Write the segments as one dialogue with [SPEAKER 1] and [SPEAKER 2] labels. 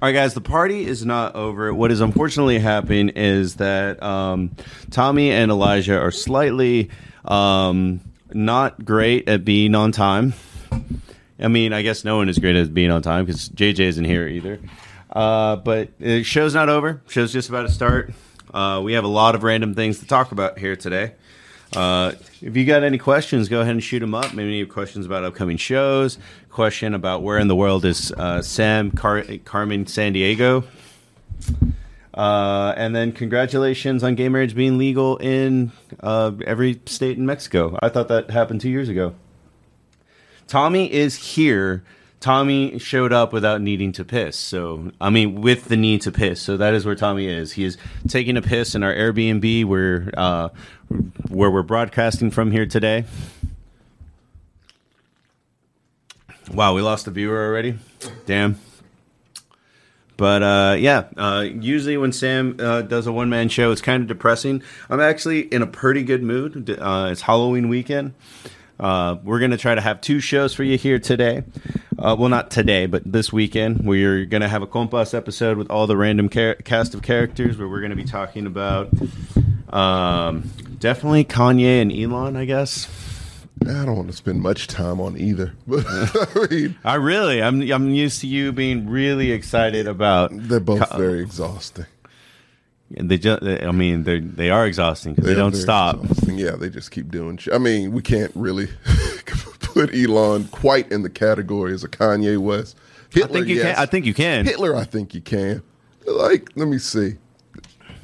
[SPEAKER 1] All right, guys, the party is not over. What is unfortunately happening is that um, Tommy and Elijah are slightly um, not great at being on time. I mean, I guess no one is great at being on time because JJ isn't here either. Uh, but the show's not over. Show's just about to start. Uh, we have a lot of random things to talk about here today. Uh, if you got any questions, go ahead and shoot them up. Maybe you have questions about upcoming shows, question about where in the world is uh, Sam Car- Carmen San Diego, uh, and then congratulations on gay marriage being legal in uh, every state in Mexico. I thought that happened two years ago. Tommy is here. Tommy showed up without needing to piss. So, I mean, with the need to piss. So that is where Tommy is. He is taking a piss in our Airbnb where uh, where we're broadcasting from here today. Wow, we lost a viewer already. Damn. But uh, yeah, uh, usually when Sam uh, does a one man show, it's kind of depressing. I'm actually in a pretty good mood. Uh, it's Halloween weekend. Uh, we're going to try to have two shows for you here today. Uh, well, not today, but this weekend. We're going to have a Compas episode with all the random char- cast of characters where we're going to be talking about um, definitely Kanye and Elon, I guess.
[SPEAKER 2] I don't want to spend much time on either. But I mean,
[SPEAKER 1] I really, I'm, I'm used to you being really excited about.
[SPEAKER 2] they're both very exhausting.
[SPEAKER 1] They just, I mean, they they are exhausting because they,
[SPEAKER 2] are
[SPEAKER 1] don't
[SPEAKER 2] very
[SPEAKER 1] stop.
[SPEAKER 2] exhausting. Yeah, they just keep doing shit. I mean, we can't really put Elon quite in the category as a Kanye West. Hitler,
[SPEAKER 1] I think you
[SPEAKER 2] yes.
[SPEAKER 1] can. I think you can.
[SPEAKER 2] Hitler, I think you can. Like, let me see.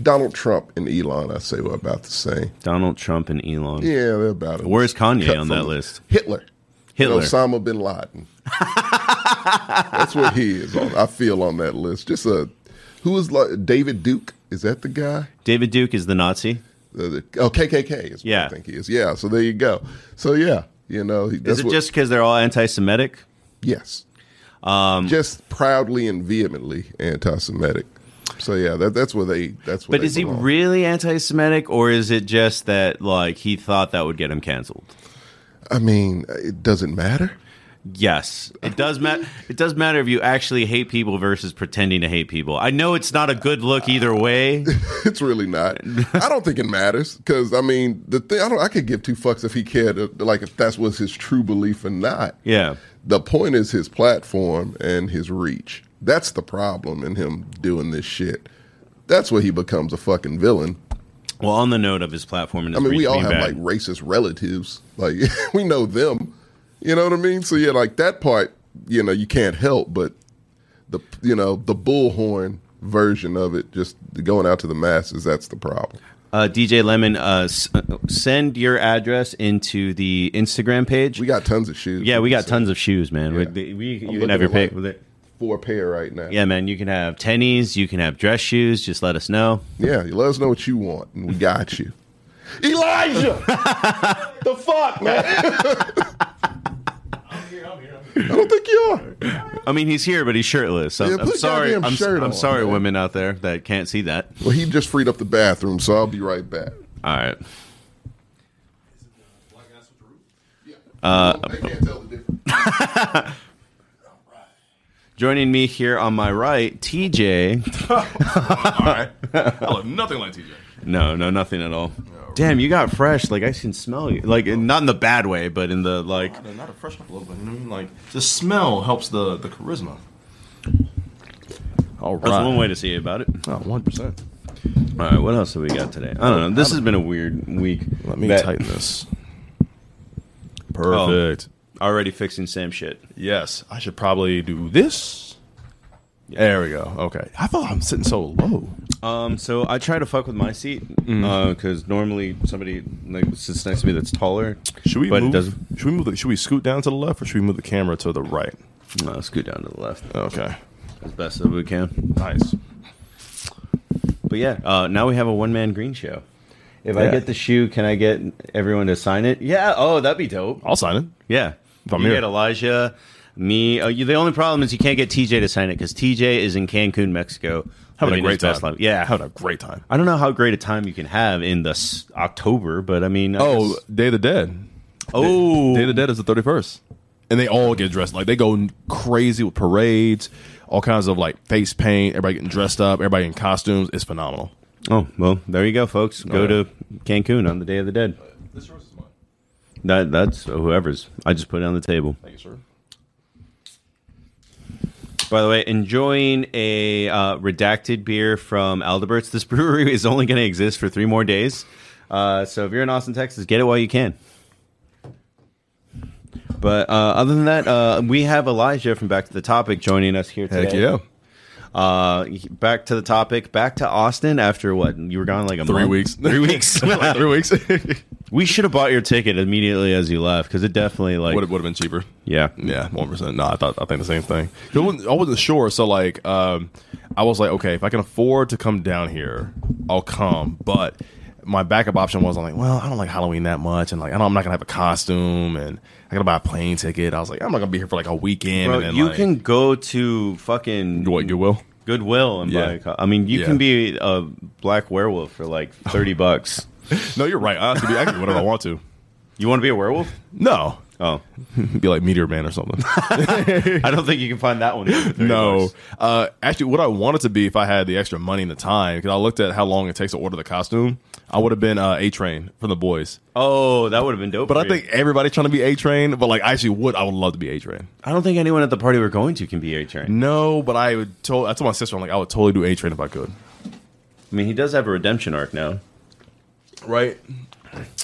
[SPEAKER 2] Donald Trump and Elon, I say, were about the same.
[SPEAKER 1] Donald Trump and Elon.
[SPEAKER 2] Yeah, they're about it.
[SPEAKER 1] Where's Kanye
[SPEAKER 2] Cut
[SPEAKER 1] on
[SPEAKER 2] from
[SPEAKER 1] that
[SPEAKER 2] the-
[SPEAKER 1] list?
[SPEAKER 2] Hitler.
[SPEAKER 1] Hitler.
[SPEAKER 2] Osama bin Laden. That's what he is. On, I feel on that list. Just a who is like David Duke? Is that the guy?
[SPEAKER 1] David Duke is the Nazi.
[SPEAKER 2] The- the- oh, KKK is what
[SPEAKER 1] Yeah.
[SPEAKER 2] I think he is. Yeah. So there you go. So yeah, you know, he- that's
[SPEAKER 1] Is it
[SPEAKER 2] what,
[SPEAKER 1] just because they're all anti-Semitic?
[SPEAKER 2] yes, um, just proudly and vehemently anti-Semitic. So yeah, that, that's where they. That's where
[SPEAKER 1] But
[SPEAKER 2] they
[SPEAKER 1] is he
[SPEAKER 2] belong.
[SPEAKER 1] really anti-Semitic, or is it just that like he thought that would get him canceled?
[SPEAKER 2] I mean, it doesn't matter.
[SPEAKER 1] Yes, it does matter. It does matter if you actually hate people versus pretending to hate people. I know it's not a good look either way.
[SPEAKER 2] It's really not. I don't think it matters because I mean, the thing I don't. I could give two fucks if he cared. uh, Like if that was his true belief or not.
[SPEAKER 1] Yeah,
[SPEAKER 2] The point is his platform and his reach. That's the problem in him doing this shit. That's where he becomes a fucking villain.
[SPEAKER 1] Well, on the note of his platform, and
[SPEAKER 2] I
[SPEAKER 1] his
[SPEAKER 2] mean, we all have
[SPEAKER 1] bad,
[SPEAKER 2] like racist relatives. Like we know them. You know what I mean? So yeah, like that part, you know, you can't help but the you know, the bullhorn version of it just going out to the masses, that's the problem.
[SPEAKER 1] uh, DJ Lemon, uh, s- uh, send your address into the Instagram page.
[SPEAKER 2] We got tons of shoes.
[SPEAKER 1] yeah, we got
[SPEAKER 2] So,
[SPEAKER 1] tons of shoes, man. We- We, you can
[SPEAKER 2] looking
[SPEAKER 1] have your
[SPEAKER 2] at, like-
[SPEAKER 1] pick. with it.
[SPEAKER 2] four pair right now.
[SPEAKER 1] Yeah, man, you can have tennies, you can have dress shoes. Just let us know.
[SPEAKER 2] Yeah, you let us know what you want, and we got you. Elijah, the fuck, man. I don't think you are.
[SPEAKER 1] I mean, he's here, but he's shirtless. I'm,
[SPEAKER 2] Yeah,
[SPEAKER 1] I'm
[SPEAKER 2] put a
[SPEAKER 1] sorry.
[SPEAKER 2] goddamn
[SPEAKER 1] I'm, s-
[SPEAKER 2] shirt
[SPEAKER 1] I'm
[SPEAKER 2] on,
[SPEAKER 1] sorry,
[SPEAKER 2] man.
[SPEAKER 1] women out there that can't see that.
[SPEAKER 2] Well, he just freed up the bathroom, so I'll be right back.
[SPEAKER 1] All right.
[SPEAKER 2] Uh, I can't tell the difference.
[SPEAKER 1] Joining me here on my right, TJ.
[SPEAKER 3] All right. I look nothing like TJ.
[SPEAKER 1] No, no, nothing at all. Damn, you got fresh. Like I can smell you. Like not in the bad way, but in the like.
[SPEAKER 3] Not to, not to freshen up a little bit. You know what I mean? Like, the smell helps the, the charisma. All
[SPEAKER 1] That's one way to see about it.
[SPEAKER 3] Oh, 1%.
[SPEAKER 1] All right, what else have we got today? I don't know. This has been a weird week.
[SPEAKER 3] Let me
[SPEAKER 1] That-
[SPEAKER 3] tighten this. Oh,
[SPEAKER 1] Perfect. Already fixing Sam shit.
[SPEAKER 3] Yes, I should probably do this. There we go. Okay. I thought I'm sitting so low.
[SPEAKER 1] Um, so I try to fuck with my seat because
[SPEAKER 3] Mm.
[SPEAKER 1] normally somebody like sits next to me that's taller.
[SPEAKER 3] Should we
[SPEAKER 1] But it
[SPEAKER 3] move?
[SPEAKER 1] doesn't-
[SPEAKER 3] Should we move? The, should we scoot down to the left or should we move the camera to the right?
[SPEAKER 1] No, scoot Uh, down to the left
[SPEAKER 3] Okay.
[SPEAKER 1] as best as we can.
[SPEAKER 3] Nice.
[SPEAKER 1] But yeah, uh, now we have a one man green show. If I
[SPEAKER 3] Yeah.
[SPEAKER 1] get the shoe, can I get everyone to sign it? Yeah. Oh, that'd be dope.
[SPEAKER 3] I'll sign it.
[SPEAKER 1] Yeah.
[SPEAKER 3] If I'm
[SPEAKER 1] you
[SPEAKER 3] here.
[SPEAKER 1] get Elijah, me. Oh, you, the only problem is you can't get TJ to sign it because TJ is in Cancun, Mexico.
[SPEAKER 3] Having
[SPEAKER 1] living
[SPEAKER 3] a
[SPEAKER 1] his
[SPEAKER 3] great time.
[SPEAKER 1] best life. Yeah.
[SPEAKER 3] Having a great time.
[SPEAKER 1] I don't know how great a time you can have in the s- October, but I mean, I
[SPEAKER 3] Oh,
[SPEAKER 1] guess-
[SPEAKER 3] Day of the Dead.
[SPEAKER 1] oh,
[SPEAKER 3] Day of the Dead is the 31st. And they all get dressed. Like, they go crazy with parades. all kinds of like face paint, everybody getting dressed up, everybody in costumes. It's phenomenal.
[SPEAKER 1] Oh well, there you go, folks. Go
[SPEAKER 3] All
[SPEAKER 1] to Cancun on the Day of the Dead.
[SPEAKER 3] This yours is mine.
[SPEAKER 1] That that's whoever's. I just put it on the table.
[SPEAKER 3] Thank you, sir.
[SPEAKER 1] By the way, enjoying a uh, redacted beer from Alderberts. This brewery is only going to exist for three more days. Uh, so if you're in Austin, Texas, get it while you can. But uh, other than that, uh, we have Elijah from Back to the Topic joining us here today.
[SPEAKER 3] Heck yeah.
[SPEAKER 1] Uh, back to the topic. Back to Austin after what? You were gone like a
[SPEAKER 3] Three
[SPEAKER 1] month?
[SPEAKER 3] weeks. Three weeks. Three weeks. would
[SPEAKER 1] We should have bought your ticket immediately as you left because it definitely like
[SPEAKER 3] have been cheaper.
[SPEAKER 1] yeah.
[SPEAKER 3] Yeah, one percent. No, I thought I think the same thing. I wasn't, I wasn't sure, so like, um, I was like, okay, if I can afford to come down here, I'll come. But my backup option was, I'm like, well, I don't like Halloween that much, and like, I don't, I'm not gonna have a costume, and I gotta buy a plane ticket. I was like, I'm not gonna be here for like a weekend.
[SPEAKER 1] Bro,
[SPEAKER 3] and then,
[SPEAKER 1] you
[SPEAKER 3] like,
[SPEAKER 1] can go to fucking
[SPEAKER 3] what you will.
[SPEAKER 1] Goodwill and buy
[SPEAKER 3] Yeah.
[SPEAKER 1] a co- I mean, you
[SPEAKER 3] Yeah.
[SPEAKER 1] can be a black werewolf for like 30 bucks.
[SPEAKER 3] No, you're right. I can be I can do whatever I want to.
[SPEAKER 1] You want to be a werewolf?
[SPEAKER 3] No,
[SPEAKER 1] Oh.
[SPEAKER 3] be like Meteor Man or something.
[SPEAKER 1] I don't think you can find that one. for 30
[SPEAKER 3] No,
[SPEAKER 1] bucks.
[SPEAKER 3] uh, actually, what I wanted to be if I had the extra money and the time, because I looked at how long it takes to order the costume, I would have been uh, A Train from the boys.
[SPEAKER 1] Oh, that would have been dope.
[SPEAKER 3] But
[SPEAKER 1] for
[SPEAKER 3] I
[SPEAKER 1] you.
[SPEAKER 3] think everybody's trying to be A Train. But like, I actually would. I would love to be A Train.
[SPEAKER 1] I don't think anyone at the party we're going to can be A Train.
[SPEAKER 3] No, but I would. To- I told my sister, I'm like, I would totally do A Train if I could.
[SPEAKER 1] I mean, he does have a redemption arc now.
[SPEAKER 3] Right.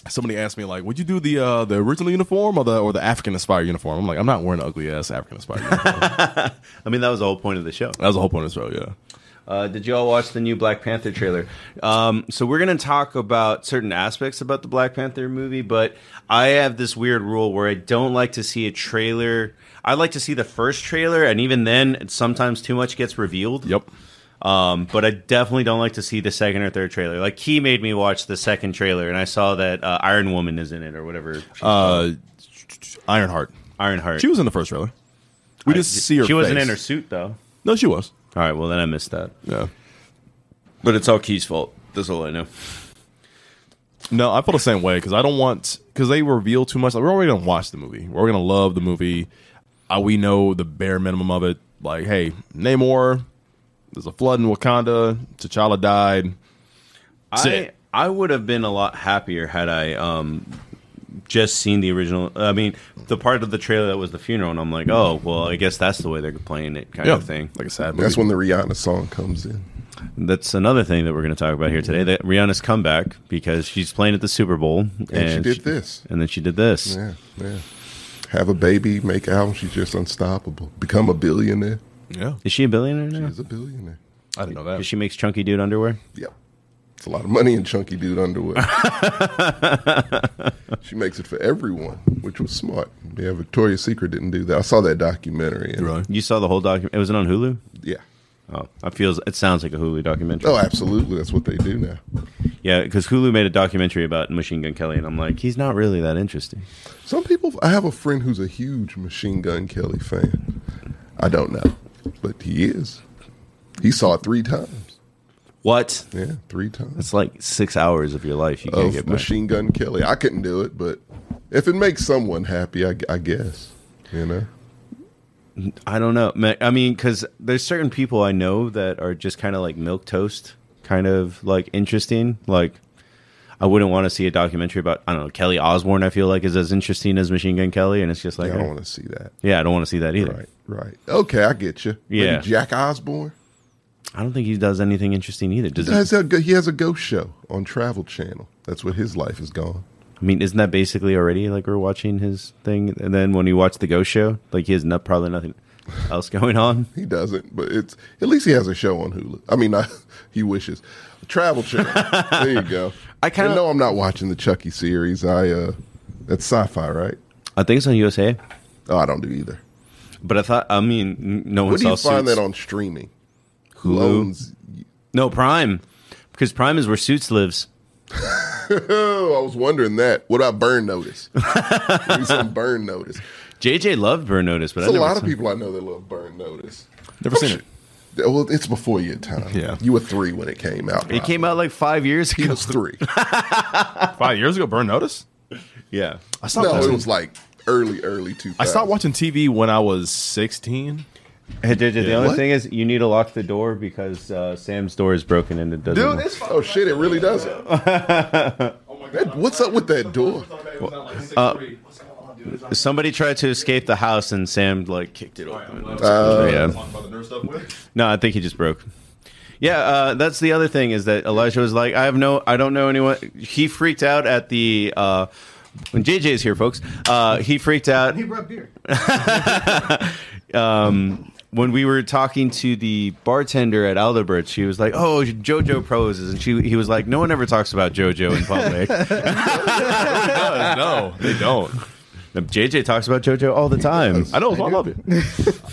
[SPEAKER 3] Somebody asked me like, "Would you do the uh, the original uniform or the or the African inspired uniform?" I'm like, "I'm not wearing an ugly ass African inspired." uniform.
[SPEAKER 1] I mean, that was the whole point of the show.
[SPEAKER 3] That was the whole point of the show. Yeah.
[SPEAKER 1] Uh, did you all watch the new Black Panther trailer? Um, so we're going to talk about certain aspects about the Black Panther movie, but I have this weird rule where I don't like to see a trailer. I like to see the first trailer, and even then, sometimes too much gets revealed.
[SPEAKER 3] Yep.
[SPEAKER 1] Um, but I definitely don't like to see the second or third trailer. Like he made me watch the second trailer, and I saw that uh, Iron Woman is in it or whatever. she's called.
[SPEAKER 3] Uh, Ironheart.
[SPEAKER 1] Ironheart.
[SPEAKER 3] She was in the first trailer. We just see her.
[SPEAKER 1] She wasn't
[SPEAKER 3] face.
[SPEAKER 1] in her suit though.
[SPEAKER 3] No, she was.
[SPEAKER 1] All right, well then I missed that.
[SPEAKER 3] Yeah.
[SPEAKER 1] But it's all Key's fault. That's all I know.
[SPEAKER 3] No, I feel the same way because I don't want because they reveal too much. Like, we're already gonna watch the movie. We're gonna love the movie. Uh, we know the bare minimum of it. Like, hey, Namor, there's a flood in Wakanda. T'Challa died. That's
[SPEAKER 1] I
[SPEAKER 3] it.
[SPEAKER 1] I would have been a lot happier had I um just seen the original. I mean, the part of the trailer that was the funeral, and I'm like, oh well, I guess that's the way they're playing it, kind of thing.
[SPEAKER 3] like a sad. Movie.
[SPEAKER 2] That's when the Rihanna song comes in.
[SPEAKER 1] That's another thing that we're going to talk about here today. That Rihanna's comeback because she's playing at the Super Bowl, and,
[SPEAKER 2] she did this.
[SPEAKER 1] and then she did this.
[SPEAKER 2] Yeah, yeah. Have a baby, make an album. She's just unstoppable. Become a billionaire.
[SPEAKER 3] Yeah,
[SPEAKER 1] Is she a billionaire now?
[SPEAKER 2] She's a billionaire.
[SPEAKER 3] I didn't know
[SPEAKER 1] Because
[SPEAKER 3] that.
[SPEAKER 1] she makes chunky dude underwear.
[SPEAKER 2] Yep. It's a lot of money in chunky dude underwear. she makes it for everyone, which was smart. Yeah, Victoria's Secret didn't do that. I saw that documentary. and-
[SPEAKER 3] Really?
[SPEAKER 1] You saw the whole document. It was it on Hulu.
[SPEAKER 2] Yeah.
[SPEAKER 1] Oh, it feels. It sounds like a Hulu documentary.
[SPEAKER 2] Oh, absolutely. That's what they do now.
[SPEAKER 1] yeah, because Hulu made a documentary about Machine Gun Kelly, and I'm like, he's not really that interesting.
[SPEAKER 2] Some people, I have a friend who's a huge Machine Gun Kelly fan. I don't know, but he is. He saw it three times.
[SPEAKER 1] What?
[SPEAKER 2] Yeah, three times.
[SPEAKER 1] It's like six hours of your life you can't
[SPEAKER 2] Of
[SPEAKER 1] get back.
[SPEAKER 2] Machine Gun Kelly. I couldn't do it, but if it makes someone happy, I, I guess. You know?
[SPEAKER 1] I don't know. Ma- I mean, because there's certain people I know that are just kind of like milk toast, kind of like interesting. Like, I wouldn't want to see a documentary about I don't know Kelly Osborne. I feel like is as interesting as Machine Gun Kelly, and it's just like,
[SPEAKER 2] I don't
[SPEAKER 1] eh.
[SPEAKER 2] want to see that.
[SPEAKER 1] yeah, I don't want to see that either.
[SPEAKER 2] Right, right. Okay, I get you. Maybe
[SPEAKER 1] Yeah.
[SPEAKER 2] Jack Osborne.
[SPEAKER 1] I don't think he does anything interesting either. Does
[SPEAKER 2] He
[SPEAKER 1] he?
[SPEAKER 2] has, a, he has a ghost show on Travel Channel. That's what his life is gone.
[SPEAKER 1] I mean, isn't that basically already like we're watching his thing? And then when you watch the Ghost Show, like he has no, probably nothing else going on.
[SPEAKER 2] He doesn't, but it's at least he has a show on Hulu. I mean, I, he wishes. Travel Channel. there you go.
[SPEAKER 1] I kinda-
[SPEAKER 2] And no, I'm not watching the Chucky series. I uh, that's sci-fi, right?
[SPEAKER 1] I think it's on USA,
[SPEAKER 2] Oh, I don't do either.
[SPEAKER 1] but I thought I mean n- no one
[SPEAKER 2] Where do
[SPEAKER 1] saw
[SPEAKER 2] you find
[SPEAKER 1] Suits.
[SPEAKER 2] that on streaming?
[SPEAKER 1] Hulu?
[SPEAKER 2] Who owns?
[SPEAKER 1] No Prime, because Prime is where Suits lives.
[SPEAKER 2] Oh, I was wondering that. What about Burn Notice? Maybe some Burn Notice.
[SPEAKER 1] JJ loved Burn Notice, but I
[SPEAKER 2] There's a
[SPEAKER 1] never
[SPEAKER 2] lot
[SPEAKER 1] saw-
[SPEAKER 2] of people I know that love Burn Notice.
[SPEAKER 3] Never seen it.
[SPEAKER 2] Well, it's before your time.
[SPEAKER 3] Yeah.
[SPEAKER 2] you were three when it came out.
[SPEAKER 1] It came out like five years
[SPEAKER 2] He
[SPEAKER 1] ago.
[SPEAKER 2] was three.
[SPEAKER 3] Five years ago, Burn Notice.
[SPEAKER 1] Yeah,
[SPEAKER 3] I stopped.
[SPEAKER 2] no, it
[SPEAKER 3] watching,
[SPEAKER 2] was like early, early two.
[SPEAKER 3] I stopped watching TV when I was 16.
[SPEAKER 1] Hey, dude, dude, The only
[SPEAKER 2] What?
[SPEAKER 1] thing is, you need to lock the door because uh, Sam's door is broken and it doesn't.
[SPEAKER 3] it's fucking.
[SPEAKER 2] Oh shit! It really does. not
[SPEAKER 3] Oh my
[SPEAKER 2] That, what's up with that door?
[SPEAKER 1] Uh,
[SPEAKER 3] uh,
[SPEAKER 1] Somebody tried to escape the house and Sam like kicked it open.
[SPEAKER 2] Uh,
[SPEAKER 1] yeah. No, I think he just broke. Yeah, uh, that's the other thing is that Elijah was like, I have no, I don't know anyone. He freaked out at the. Uh, when JJ is here, folks, uh, he freaked out.
[SPEAKER 4] He brought beer.
[SPEAKER 1] um, when we were talking to the bartender at Aldebert, she was like, "Oh, JoJo poses," and she he was like, "No one ever talks about JoJo in public."
[SPEAKER 3] no, they don't.
[SPEAKER 1] JJ talks about JoJo all the time.
[SPEAKER 3] I know. I love it.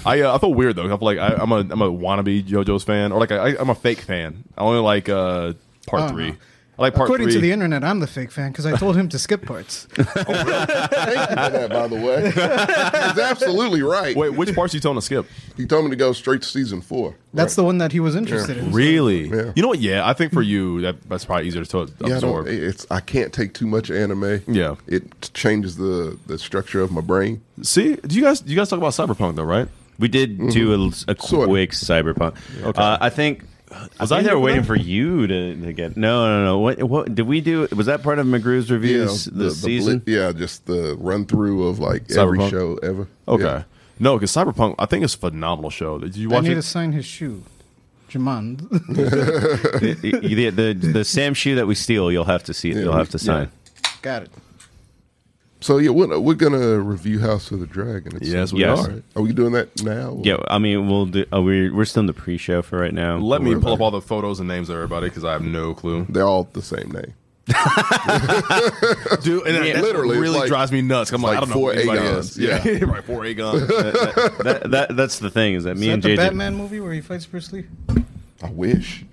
[SPEAKER 3] I uh, I feel weird though. I feel like I, I'm a I'm a wannabe JoJo's fan, or like I, I'm a fake fan. I only like uh, part three. I like part
[SPEAKER 4] According
[SPEAKER 3] three.
[SPEAKER 4] to the internet, I'm the fake fan because I told him to skip parts.
[SPEAKER 2] Thank you for that, by the way. He's absolutely right.
[SPEAKER 3] Wait, which parts are you telling to skip?
[SPEAKER 2] He told me to go straight to season four.
[SPEAKER 4] That's the one that he was interested in.
[SPEAKER 3] Really?
[SPEAKER 2] Yeah.
[SPEAKER 3] You know what? Yeah, I think for you that that's probably easier to
[SPEAKER 2] yeah, I
[SPEAKER 3] absorb.
[SPEAKER 2] don't, it's I can't take too much anime.
[SPEAKER 3] Yeah.
[SPEAKER 2] it changes the the structure of my brain.
[SPEAKER 3] See, do you guys do you guys talk about cyberpunk though? Right?
[SPEAKER 1] We did do a, a
[SPEAKER 2] Sorta.
[SPEAKER 1] quick cyberpunk.
[SPEAKER 3] Mm-hmm. Okay.
[SPEAKER 1] Uh, I think. I
[SPEAKER 3] I
[SPEAKER 1] think they
[SPEAKER 3] here
[SPEAKER 1] were
[SPEAKER 3] for
[SPEAKER 1] waiting
[SPEAKER 3] that?
[SPEAKER 1] for you to, to get. No, no, no. What, what did we do? Was that part of McGrew's reviews
[SPEAKER 2] yeah,
[SPEAKER 1] this season?
[SPEAKER 2] blit- yeah, just the run through of like every
[SPEAKER 3] Cyberpunk?
[SPEAKER 2] show ever.
[SPEAKER 3] Okay.
[SPEAKER 2] Yeah.
[SPEAKER 3] No, because cyberpunk, I think it's a phenomenal show. Did you
[SPEAKER 4] I
[SPEAKER 3] watch
[SPEAKER 4] need
[SPEAKER 3] it?
[SPEAKER 4] to sign his shoe. Jamon.
[SPEAKER 1] the, the, the the Sam shoe that we steal, you'll have to see. You'll have to sign.
[SPEAKER 4] Got it.
[SPEAKER 2] So yeah, we're, we're gonna review House of the Dragon. It's-
[SPEAKER 3] Yes, we
[SPEAKER 1] Yes.
[SPEAKER 3] are.
[SPEAKER 2] Alright. Are we doing that now?
[SPEAKER 1] Yeah, I mean, we'll do. Uh, we're we're still in the pre-show for right now.
[SPEAKER 3] Let me
[SPEAKER 2] worry
[SPEAKER 3] pull
[SPEAKER 2] about
[SPEAKER 3] up all the photos and names of everybody because I have no clue.
[SPEAKER 2] they're all the same name.
[SPEAKER 3] Dude, and
[SPEAKER 1] Yeah.
[SPEAKER 2] Literally,
[SPEAKER 3] that
[SPEAKER 2] it's
[SPEAKER 3] literally really
[SPEAKER 2] like-
[SPEAKER 3] drives me nuts. I'm
[SPEAKER 2] it's
[SPEAKER 3] like,
[SPEAKER 2] like
[SPEAKER 3] I don't
[SPEAKER 2] four
[SPEAKER 3] know anybody
[SPEAKER 2] Aegons.
[SPEAKER 3] else. Yeah,
[SPEAKER 2] Yeah.
[SPEAKER 3] right. Four A guns.
[SPEAKER 1] that, that that's the thing is that me
[SPEAKER 4] Is that
[SPEAKER 1] and
[SPEAKER 4] the
[SPEAKER 1] JJ.
[SPEAKER 4] Batman movie where he fights Bruce Lee?
[SPEAKER 2] I wish.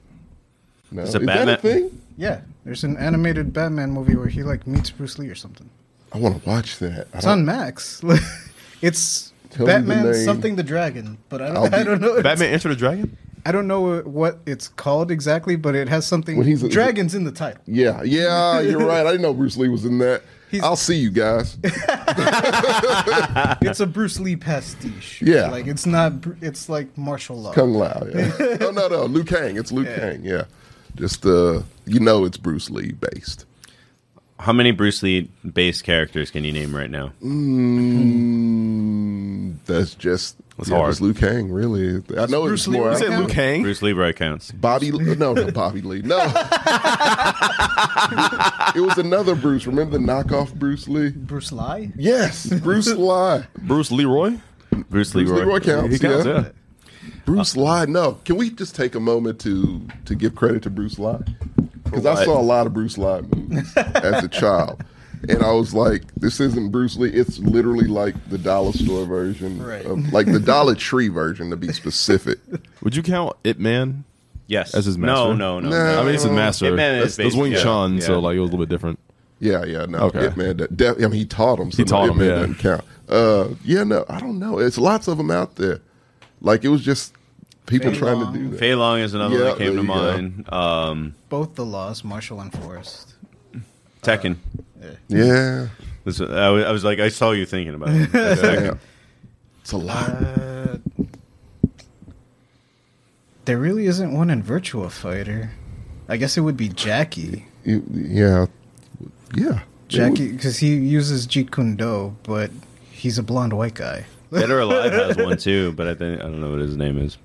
[SPEAKER 2] No,
[SPEAKER 1] It's a
[SPEAKER 2] is
[SPEAKER 1] Batman-
[SPEAKER 2] that a thing?
[SPEAKER 4] Yeah. There's an animated Batman movie where he like meets Bruce Lee or something.
[SPEAKER 2] I want to watch that. I
[SPEAKER 4] It's on
[SPEAKER 2] don't-
[SPEAKER 4] Max. it's
[SPEAKER 2] Tell me the
[SPEAKER 4] Batman
[SPEAKER 2] name.
[SPEAKER 4] something the Dragon, but I
[SPEAKER 2] I'll
[SPEAKER 4] don't,
[SPEAKER 2] be-
[SPEAKER 4] I don't know.
[SPEAKER 3] Batman Enter the Dragon.
[SPEAKER 4] I don't know what it's called exactly, but it has something.
[SPEAKER 2] When he's a-
[SPEAKER 4] dragons in the title.
[SPEAKER 2] Yeah, yeah, you're right. I didn't know Bruce Lee was in that.
[SPEAKER 4] He's-
[SPEAKER 2] I'll see you guys.
[SPEAKER 4] It's a Bruce Lee pastiche.
[SPEAKER 2] Yeah.
[SPEAKER 4] like it's not. Bru- It's like martial law.
[SPEAKER 2] Kung Lao. Yeah. no, no, no. Liu Kang. It's Liu Kang. Yeah. Just uh, you know, it's Bruce Lee based.
[SPEAKER 1] How many Bruce Lee based characters can you name right now?
[SPEAKER 4] Hmm.
[SPEAKER 2] Mm, that's just
[SPEAKER 3] That's
[SPEAKER 2] yeah,
[SPEAKER 3] hard.
[SPEAKER 2] It's Liu Kang, really. I know
[SPEAKER 4] Bruce
[SPEAKER 2] it's
[SPEAKER 4] Lee
[SPEAKER 2] more
[SPEAKER 4] right
[SPEAKER 3] You said
[SPEAKER 4] now?
[SPEAKER 3] Liu Kang.
[SPEAKER 1] Bruce Lee right counts.
[SPEAKER 2] Bobby. No, no, Bobby Lee. No. it was another Bruce. Remember the knockoff Bruce Lee?
[SPEAKER 4] Bruce Lee.
[SPEAKER 2] Yes, Bruce Ly.
[SPEAKER 3] Bruce Leroy.
[SPEAKER 1] Bruce Lee
[SPEAKER 2] Bruce Leroy
[SPEAKER 1] right.
[SPEAKER 2] counts.
[SPEAKER 3] He counts.
[SPEAKER 2] yeah.
[SPEAKER 3] Yeah.
[SPEAKER 2] Bruce Ly. No, can we just take a moment to to give credit to Bruce Ly? Because I
[SPEAKER 1] what?
[SPEAKER 2] saw a lot of Bruce Ly movies as a child, and I was like, "This isn't Bruce Lee. It's literally like the dollar store version,
[SPEAKER 4] Right.
[SPEAKER 2] of, like the Dollar Tree version, to be specific."
[SPEAKER 3] Would you count It Man?
[SPEAKER 1] Yes.
[SPEAKER 3] As his
[SPEAKER 1] No,
[SPEAKER 3] master?
[SPEAKER 1] no, no.
[SPEAKER 2] No.
[SPEAKER 1] no.
[SPEAKER 3] I mean, it's his master.
[SPEAKER 1] It Man is
[SPEAKER 3] That's- that's
[SPEAKER 1] based-
[SPEAKER 3] Wing
[SPEAKER 1] yeah,
[SPEAKER 3] Chun,
[SPEAKER 1] yeah.
[SPEAKER 3] so like it was a little bit different.
[SPEAKER 2] Yeah, yeah, no,
[SPEAKER 3] Okay.
[SPEAKER 2] It Man. that- def- I mean, he taught him. So
[SPEAKER 3] He taught
[SPEAKER 2] no, It
[SPEAKER 3] him,
[SPEAKER 2] Man
[SPEAKER 3] yeah.
[SPEAKER 2] Doesn't count. Uh, yeah, no, I don't know. It's lots of them out there. Like it was just people
[SPEAKER 4] Fei
[SPEAKER 2] trying
[SPEAKER 4] Long.
[SPEAKER 2] to do that.
[SPEAKER 1] Fei Long is another
[SPEAKER 2] Yeah,
[SPEAKER 1] one that came
[SPEAKER 2] there
[SPEAKER 1] to
[SPEAKER 2] you go.
[SPEAKER 1] mind. Um,
[SPEAKER 4] Both the laws, martial and forest.
[SPEAKER 1] Tekken.
[SPEAKER 2] Yeah,
[SPEAKER 1] This- I, was, I was like, I saw you thinking about it. That's
[SPEAKER 2] yeah.
[SPEAKER 1] Tekken.
[SPEAKER 2] It's a lot.
[SPEAKER 4] Uh, there really isn't one in Virtua Fighter. I guess it would be Jackie.
[SPEAKER 2] You- yeah, yeah.
[SPEAKER 4] Jackie, because he uses Jeet Kune Do, but he's a blonde white guy.
[SPEAKER 1] Dead or Alive has one too, but I think I don't know what his name is.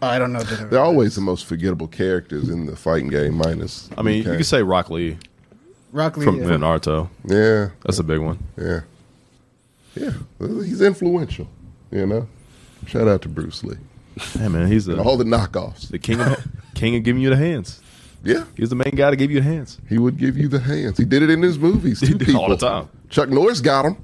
[SPEAKER 4] I don't know. the-
[SPEAKER 2] They're always the most forgettable characters in the fighting game. Minus,
[SPEAKER 3] I mean,
[SPEAKER 2] Liu
[SPEAKER 3] you
[SPEAKER 2] Kang.
[SPEAKER 3] could say Rock Lee
[SPEAKER 4] Rock Lee. uh,
[SPEAKER 3] from,
[SPEAKER 4] yeah.
[SPEAKER 3] from Naruto.
[SPEAKER 2] yeah,
[SPEAKER 3] That's a big one.
[SPEAKER 2] yeah, yeah. Well, He's influential. You know. Shout out to Bruce Lee
[SPEAKER 3] Hey man, he's
[SPEAKER 2] and
[SPEAKER 3] the,
[SPEAKER 2] all the knockoffs.
[SPEAKER 3] the king of king of giving you the hands.
[SPEAKER 2] Yeah,
[SPEAKER 3] He's the main guy to give you the hands.
[SPEAKER 2] he would give you the hands. He did it in his movies.
[SPEAKER 3] He
[SPEAKER 2] two
[SPEAKER 3] did all the
[SPEAKER 2] people.
[SPEAKER 3] time.
[SPEAKER 2] Chuck Norris got him.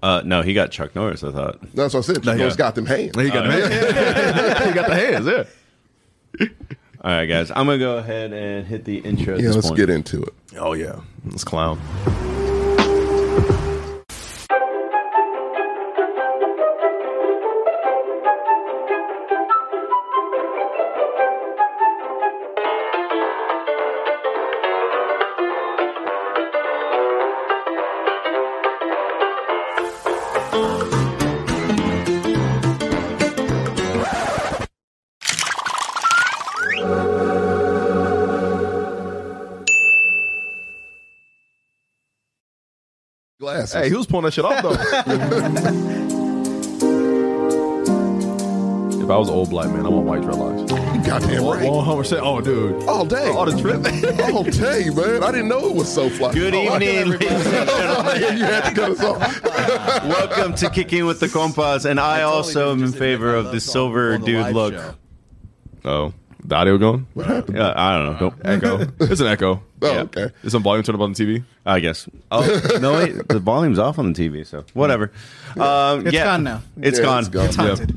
[SPEAKER 1] Uh, no, he got Chuck Norris. I thought.
[SPEAKER 2] That's what I said. Chuck
[SPEAKER 3] yeah.
[SPEAKER 2] Norris got them hands.
[SPEAKER 3] He got the hands. he got the hands. Yeah.
[SPEAKER 1] All right, guys, I'm gonna go ahead and hit the intro. At
[SPEAKER 2] Yeah,
[SPEAKER 1] this
[SPEAKER 2] let's
[SPEAKER 1] point.
[SPEAKER 2] get into it.
[SPEAKER 3] Oh yeah, this clown.
[SPEAKER 2] glasses.
[SPEAKER 3] Hey, he was pulling that shit off though. if I was an old black man, I want white dreadlocks.
[SPEAKER 2] you goddamn right.
[SPEAKER 3] One hundred percent. Oh, dude.
[SPEAKER 2] All day.
[SPEAKER 3] All the trip.
[SPEAKER 2] All day, man. I didn't know it was so fly.
[SPEAKER 1] Good
[SPEAKER 2] Oh, I
[SPEAKER 1] evening,
[SPEAKER 2] got
[SPEAKER 1] ladies and
[SPEAKER 2] everybody. you had to cut us off.
[SPEAKER 1] Welcome to Kicking with the Compas, and I
[SPEAKER 5] totally
[SPEAKER 1] also am in
[SPEAKER 5] just admitted
[SPEAKER 1] favor
[SPEAKER 5] I
[SPEAKER 1] of the
[SPEAKER 5] love
[SPEAKER 1] silver
[SPEAKER 5] on the
[SPEAKER 1] dude
[SPEAKER 5] live
[SPEAKER 1] look.
[SPEAKER 5] show.
[SPEAKER 3] Oh, the audio going?
[SPEAKER 1] Uh, I don't know. Don't-
[SPEAKER 3] Echo. It's an echo.
[SPEAKER 2] Oh,
[SPEAKER 1] Yeah.
[SPEAKER 2] okay.
[SPEAKER 3] It's on volume turned up on the TV.
[SPEAKER 1] I guess. Oh no, wait. The volume's off on the TV, so whatever. Um,
[SPEAKER 4] It's
[SPEAKER 1] yeah.
[SPEAKER 4] gone now.
[SPEAKER 1] It's
[SPEAKER 2] Yeah,
[SPEAKER 1] gone.
[SPEAKER 2] it's gone.
[SPEAKER 4] It's haunted.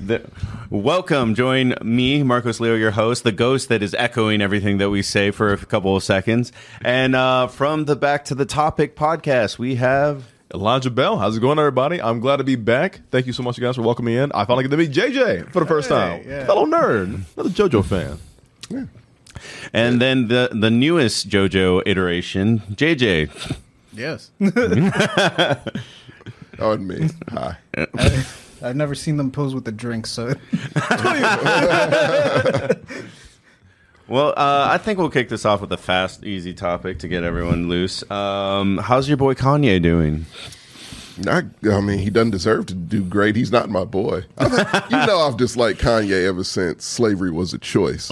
[SPEAKER 1] The- welcome. Join me, Marcos Leo, your host, the ghost that is echoing everything that we say for a couple of seconds. And uh, from the Back to the Topic podcast, we have.
[SPEAKER 3] Elijah Bell, how's it going, everybody? I'm glad to be back. Thank you so much, you guys, for welcoming me in. I finally get to meet JJ for the first
[SPEAKER 4] Hey,
[SPEAKER 3] time.
[SPEAKER 4] yeah.
[SPEAKER 3] Fellow nerd, another JoJo fan.
[SPEAKER 1] And then the, the newest JoJo iteration, JJ.
[SPEAKER 4] Yes.
[SPEAKER 2] On me. Hi.
[SPEAKER 4] I've never seen them pose with a drink, so
[SPEAKER 1] Well, uh, I think we'll kick this off with a fast, easy topic to get everyone loose. Um, how's your boy Kanye doing?
[SPEAKER 2] I, I mean, he doesn't deserve to do great. He's not my boy. I- you know, I've disliked Kanye ever since slavery was a choice.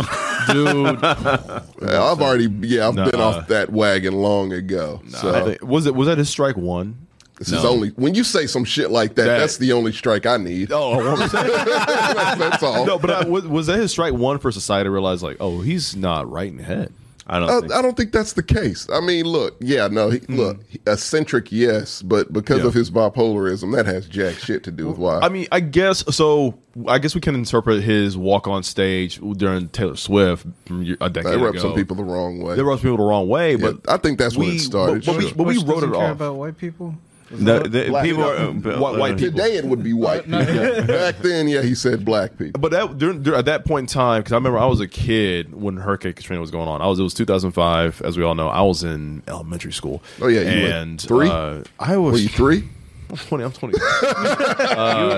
[SPEAKER 3] Dude,
[SPEAKER 2] Uh, I've already, yeah, I've been
[SPEAKER 3] Nuh-uh.
[SPEAKER 2] off that wagon long ago.
[SPEAKER 3] I
[SPEAKER 2] so
[SPEAKER 3] think- was it was that his strike one?
[SPEAKER 2] this is only when you say some shit like that.
[SPEAKER 3] That-
[SPEAKER 2] that's the only strike I need.
[SPEAKER 3] Oh, I won't say.
[SPEAKER 2] that's all.
[SPEAKER 3] no, but I, was, was that his strike one for society to realize like, oh, he's not right in the head.
[SPEAKER 1] I don't
[SPEAKER 3] Uh,
[SPEAKER 2] I,
[SPEAKER 1] think.
[SPEAKER 2] I don't think that's the case. I mean, look, yeah, no, he, look, eccentric, yes, but because
[SPEAKER 3] Hmm. Yeah.
[SPEAKER 2] of his bipolarism, that has jack shit to do with why.
[SPEAKER 3] I mean, I guess so. I guess we can interpret his walk on stage during Taylor Swift from y- a decade
[SPEAKER 2] that rubbed
[SPEAKER 3] ago.
[SPEAKER 2] some people the wrong way.
[SPEAKER 3] They rubbed people the wrong way,
[SPEAKER 2] Yeah,
[SPEAKER 3] but
[SPEAKER 2] I think that's when
[SPEAKER 3] we-
[SPEAKER 2] it started.
[SPEAKER 3] But, but we,
[SPEAKER 2] sure.
[SPEAKER 3] but we
[SPEAKER 4] Which
[SPEAKER 3] wrote
[SPEAKER 4] doesn't
[SPEAKER 3] it
[SPEAKER 4] care
[SPEAKER 3] off.
[SPEAKER 4] about white people.
[SPEAKER 1] The, the
[SPEAKER 2] Black
[SPEAKER 1] people are,
[SPEAKER 3] people. uh,
[SPEAKER 2] uh,
[SPEAKER 3] White- white people.
[SPEAKER 2] Today it would be white.
[SPEAKER 4] No,
[SPEAKER 2] people. Back then, yeah, he said black people.
[SPEAKER 3] But that during, during, at that point in time, because I remember I was a kid when Hurricane Katrina was going on. I was it was 2005, as we all know. I was in elementary school.
[SPEAKER 2] Oh, yeah, you were
[SPEAKER 3] and
[SPEAKER 2] three?
[SPEAKER 3] Uh, I was
[SPEAKER 2] Were you three?
[SPEAKER 3] I'm 20. I'm 20.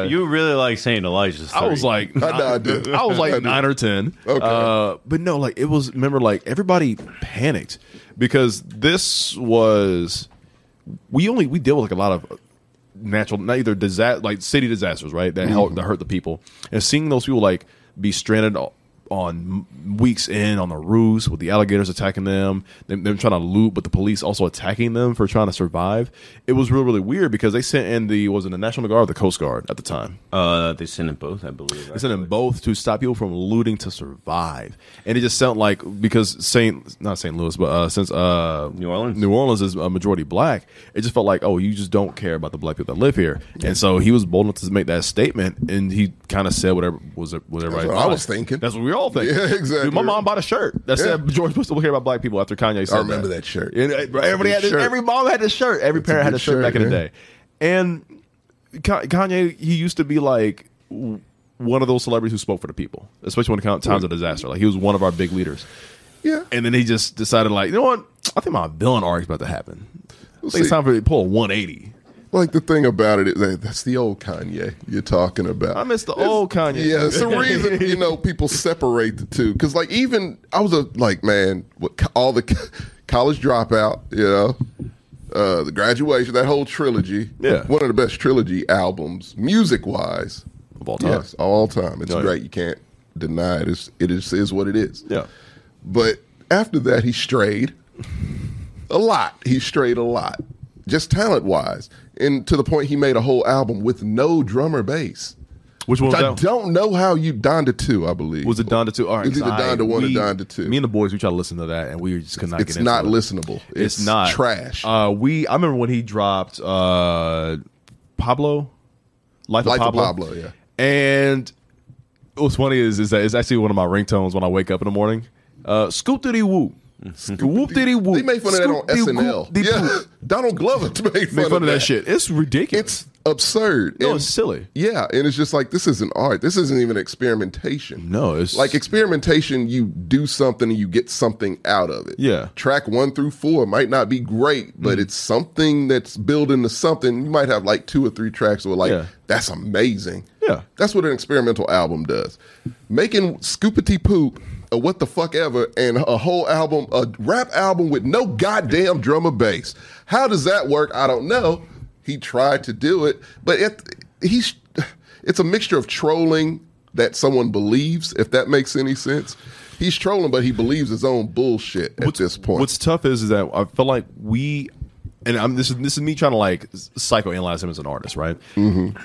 [SPEAKER 1] you really like saying Elijah's.
[SPEAKER 3] uh, I was
[SPEAKER 1] three.
[SPEAKER 3] like,
[SPEAKER 2] I know I did.
[SPEAKER 3] I was
[SPEAKER 2] I
[SPEAKER 3] like
[SPEAKER 2] did.
[SPEAKER 3] nine or ten.
[SPEAKER 2] Okay.
[SPEAKER 3] Uh, but no, like it was. Remember, like everybody panicked because this was. We only we deal with like a lot of natural, not either disaster, like city disasters, right? That help that hurt the people, and seeing those people like be stranded o- on m- weeks in on the roofs with the alligators attacking them, them, them trying to loot, but the police also attacking them for trying to survive. It was really really weird because they sent in the was it the National Guard or the Coast Guard at the time.
[SPEAKER 1] uh, they sent it both, I believe.
[SPEAKER 3] They sent them both to stop people from looting to survive, and it just sounded like because Saint not Saint Louis, but uh, since uh,
[SPEAKER 1] New Orleans?
[SPEAKER 3] New Orleans is a majority black, it just felt like oh, you just don't care about the black people that live here, and so he was bold enough to make that statement, and he kind of said whatever was whatever
[SPEAKER 2] That's
[SPEAKER 3] I,
[SPEAKER 2] what I was thinking.
[SPEAKER 3] That's what we all think.
[SPEAKER 2] Yeah, exactly.
[SPEAKER 3] Dude, my mom bought a shirt that said
[SPEAKER 2] Yeah.
[SPEAKER 3] George Bush don't care about black people after Kanye said.
[SPEAKER 2] remember that shirt.
[SPEAKER 3] And, uh, everybody
[SPEAKER 2] Good
[SPEAKER 3] had this,
[SPEAKER 2] shirt.
[SPEAKER 3] every mom had this shirt. Every parent had
[SPEAKER 2] good
[SPEAKER 3] a shirt, back
[SPEAKER 2] shirt,
[SPEAKER 3] in the
[SPEAKER 2] yeah.
[SPEAKER 3] day, and. Ka- Kanye, he used to be like w- one of those celebrities who spoke for the people, especially when it comes times of disaster. Like he was one of our big leaders,
[SPEAKER 2] Yeah.
[SPEAKER 3] and then he just decided, like, you know what? I think my villain arc's about to happen. I think it's
[SPEAKER 2] see.
[SPEAKER 3] time for me to pull a one eighty.
[SPEAKER 2] Like the thing about it is that that's the old Kanye you're talking about.
[SPEAKER 3] I miss the old Kanye.
[SPEAKER 2] Yeah, it's the reason you know people separate the two because like even I was a like man, what, co- all the co- college dropout, you know, uh, the graduation, that whole trilogy,
[SPEAKER 3] Yeah.
[SPEAKER 2] one of the best trilogy albums music wise
[SPEAKER 3] Of all time.
[SPEAKER 2] Yes, all time. It's
[SPEAKER 3] Oh, yeah.
[SPEAKER 2] great. You can't deny it. It's, it is is what it is.
[SPEAKER 3] Yeah.
[SPEAKER 2] But after that, he strayed a lot. He strayed a lot, just talent wise, and to the point he made a whole album with no drummer bass.
[SPEAKER 3] Which one was
[SPEAKER 2] I
[SPEAKER 3] that?
[SPEAKER 2] don't know how you Donda two. I believe
[SPEAKER 3] Was it Donda two? All right,
[SPEAKER 2] It's either
[SPEAKER 3] 'cause I-
[SPEAKER 2] Donda one or
[SPEAKER 3] we-
[SPEAKER 2] Donda two.
[SPEAKER 3] Me and the boys, we tried to listen to that, and we just could not.
[SPEAKER 2] It's
[SPEAKER 3] get into
[SPEAKER 2] not
[SPEAKER 3] it.
[SPEAKER 2] listenable.
[SPEAKER 3] It's, not
[SPEAKER 2] trash.
[SPEAKER 3] Uh, we I remember when he dropped uh, Pablo, Life,
[SPEAKER 2] Life
[SPEAKER 3] of
[SPEAKER 2] of
[SPEAKER 3] Pablo.
[SPEAKER 2] Pablo, yeah.
[SPEAKER 3] And what's funny is is that it's actually one of my ringtones when I wake up in the morning. Uh, Scoop diddy woo, whoop diddy woo.
[SPEAKER 2] they made fun of that on SNL. Yeah, Donald Glover made fun,
[SPEAKER 3] Make fun of that shit. It's ridiculous.
[SPEAKER 2] It's absurd.
[SPEAKER 3] No,
[SPEAKER 2] And-
[SPEAKER 3] it's silly.
[SPEAKER 2] Yeah, and it's just like this isn't art. This isn't even experimentation.
[SPEAKER 3] No, it's-
[SPEAKER 2] like experimentation. You do something and you get something out of it.
[SPEAKER 3] Yeah. Mm.
[SPEAKER 2] Track one through four might not be great, but it's something that's building to something. You might have like two or three tracks where like
[SPEAKER 3] Yeah.
[SPEAKER 2] that's amazing.
[SPEAKER 3] Yeah.
[SPEAKER 2] That's what an experimental album does. Making scoopity poop or what the fuck ever and a whole album, a rap album with no goddamn drum or bass. How does that work? I don't know. He tried to do it, but it, he's it's a mixture of trolling that someone believes, if that makes any sense. He's trolling, but he believes his own bullshit at this point.
[SPEAKER 3] What's tough is, is that I feel like we, and I'm this is this is me trying to like s- psychoanalyze him as an artist, right?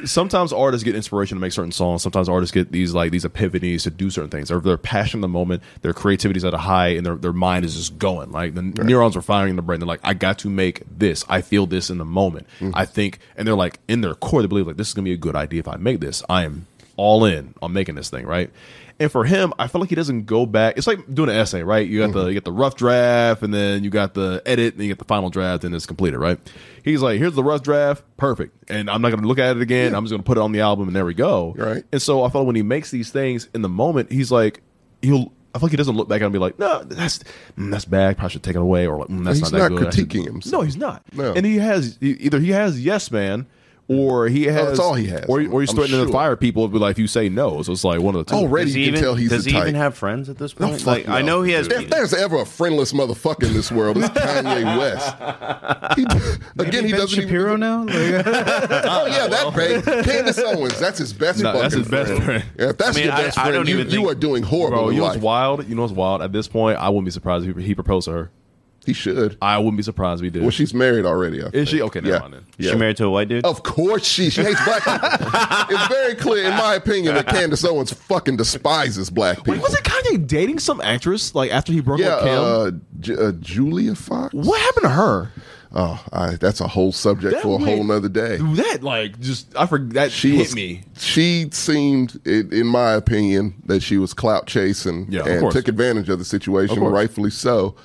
[SPEAKER 3] Sometimes artists get inspiration to make certain songs. Sometimes artists get these like these epiphanies to do certain things. Or they're passionate in the moment, their creativity is at a high, and their their mind is just going. Like the neurons are firing in the brain. They're like, I got to make this. I feel this in the moment. I think, and they're like in their core, they believe like this is gonna be a good idea if I make this. I am all in on making this thing, right? And for him, I feel like he doesn't go back. It's like doing an essay, right? You got
[SPEAKER 2] Mm-hmm.
[SPEAKER 3] the you got the rough draft, and then you got the edit, and you get the final draft, and it's completed, right? He's like, here's the rough draft, perfect, and I'm not gonna look at it again. I'm just gonna put it on the album, and there we go.
[SPEAKER 2] Right.
[SPEAKER 3] And so I feel like when he makes these things in the moment, he's like, he'll. I feel like he doesn't look back and be like, no, that's mm, that's bad. Probably should take it away, or like, mm, that's
[SPEAKER 2] He's
[SPEAKER 3] not that
[SPEAKER 2] not
[SPEAKER 3] good. I should-
[SPEAKER 2] critiquing himself.
[SPEAKER 3] No, he's not.
[SPEAKER 2] No.
[SPEAKER 3] And he has e- either he has yes man. Or he has,
[SPEAKER 2] Oh, that's all he has.
[SPEAKER 3] Or, or he's
[SPEAKER 2] I'm
[SPEAKER 3] threatening to
[SPEAKER 2] sure.
[SPEAKER 3] fire people. Be like, if you say no, so it's like one of the two.
[SPEAKER 2] Already
[SPEAKER 1] Does
[SPEAKER 2] you
[SPEAKER 1] he
[SPEAKER 2] can
[SPEAKER 1] even,
[SPEAKER 2] tell he's
[SPEAKER 1] does
[SPEAKER 2] the
[SPEAKER 1] he
[SPEAKER 2] type.
[SPEAKER 1] even have friends at this point?
[SPEAKER 2] fuck
[SPEAKER 1] like, I
[SPEAKER 2] no.
[SPEAKER 1] know he has.
[SPEAKER 2] If there's ever a friendless motherfucker in this world, it's Kanye West. He, again,
[SPEAKER 4] Maybe
[SPEAKER 2] he
[SPEAKER 4] ben
[SPEAKER 2] doesn't even.
[SPEAKER 4] Shapiro now. Like,
[SPEAKER 2] Oh yeah, that babe, Candace Owens. That's his best.
[SPEAKER 3] No,
[SPEAKER 2] fucking
[SPEAKER 3] that's his best
[SPEAKER 2] friend.
[SPEAKER 3] friend.
[SPEAKER 2] Yeah, if that's
[SPEAKER 1] I mean,
[SPEAKER 2] your best
[SPEAKER 1] I- I
[SPEAKER 2] friend,
[SPEAKER 1] don't
[SPEAKER 2] you,
[SPEAKER 1] even
[SPEAKER 2] you
[SPEAKER 1] think-
[SPEAKER 2] are doing horrible.
[SPEAKER 3] Bro,
[SPEAKER 2] in
[SPEAKER 3] you know
[SPEAKER 2] life.
[SPEAKER 3] what's wild? You know what's wild? At this point, I wouldn't be surprised if he, he proposed to her.
[SPEAKER 2] He should.
[SPEAKER 3] I wouldn't be surprised if he did.
[SPEAKER 2] Well, she's married already. I
[SPEAKER 3] Is
[SPEAKER 2] think.
[SPEAKER 3] she? Okay, never
[SPEAKER 2] yeah.
[SPEAKER 3] mind then.
[SPEAKER 1] She
[SPEAKER 2] Yeah. Oh,
[SPEAKER 1] married to a white dude.
[SPEAKER 2] Of course she. She hates black people. it's very clear, in my opinion, that Candace Owens fucking despises black people.
[SPEAKER 3] Wait, wasn't Kanye dating some actress like after he broke
[SPEAKER 2] yeah,
[SPEAKER 3] up with Kim?
[SPEAKER 2] uh, J- uh, Julia Fox.
[SPEAKER 3] what happened to her?
[SPEAKER 2] Oh, I, that's a whole subject for a
[SPEAKER 3] went-
[SPEAKER 2] whole nother day.
[SPEAKER 3] That like just I forgot that
[SPEAKER 2] she
[SPEAKER 3] hit
[SPEAKER 2] was,
[SPEAKER 3] me.
[SPEAKER 2] She seemed, i- in my opinion, that she was clout chasing
[SPEAKER 3] Yeah, of
[SPEAKER 2] and
[SPEAKER 3] course.
[SPEAKER 2] took advantage of the situation,
[SPEAKER 3] course.
[SPEAKER 2] rightfully so.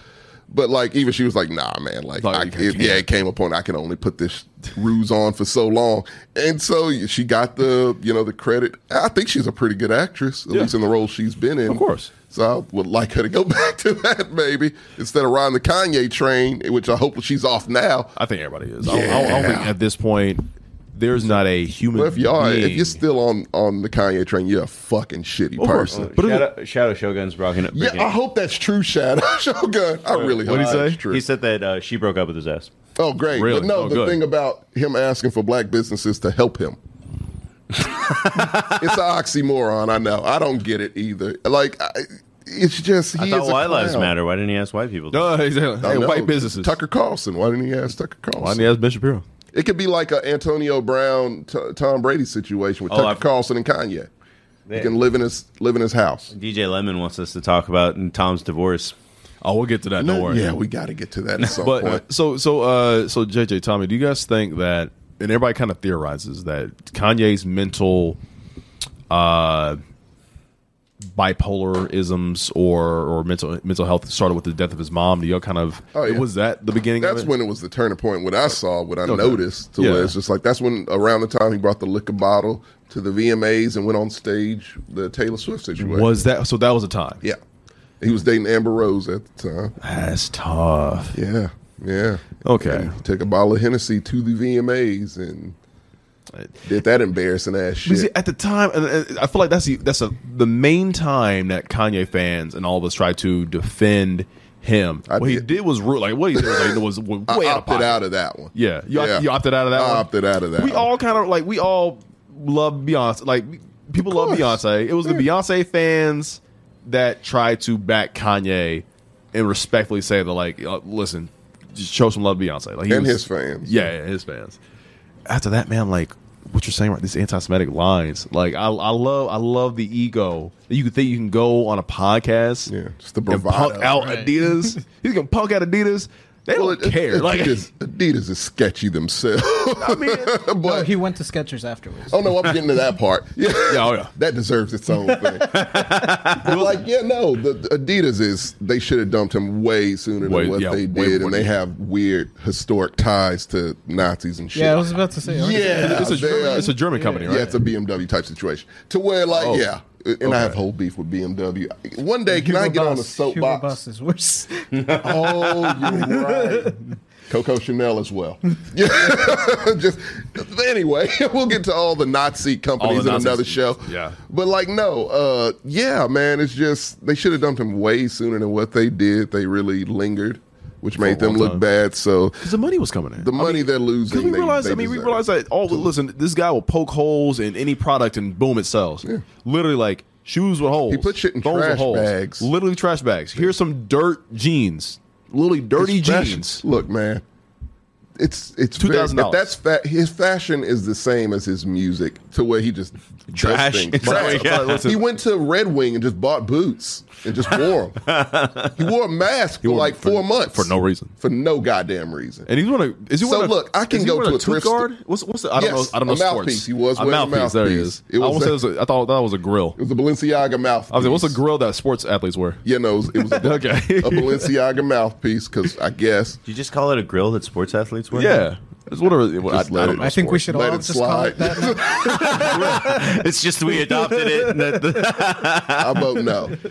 [SPEAKER 2] But like, even she was like, "Nah, man. Like,
[SPEAKER 3] Like,
[SPEAKER 2] I,
[SPEAKER 3] you
[SPEAKER 2] it,
[SPEAKER 3] can't.
[SPEAKER 2] yeah, it came a point I can only put this ruse on for so long." And so she got the, you know, the credit. I think she's a pretty good actress, at
[SPEAKER 3] Yeah.
[SPEAKER 2] least in the role she's been in.
[SPEAKER 3] Of course.
[SPEAKER 2] So I would like her to go back to that, maybe, instead of riding the Kanye train, which I hope she's off now.
[SPEAKER 3] I think everybody is. I, don't, I, don't, I don't think
[SPEAKER 2] Yeah.
[SPEAKER 3] at this point there's not a human.
[SPEAKER 2] Well, if you are, if
[SPEAKER 3] being-
[SPEAKER 2] you're still on on the Kanye train, you're a fucking shitty
[SPEAKER 3] course.
[SPEAKER 2] person.
[SPEAKER 3] but
[SPEAKER 1] Shadow,
[SPEAKER 3] it-
[SPEAKER 1] Shadow Shogun's rocking it.
[SPEAKER 2] Yeah, I hope that's true, Shadow Shogun. I really hope
[SPEAKER 3] What'd he say?
[SPEAKER 2] that's true.
[SPEAKER 1] He said that uh, she broke up with his ass.
[SPEAKER 2] oh, great.
[SPEAKER 3] Really?
[SPEAKER 2] But no,
[SPEAKER 3] Oh,
[SPEAKER 2] the
[SPEAKER 3] good.
[SPEAKER 2] thing about him asking for black businesses to help him. it's an oxymoron. I know. I don't get it either. Like, I, it's just he
[SPEAKER 1] I
[SPEAKER 2] is
[SPEAKER 1] thought
[SPEAKER 2] a
[SPEAKER 1] white lives
[SPEAKER 2] clown.
[SPEAKER 1] matter. Why didn't he ask white people?
[SPEAKER 3] No, exactly.
[SPEAKER 2] I
[SPEAKER 3] Hey,
[SPEAKER 2] know.
[SPEAKER 3] white businesses.
[SPEAKER 2] Tucker Carlson. Why didn't he ask Tucker Carlson?
[SPEAKER 3] Why didn't he ask Ben Shapiro?
[SPEAKER 2] it could be like an Antonio Brown, T- Tom Brady situation with
[SPEAKER 1] Oh,
[SPEAKER 2] Tucker
[SPEAKER 1] I've-
[SPEAKER 2] Carlson and Kanye. He can live in his live in his house.
[SPEAKER 1] DJ Lemon wants us to talk about and Tom's divorce.
[SPEAKER 3] Oh, we'll get to that. Don't
[SPEAKER 2] No,
[SPEAKER 3] worry.
[SPEAKER 2] Yeah, we got to get to that at some
[SPEAKER 3] but
[SPEAKER 2] point.
[SPEAKER 3] so so uh so JJ Tommy, do you guys think that and everybody kind of theorizes that Kanye's mental uh bipolarisms or or mental mental health started with the death of his mom. Do y'all kind of
[SPEAKER 2] Oh, yeah.
[SPEAKER 3] was that the beginning
[SPEAKER 2] That's
[SPEAKER 3] of it? Oh,
[SPEAKER 2] when it was the turning point. What I saw, what I noticed, to
[SPEAKER 3] Yeah.
[SPEAKER 2] where it's just like that's when around the time he brought the liquor bottle to the VMAs and went on stage, the Taylor Swift situation.
[SPEAKER 3] was that so that was a time.
[SPEAKER 2] yeah, he was dating Amber Rose at the time.
[SPEAKER 3] That's tough.
[SPEAKER 2] Yeah, yeah.
[SPEAKER 3] Okay.
[SPEAKER 2] And he took a bottle of Hennessy to the VMAs and did that embarrassing ass
[SPEAKER 3] But
[SPEAKER 2] shit.
[SPEAKER 3] see, at the time, and- and I feel like that's the, that's a, the main time that Kanye fans and all of us try to defend him.
[SPEAKER 2] I
[SPEAKER 3] what he
[SPEAKER 2] did.
[SPEAKER 3] did was rude. Like what he did was, like, was
[SPEAKER 2] I
[SPEAKER 3] way out of
[SPEAKER 2] opted
[SPEAKER 3] pocket.
[SPEAKER 2] out of that one.
[SPEAKER 3] Yeah, you, opt- you opted out of that.
[SPEAKER 2] I
[SPEAKER 3] one?
[SPEAKER 2] opted out of that.
[SPEAKER 3] We
[SPEAKER 2] one.
[SPEAKER 3] all kind of like we all love Beyonce. Like people love
[SPEAKER 2] course.
[SPEAKER 3] Beyonce. It was the Beyonce fans that tried to back Kanye and respectfully say that like, uh, listen, just show some love to Beyonce. Like he
[SPEAKER 2] and
[SPEAKER 3] was-
[SPEAKER 2] his fans.
[SPEAKER 3] yeah, yeah, his fans. After that, man, like what you're saying, right? These anti-Semitic lines. Like I, I love, I love the ego that you could think you can go on a podcast,
[SPEAKER 2] Yeah, just the
[SPEAKER 3] and
[SPEAKER 2] bravado,
[SPEAKER 3] punk out
[SPEAKER 4] right.
[SPEAKER 3] Adidas. He's gonna punk out Adidas. They don't care. like
[SPEAKER 2] Adidas, Adidas is sketchy themselves.
[SPEAKER 3] I mean,
[SPEAKER 4] oh,
[SPEAKER 2] but
[SPEAKER 4] he went to Skechers afterwards.
[SPEAKER 2] Oh no, I'm getting to that part. Yeah,
[SPEAKER 3] Yeah, oh, yeah.
[SPEAKER 2] that deserves its own thing. But, like, yeah, no, the, the Adidas is they should have dumped him way sooner
[SPEAKER 3] Way-
[SPEAKER 2] than what
[SPEAKER 3] yeah, way
[SPEAKER 2] they
[SPEAKER 3] before
[SPEAKER 2] did, and
[SPEAKER 3] they-
[SPEAKER 2] they have weird historic ties to Nazis and shit.
[SPEAKER 4] Yeah, I was about to say. okay.
[SPEAKER 2] Yeah,
[SPEAKER 3] it's a,
[SPEAKER 2] they
[SPEAKER 3] German,
[SPEAKER 2] are-
[SPEAKER 3] it's a German company, right?
[SPEAKER 2] yeah, it's a BMW type situation to where like
[SPEAKER 3] Oh.
[SPEAKER 2] yeah, and I have
[SPEAKER 3] Okay.
[SPEAKER 2] whole beef with BMW. One day, can
[SPEAKER 4] Hugo
[SPEAKER 2] I get on a
[SPEAKER 4] Boss- Hugo
[SPEAKER 2] soapbox?
[SPEAKER 4] Boss is worse.
[SPEAKER 2] Oh, you're right. Coco Chanel as well. Just anyway, we'll get to all the Nazi companies in
[SPEAKER 3] Nazis.
[SPEAKER 2] another show.
[SPEAKER 3] Yeah.
[SPEAKER 2] But like no, uh yeah, man, it's just they should have dumped him way sooner than what they did. They really lingered, which made them
[SPEAKER 3] long
[SPEAKER 2] look
[SPEAKER 3] time.
[SPEAKER 2] bad. So
[SPEAKER 3] Because the money was coming in.
[SPEAKER 2] the money they're losing,
[SPEAKER 3] Because we
[SPEAKER 2] they-
[SPEAKER 3] realize,
[SPEAKER 2] they
[SPEAKER 3] I mean, we
[SPEAKER 2] deserve.
[SPEAKER 3] realize that. Oh, listen, this guy will poke holes in any product, and boom, it sells. Literally, like shoes with holes.
[SPEAKER 2] He put shit in
[SPEAKER 3] phones with
[SPEAKER 2] trash
[SPEAKER 3] holes.
[SPEAKER 2] bags.
[SPEAKER 3] Literally, trash bags. Here's some dirt jeans. Literally, dirty
[SPEAKER 2] His fashion-
[SPEAKER 3] jeans.
[SPEAKER 2] Look, man, it's it's very-
[SPEAKER 3] $2,000.
[SPEAKER 2] if That's fa- his fashion is the same as his music to where he just does
[SPEAKER 1] Trash.
[SPEAKER 2] things.
[SPEAKER 1] It's
[SPEAKER 2] Trash.
[SPEAKER 1] like, yeah.
[SPEAKER 2] He went to Red Wing and just bought boots and just wore them. he wore a mask for
[SPEAKER 3] wore
[SPEAKER 2] like
[SPEAKER 3] them for-
[SPEAKER 2] four months
[SPEAKER 3] for no reason.
[SPEAKER 2] for no goddamn reason.
[SPEAKER 3] And he's wearing a. Is he
[SPEAKER 2] So
[SPEAKER 3] wearing a-
[SPEAKER 2] look, I can
[SPEAKER 3] is he
[SPEAKER 2] go
[SPEAKER 3] wearing
[SPEAKER 2] to a
[SPEAKER 3] tooth
[SPEAKER 2] thrift
[SPEAKER 3] guard.
[SPEAKER 2] store.
[SPEAKER 3] What's what's the? I don't
[SPEAKER 2] Yes,
[SPEAKER 3] know. I don't know
[SPEAKER 2] a
[SPEAKER 3] sports.
[SPEAKER 2] mouthpiece. He was wearing a
[SPEAKER 3] There he
[SPEAKER 2] mouthpiece.
[SPEAKER 3] is.
[SPEAKER 2] It
[SPEAKER 3] I
[SPEAKER 2] was
[SPEAKER 3] almost
[SPEAKER 2] a-
[SPEAKER 3] said it was a, I thought that was a grill.
[SPEAKER 2] it was a Balenciaga mouthpiece.
[SPEAKER 3] I was like, what's a grill that sports athletes wear?
[SPEAKER 2] Yeah, no, it was, it was a,
[SPEAKER 3] Okay.
[SPEAKER 2] a Balenciaga mouthpiece because I guess
[SPEAKER 1] you just call it a grill that sports athletes wear?
[SPEAKER 3] Yeah, it's whatever. What, I, I
[SPEAKER 2] Just let
[SPEAKER 3] don't
[SPEAKER 2] it-
[SPEAKER 3] know.
[SPEAKER 4] I think we should all
[SPEAKER 2] Let it
[SPEAKER 4] just call it
[SPEAKER 2] slide.
[SPEAKER 4] that. now.
[SPEAKER 1] it's just we adopted it. and that- the-
[SPEAKER 2] I vote no.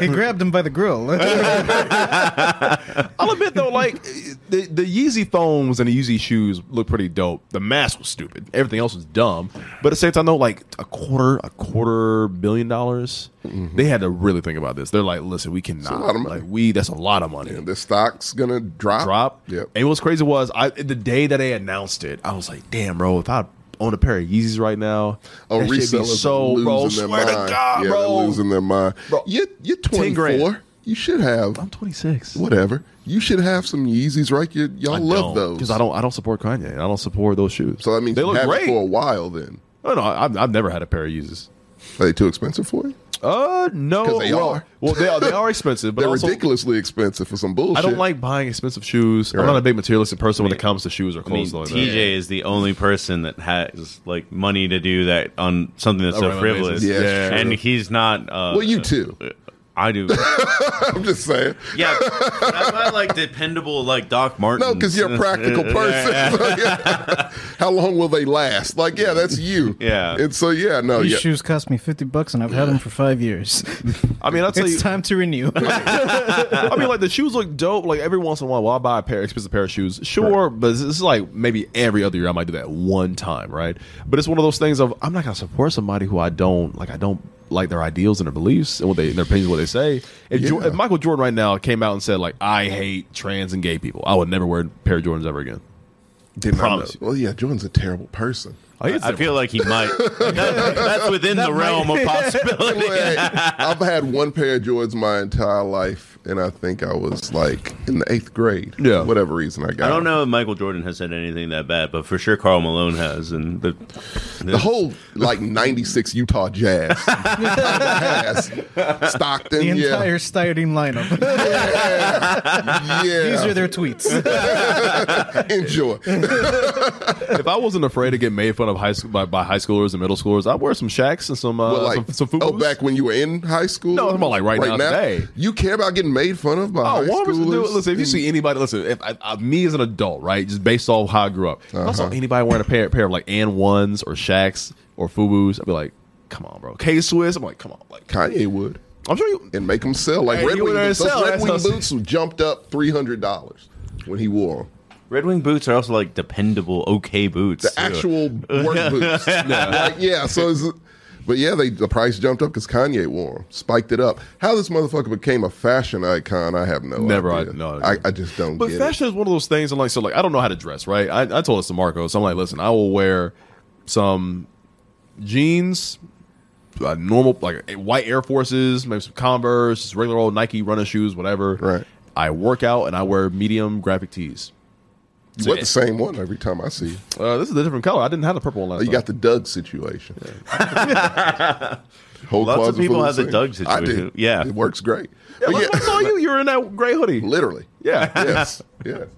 [SPEAKER 4] He grabbed him by the grill.
[SPEAKER 2] Oh,
[SPEAKER 3] I'll admit though, like the the Yeezy foams and the Yeezy shoes look pretty dope. The mask was stupid. Everything else was dumb. But at the same time, though, like a quarter, a quarter billion dollars, they had to really think about this. They're like, listen, we cannot.
[SPEAKER 2] Mm-hmm. a lot of money.
[SPEAKER 3] Like we, that's a lot of money.
[SPEAKER 2] the stock's gonna drop.
[SPEAKER 3] Drop.
[SPEAKER 2] Yep.
[SPEAKER 3] And what's crazy was I the day that they announced it, I was like, damn, bro, if I owned a pair of Yeezys right now,
[SPEAKER 2] Oh,
[SPEAKER 3] that shit be
[SPEAKER 2] resellers
[SPEAKER 3] so
[SPEAKER 2] are
[SPEAKER 3] bro.
[SPEAKER 2] losing
[SPEAKER 3] Swear
[SPEAKER 2] their mind.
[SPEAKER 3] to God,
[SPEAKER 2] yeah,
[SPEAKER 3] bro.
[SPEAKER 2] they're losing their mind.
[SPEAKER 3] Bro.
[SPEAKER 2] You're, you're
[SPEAKER 3] 10 grand.
[SPEAKER 2] 24. You should have
[SPEAKER 3] I'm 26.
[SPEAKER 2] whatever. You should have some Yeezys, right? You, y'all
[SPEAKER 3] I
[SPEAKER 2] love
[SPEAKER 3] don't,
[SPEAKER 2] those.
[SPEAKER 3] because I don't. I don't support Kanye. and I don't support those shoes.
[SPEAKER 2] So that means
[SPEAKER 3] they
[SPEAKER 2] you
[SPEAKER 3] look
[SPEAKER 2] have
[SPEAKER 3] great.
[SPEAKER 2] it for a while. Then
[SPEAKER 3] Oh, no, no, I've, I've never had a pair of Yeezes.
[SPEAKER 2] are they too expensive for you?
[SPEAKER 3] Uh, no.
[SPEAKER 2] 'Cause they
[SPEAKER 3] well,
[SPEAKER 2] are.
[SPEAKER 3] well, they are. They are expensive, but
[SPEAKER 2] They're
[SPEAKER 3] also,
[SPEAKER 2] ridiculously expensive for some bullshit.
[SPEAKER 3] I don't like buying expensive shoes. I'm not a big materialistic person when it comes to shoes or
[SPEAKER 1] I mean,
[SPEAKER 3] clothes. like that.
[SPEAKER 1] TJ is the only person that has like money to do that on something
[SPEAKER 2] Oh,
[SPEAKER 1] that's
[SPEAKER 3] A
[SPEAKER 1] so
[SPEAKER 3] regular
[SPEAKER 1] frivolous.
[SPEAKER 3] basis.
[SPEAKER 2] Yeah, it's
[SPEAKER 1] and
[SPEAKER 2] true.
[SPEAKER 1] he's not. Uh,
[SPEAKER 2] Well, you too.
[SPEAKER 1] I do.
[SPEAKER 2] I'm just saying.
[SPEAKER 1] Yeah, but I'm not like dependable like Doc Martin.
[SPEAKER 2] No, because you're a practical person. How long will they last? Like, yeah, that's you.
[SPEAKER 1] Yeah.
[SPEAKER 2] And so, yeah, no,
[SPEAKER 4] These
[SPEAKER 2] yeah.
[SPEAKER 4] shoes cost me fifty bucks, and I've had them for five years.
[SPEAKER 3] I mean, I'll tell you.
[SPEAKER 4] it's time to renew.
[SPEAKER 3] I mean, like the shoes look dope. Like every once in a while, well, I buy a pair expensive pair of shoes. Sure, but this is like maybe every other year I might do that one time, right? But it's one of those things of I'm not gonna support somebody who I don't like. I don't like their ideals and their beliefs and what they their opinions, what they say. If, Jo-
[SPEAKER 2] Yeah.
[SPEAKER 3] if Michael Jordan right now came out and said like I hate trans and gay people, I would never wear a pair of Jordans ever again.
[SPEAKER 2] Did not
[SPEAKER 3] promise
[SPEAKER 2] know. Well, yeah, Jordan's a terrible person.
[SPEAKER 1] I feel like he might. That- that's within the realm of possibility.
[SPEAKER 2] Wait, I've had one pair of Jordans my entire life, and I think I was like in the eighth grade.
[SPEAKER 3] Yeah.
[SPEAKER 2] whatever reason I got.
[SPEAKER 1] I don't
[SPEAKER 2] them.
[SPEAKER 1] know if Michael Jordan has said anything that bad, but for sure Carl Malone has, and the,
[SPEAKER 2] the whole like '96 Utah Jazz, Has. Stockton,
[SPEAKER 4] the
[SPEAKER 2] yeah,
[SPEAKER 4] entire stadium lineup.
[SPEAKER 2] yeah.
[SPEAKER 4] These are their tweets.
[SPEAKER 2] Enjoy.
[SPEAKER 3] Uh, if I wasn't afraid to get made fun of high school by, by high schoolers and middle schoolers, I'd wear some shacks and some uh,
[SPEAKER 2] But like,
[SPEAKER 3] some, some food.
[SPEAKER 2] oh, back when you were in high school?
[SPEAKER 3] No, I'm talking about, like, right now today.
[SPEAKER 2] You care about getting made fun of by
[SPEAKER 3] Oh,
[SPEAKER 2] high
[SPEAKER 3] what was it?
[SPEAKER 2] schoolers?
[SPEAKER 3] Dude, listen, if you
[SPEAKER 2] And-
[SPEAKER 3] see anybody, listen, if I, I, me as an adult, right, just based off how I grew up, if I saw
[SPEAKER 2] Uh-huh.
[SPEAKER 3] anybody wearing a pair, pair of like and ones or shacks or Fubu's, I'd be like, come on, bro. K Swiss, I'm like, come on, like,
[SPEAKER 2] Kanye would.
[SPEAKER 3] I'm sure you.
[SPEAKER 2] and make them sell. Like
[SPEAKER 3] Hey,
[SPEAKER 2] Red
[SPEAKER 3] you
[SPEAKER 2] Wing,
[SPEAKER 3] wanna
[SPEAKER 2] those
[SPEAKER 3] sell,
[SPEAKER 2] Red
[SPEAKER 3] that's
[SPEAKER 2] Wing
[SPEAKER 3] how-
[SPEAKER 2] boots jumped up three hundred dollars when he wore them.
[SPEAKER 1] Red Wing boots are also like dependable, okay boots.
[SPEAKER 2] The actual
[SPEAKER 1] Uh,
[SPEAKER 2] work boots. Like, yeah. So, it's, but yeah, they the price jumped up because Kanye wore them, spiked it up. How this motherfucker became a fashion icon, I have no
[SPEAKER 3] Never,
[SPEAKER 2] idea.
[SPEAKER 3] I- no.
[SPEAKER 2] I, I just don't.
[SPEAKER 3] But
[SPEAKER 2] get
[SPEAKER 3] fashion is one of those things. I'm like, so like, I don't know how to dress, right? I, I told this to Marco, so I'm like, listen, I will wear some jeans, uh, normal like eh, white Air Forces, maybe some Converse, just regular old Nike running shoes, whatever.
[SPEAKER 2] Right.
[SPEAKER 3] I work out and I wear medium graphic tees.
[SPEAKER 2] it. You wear the same one every time I see you.
[SPEAKER 3] Uh, this is a different color. I didn't have the purple one last
[SPEAKER 2] You
[SPEAKER 3] time.
[SPEAKER 2] got the Doug situation. Whole
[SPEAKER 1] Lots of
[SPEAKER 2] closet
[SPEAKER 1] people
[SPEAKER 2] full
[SPEAKER 1] have the
[SPEAKER 2] things.
[SPEAKER 1] Doug
[SPEAKER 2] I
[SPEAKER 1] situation.
[SPEAKER 2] do.
[SPEAKER 1] Yeah.
[SPEAKER 2] it works great.
[SPEAKER 3] Yeah,
[SPEAKER 2] But
[SPEAKER 3] look, I saw you. You're in that gray hoodie.
[SPEAKER 2] literally.
[SPEAKER 3] Yeah.
[SPEAKER 2] Yes. yes.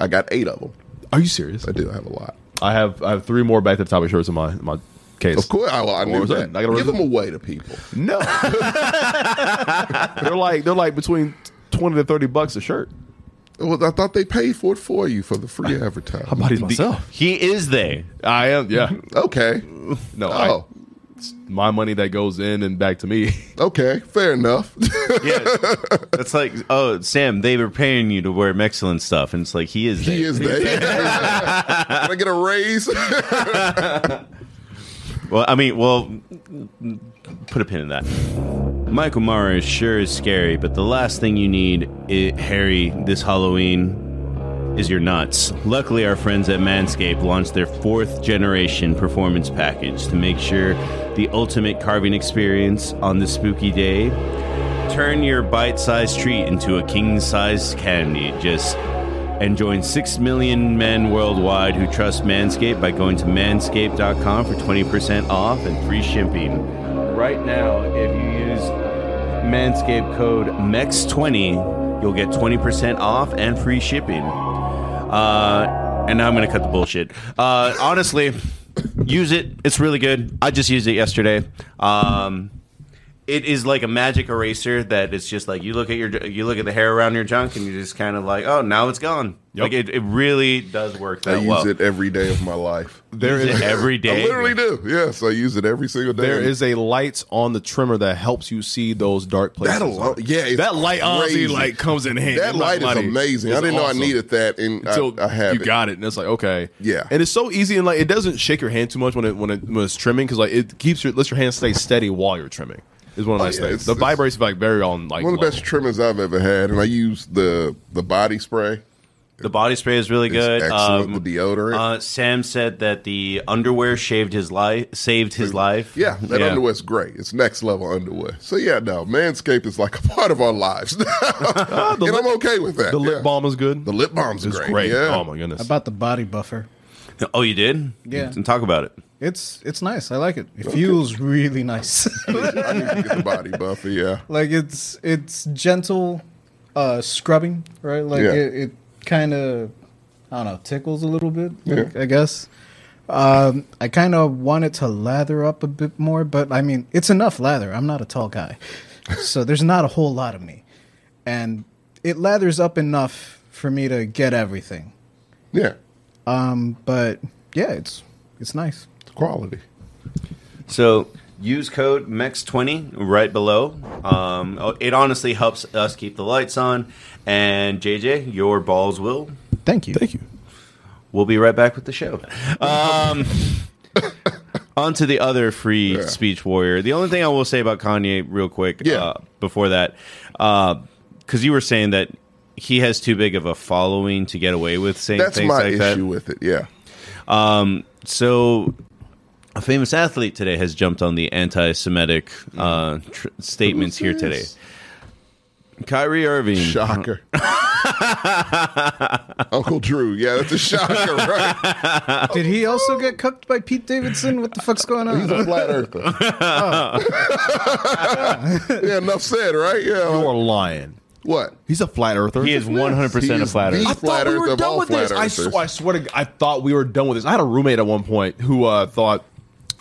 [SPEAKER 2] I got eight of them.
[SPEAKER 3] Are you serious?
[SPEAKER 2] I do. I have a lot.
[SPEAKER 3] I have I have three more back to the topic shirts in my in my case.
[SPEAKER 2] Of course, I, I knew
[SPEAKER 3] was
[SPEAKER 2] that.
[SPEAKER 3] that? I gotta
[SPEAKER 2] Give
[SPEAKER 3] represent-
[SPEAKER 2] them away to people.
[SPEAKER 3] No. they're like they're like between twenty to thirty bucks a shirt.
[SPEAKER 2] Well, I thought they paid for it for you for the free advertising.
[SPEAKER 3] Bodies myself.
[SPEAKER 1] He is they.
[SPEAKER 3] I am. Yeah.
[SPEAKER 2] Okay.
[SPEAKER 3] No.
[SPEAKER 2] Oh,
[SPEAKER 3] it's my money that goes in and back to me.
[SPEAKER 2] Okay, fair enough.
[SPEAKER 1] Yeah, that's like, oh, Sam, they were paying you to wear Mexilin stuff, and it's like he is.
[SPEAKER 2] he
[SPEAKER 1] there.
[SPEAKER 2] is that. Can I get a raise?
[SPEAKER 1] Well, I mean, well, put a pin in that. Michael Myers sure is scary, but the last thing you need, i Harry, this Halloween is your nuts. Luckily, our friends at Manscaped launched their fourth generation performance package to make sure the ultimate carving experience on this spooky day. Turn your bite sized treat into a king sized candy. Just and join 6 million men worldwide who trust Manscaped by going to manscaped.com for 20% off and free shipping. Right now, if you use Manscaped code MEX20, you'll get 20% off and free shipping. Uh, and now I'm going to cut the bullshit. Uh, honestly, use it. It's really good. I just used it yesterday. Um, it is like a magic eraser that it's just like you look at your you look at the hair around your junk and you're just kind of like oh now it's gone
[SPEAKER 3] Yep.
[SPEAKER 1] like it, it really does work
[SPEAKER 2] I
[SPEAKER 1] that
[SPEAKER 2] use
[SPEAKER 1] well
[SPEAKER 2] it every day of my life.
[SPEAKER 3] There
[SPEAKER 1] Use it every day
[SPEAKER 2] I literally do. Yes, I use it every single day.
[SPEAKER 3] There is a light on the trimmer that helps you see those dark places.
[SPEAKER 2] that alone. Yeah, it's
[SPEAKER 3] that light honestly
[SPEAKER 2] crazy.
[SPEAKER 3] like comes in handy.
[SPEAKER 2] That
[SPEAKER 3] It
[SPEAKER 2] light is
[SPEAKER 3] mighty-
[SPEAKER 2] amazing.
[SPEAKER 3] it's
[SPEAKER 2] I didn't
[SPEAKER 3] awesome.
[SPEAKER 2] know I needed that, and
[SPEAKER 3] So
[SPEAKER 2] I, I have
[SPEAKER 3] you
[SPEAKER 2] it.
[SPEAKER 3] got it, and it's like okay,
[SPEAKER 2] Yeah.
[SPEAKER 3] and it's so easy, and like it doesn't shake your hand too much when it when it when it's trimming because like it keeps your lets your hand stay steady while you're trimming. Is one of the
[SPEAKER 2] Oh,
[SPEAKER 3] nice
[SPEAKER 2] yeah,
[SPEAKER 3] things.
[SPEAKER 2] it's-
[SPEAKER 3] The
[SPEAKER 2] it's-
[SPEAKER 3] vibrates like very on like
[SPEAKER 2] One of the
[SPEAKER 3] level.
[SPEAKER 2] best trimmers I've ever had, and I use the the body spray.
[SPEAKER 1] the body spray is really
[SPEAKER 2] It's
[SPEAKER 1] good
[SPEAKER 2] excellent.
[SPEAKER 1] Um,
[SPEAKER 2] the deodorant.
[SPEAKER 1] uh, Sam said that the underwear shaved his life saved his life
[SPEAKER 2] yeah, that underwear's great. It's next level underwear. So yeah, no, Manscaped is like a part of our lives, now. and
[SPEAKER 3] lip-
[SPEAKER 2] I'm okay with that.
[SPEAKER 3] The lip
[SPEAKER 2] yeah.
[SPEAKER 3] balm is good.
[SPEAKER 2] the lip balm's
[SPEAKER 3] is
[SPEAKER 2] great.
[SPEAKER 3] great.
[SPEAKER 2] Yeah.
[SPEAKER 3] Oh my goodness.
[SPEAKER 4] About the body buffer.
[SPEAKER 1] oh you did
[SPEAKER 4] Yeah.
[SPEAKER 1] and talk about it
[SPEAKER 4] It's it's nice. I like it. It feels really nice.
[SPEAKER 2] I need to get the body buffer. Yeah,
[SPEAKER 4] like it's it's gentle uh scrubbing, right? Like
[SPEAKER 2] Yeah.
[SPEAKER 4] it, it kind of I don't know, tickles a little bit, like, I guess. Um I kind of want it to lather up a bit more, but I mean, it's enough lather. I'm not a tall guy. so there's not a whole lot of me. And it lathers up enough for me to get everything.
[SPEAKER 2] yeah,
[SPEAKER 4] Um but yeah, it's it's nice.
[SPEAKER 2] it's quality.
[SPEAKER 1] So use code MEX20 right below. Um, oh, it honestly helps us keep the lights on. And JJ, your balls will.
[SPEAKER 4] Thank you.
[SPEAKER 3] Thank you.
[SPEAKER 1] We'll be right back with the show. Um, on to the other free
[SPEAKER 2] Yeah.
[SPEAKER 1] speech warrior. The only thing I will say about Kanye, real quick,
[SPEAKER 2] Yeah.
[SPEAKER 1] uh, before that, because you were saying that he has too big of a following to get away with saying
[SPEAKER 2] That's
[SPEAKER 1] things
[SPEAKER 2] my
[SPEAKER 1] like
[SPEAKER 2] issue
[SPEAKER 1] that.
[SPEAKER 2] with it. Yeah,
[SPEAKER 1] Um, so a famous athlete today has jumped on the anti-Semitic uh, tr- statements here
[SPEAKER 2] Who's
[SPEAKER 1] today.
[SPEAKER 2] this?
[SPEAKER 1] Kyrie Irving.
[SPEAKER 2] Shocker. Uncle Drew. Yeah, that's a shocker, right?
[SPEAKER 4] Did he also get cooked by Pete Davidson? What the fuck's going
[SPEAKER 2] He's a
[SPEAKER 4] on?
[SPEAKER 2] flat earther. yeah, enough said, right?
[SPEAKER 3] You
[SPEAKER 2] Yeah.
[SPEAKER 3] are lying.
[SPEAKER 2] What?
[SPEAKER 3] He's a flat earther.
[SPEAKER 1] He is one hundred percent a
[SPEAKER 2] He is
[SPEAKER 1] flatter.
[SPEAKER 2] the-
[SPEAKER 3] I
[SPEAKER 2] Flat
[SPEAKER 3] thought we
[SPEAKER 2] earth
[SPEAKER 3] were
[SPEAKER 2] of
[SPEAKER 3] done
[SPEAKER 2] all
[SPEAKER 3] with this.
[SPEAKER 2] flat
[SPEAKER 3] I,
[SPEAKER 2] earthers.
[SPEAKER 3] sw- I swear to God, I thought we were done with this. I had a roommate at one point who uh, thought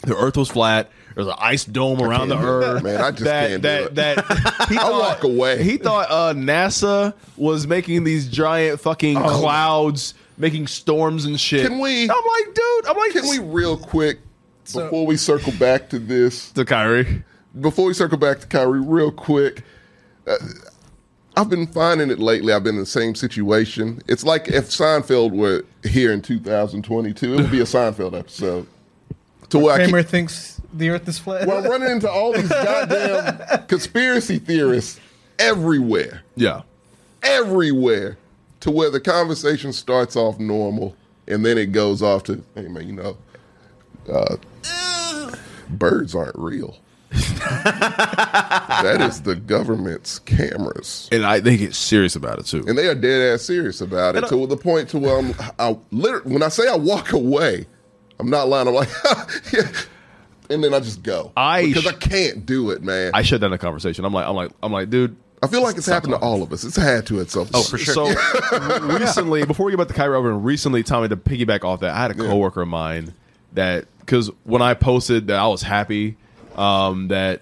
[SPEAKER 3] the Earth was flat. There's an ice dome around the
[SPEAKER 2] can't do it,
[SPEAKER 3] Earth.
[SPEAKER 2] man. I just
[SPEAKER 3] that,
[SPEAKER 2] can't do
[SPEAKER 3] that,
[SPEAKER 2] it.
[SPEAKER 3] That, he
[SPEAKER 2] I'll
[SPEAKER 3] thought-
[SPEAKER 2] walk away.
[SPEAKER 3] He thought uh, NASA was making these giant fucking clouds, making storms and shit.
[SPEAKER 2] Oh. Can we-
[SPEAKER 3] I'm like, dude. I'm like,
[SPEAKER 2] Can we real quick before we circle back to this?
[SPEAKER 3] to Kyrie?
[SPEAKER 2] Before we circle back to Kyrie, real quick. Uh, I've been finding it lately. I've been in the same situation. It's like if Seinfeld were here in 2022, it would be a Seinfeld episode. To where I keep-
[SPEAKER 4] Kramer thinks the earth is flat.
[SPEAKER 2] Well, I'm running into all these goddamn conspiracy theorists everywhere,
[SPEAKER 3] Yeah.
[SPEAKER 2] everywhere, to where the conversation starts off normal and then it goes off to, hey man, you know, uh, birds aren't real. that is the government's cameras.
[SPEAKER 3] And I, they get serious about it too.
[SPEAKER 2] And they are dead ass serious about it to the point to where I'm, I literally, when I say I walk away, I'm not lying. I'm like, yeah. and then I just go
[SPEAKER 3] I
[SPEAKER 2] because
[SPEAKER 3] sh-
[SPEAKER 2] I can't do it, man.
[SPEAKER 3] I shut down the conversation. I'm like, I'm like, I'm like, dude.
[SPEAKER 2] I feel like it's happened to all of us. It's had to at some
[SPEAKER 3] Oh,
[SPEAKER 2] point.
[SPEAKER 3] So recently, before we get back to Kyrie Irving, recently, Tommy, to piggyback off that, I had a coworker of mine that because when I posted that I was happy um, that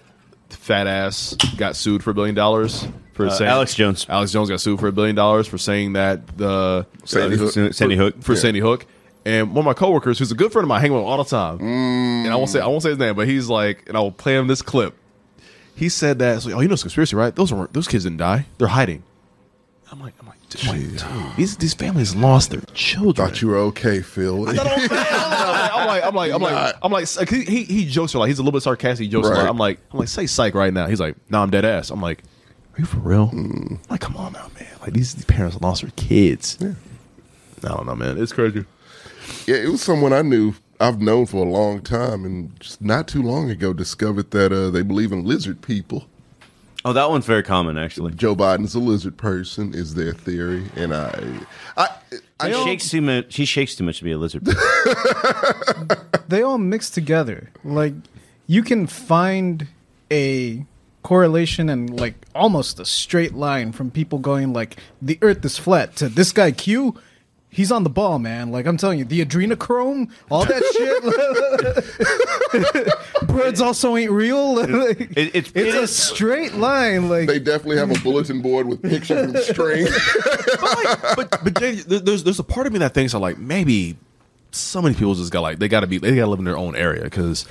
[SPEAKER 3] fat ass got sued for a billion dollars for saying
[SPEAKER 1] Uh, Alex Jones.
[SPEAKER 3] Alex Jones got sued for a billion dollars for saying that the uh,
[SPEAKER 2] Sandy Hook.
[SPEAKER 1] Sandy Hook.
[SPEAKER 3] for Sandy Hook. And one of my coworkers, who's a good friend of mine, I hang with him all the time. And I won't say I won't say his name, but he's like, and I will play him this clip. He said that, it's like, oh, you know, it's a conspiracy, right? Those were those kids didn't die; they're hiding. I'm like, I'm like, dude, like, dude, these these families lost their children.
[SPEAKER 2] Thought you were okay, Phil.
[SPEAKER 3] I'm like, I'm like, I'm like, I'm like, I'm like, he he- he jokes a lot. He's a little bit sarcastic. He jokes a lot.
[SPEAKER 2] Right.
[SPEAKER 3] I'm like, I'm like, say psych right now. He's like, no, I'm dead ass. I'm like, are you for real? I'm like, come on now, man. Like these, these parents lost their kids. I don't know, man. It's crazy.
[SPEAKER 2] Yeah, it was someone I knew I've known for a long time, and just not too long ago discovered that uh, they believe in lizard people.
[SPEAKER 1] Oh, that one's very common, actually.
[SPEAKER 2] Joe Biden's a lizard person is their theory, and I, I, I
[SPEAKER 1] She shakes too much. She shakes too much to be a lizard. person.
[SPEAKER 4] they all mix together. Like you can find a correlation and like almost a straight line from people going like the earth is flat to this guy Q He's on the ball, man. Like I'm telling you, the adrenochrome, all that shit. Birds also ain't real. Like,
[SPEAKER 1] it- it's- it
[SPEAKER 4] it's a
[SPEAKER 1] is-
[SPEAKER 4] straight line. Like
[SPEAKER 2] they definitely have a bulletin board with pictures and string.
[SPEAKER 3] but like, but but Jay, there- there's there's a part of me that thinks I like maybe so many people just got like they got to be they got to live in their own area because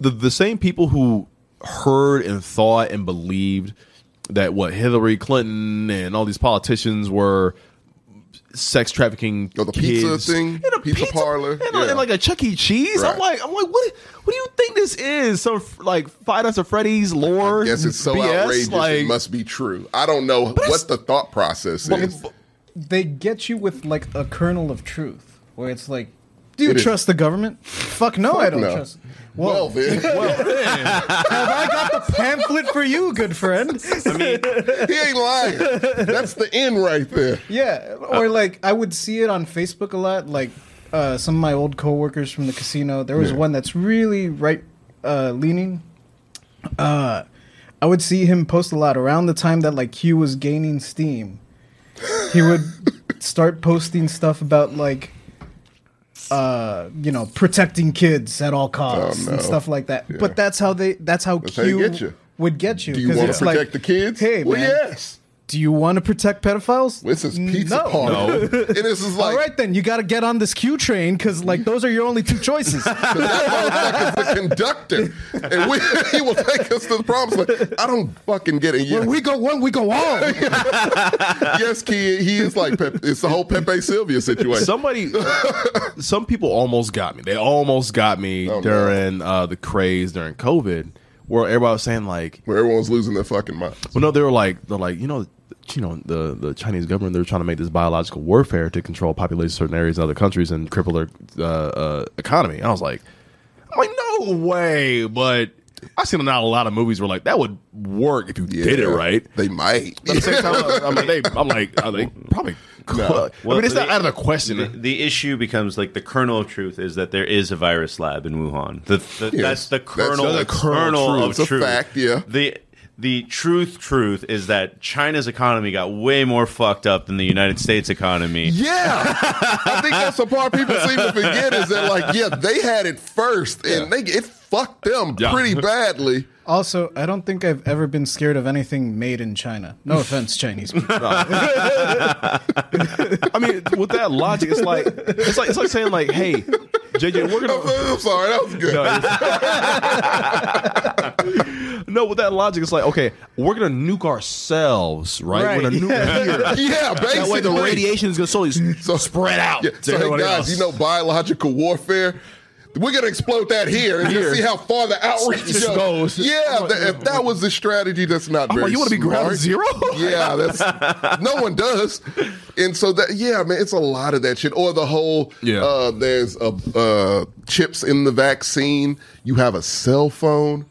[SPEAKER 3] the the same people who heard and thought and believed that what Hillary Clinton and all these politicians were sex trafficking
[SPEAKER 2] Oh, the
[SPEAKER 3] kids,
[SPEAKER 2] pizza thing?
[SPEAKER 3] in a
[SPEAKER 2] Pizza parlor?
[SPEAKER 3] and, a-
[SPEAKER 2] Yeah.
[SPEAKER 3] and like a Chuck E. Cheese. I'm
[SPEAKER 2] Right.
[SPEAKER 3] like I'm like what what do you think this is? Some like Five Nights at Freddy's lore?
[SPEAKER 2] Yes, it's so
[SPEAKER 3] BS?
[SPEAKER 2] outrageous.
[SPEAKER 3] Like,
[SPEAKER 2] it must be true. I don't know
[SPEAKER 3] it's-
[SPEAKER 2] what the thought process is.
[SPEAKER 4] they get you with like a kernel of truth, where it's like, do you
[SPEAKER 2] It is-
[SPEAKER 4] trust the government? Fuck no, I don't
[SPEAKER 2] no.
[SPEAKER 4] trust.
[SPEAKER 2] Well,
[SPEAKER 4] Well,
[SPEAKER 2] then
[SPEAKER 4] Have I got the pamphlet for you, good friend?
[SPEAKER 2] he ain't lying. That's the end right there.
[SPEAKER 4] Yeah,
[SPEAKER 2] Uh,
[SPEAKER 4] or like I would see it on Facebook a lot. Like uh, some of my old coworkers from the casino, there was
[SPEAKER 2] Yeah.
[SPEAKER 4] one that's really right uh, leaning. Uh, I would see him post a lot around the time that like Q was gaining steam. He would start posting stuff about like, uh, you know, protecting kids at all costs
[SPEAKER 2] Oh,
[SPEAKER 4] and
[SPEAKER 2] no.
[SPEAKER 4] stuff like that.
[SPEAKER 2] Yeah.
[SPEAKER 4] But that's how they. That's how
[SPEAKER 2] That's how
[SPEAKER 4] Q
[SPEAKER 2] you get you.
[SPEAKER 4] would get you.
[SPEAKER 2] Do you
[SPEAKER 4] 'cause
[SPEAKER 2] want to
[SPEAKER 4] it's
[SPEAKER 2] protect
[SPEAKER 4] like,
[SPEAKER 2] the kids?
[SPEAKER 4] Hey,
[SPEAKER 2] well,
[SPEAKER 4] man,
[SPEAKER 2] yes.
[SPEAKER 4] do you want to protect pedophiles?
[SPEAKER 2] This is pizza
[SPEAKER 4] No.
[SPEAKER 2] parlor, and this is like
[SPEAKER 4] All right, then you got to get on this Q train because like those are your only two choices.
[SPEAKER 2] that motherfucker's the conductor, and we, he will take us to the promised land. I don't fucking get it. Yes,
[SPEAKER 4] When we go one, we go all.
[SPEAKER 2] yes, kid, he is like Pepe, it's the whole Pepe Sylvia situation.
[SPEAKER 3] Somebody, some people almost got me. They almost got me
[SPEAKER 2] Oh, no.
[SPEAKER 3] during uh, the craze during COVID, where everybody was saying like,
[SPEAKER 2] where everyone's losing their fucking mind.
[SPEAKER 3] well, no, they were like, they're like, you know, you know, the the Chinese government they're trying to make this biological warfare to control population of certain areas in other countries and cripple their uh, uh, economy. And I was like, I'm like, no way, but. I've seen not a lot of movies where like that would work if you did it right.
[SPEAKER 2] They might.
[SPEAKER 3] But at the same time, I'm like, they, I'm like, are they probably? I mean, it's not
[SPEAKER 1] they-
[SPEAKER 3] out of the question.
[SPEAKER 1] The, the issue becomes like the kernel of truth is that there is a virus lab in Wuhan. The, the, That's
[SPEAKER 2] Yes.
[SPEAKER 1] the
[SPEAKER 2] That's
[SPEAKER 1] kernel,
[SPEAKER 2] the
[SPEAKER 1] the
[SPEAKER 2] kernel
[SPEAKER 1] kernel
[SPEAKER 2] truth.
[SPEAKER 1] of
[SPEAKER 2] It's a
[SPEAKER 1] truth.
[SPEAKER 2] fact, yeah.
[SPEAKER 1] The the truth truth is that China's economy got way more fucked up than the United States economy.
[SPEAKER 2] Yeah, I think that's the part people seem to forget is that like, yeah, they had it first, and they it fucked them
[SPEAKER 3] Yeah.
[SPEAKER 2] pretty badly.
[SPEAKER 4] Also, I don't think I've ever been scared of anything made in China. No offense, Chinese. people.
[SPEAKER 3] I mean, with that logic, it's like it's like it's like saying like, "Hey, JJ, we're gonna."
[SPEAKER 2] I'm sorry, that was good.
[SPEAKER 3] No, with that logic, it's like, okay, we're gonna nuke ourselves, right? We're gonna
[SPEAKER 4] Right.
[SPEAKER 3] nuke here.
[SPEAKER 2] yeah,
[SPEAKER 3] That
[SPEAKER 2] basically,
[SPEAKER 3] way, the radiation is gonna slowly s-
[SPEAKER 2] So-
[SPEAKER 3] spread out.
[SPEAKER 2] Yeah,
[SPEAKER 3] to
[SPEAKER 2] so hey
[SPEAKER 3] everybody
[SPEAKER 2] guys,
[SPEAKER 3] else.
[SPEAKER 2] you know biological warfare. We're gonna explode that here and
[SPEAKER 3] Here.
[SPEAKER 2] just see how far the outreach
[SPEAKER 3] Just
[SPEAKER 2] goes.
[SPEAKER 3] goes.
[SPEAKER 2] Yeah, th- if that was the strategy, that's not very.
[SPEAKER 3] Oh, you wanna be ground
[SPEAKER 2] smart.
[SPEAKER 3] zero?
[SPEAKER 2] yeah, that's no one does. And so that yeah, man, it's a lot of that shit. Or the whole
[SPEAKER 3] Yeah.
[SPEAKER 2] uh, there's a uh, chips in the vaccine. You have a cell phone.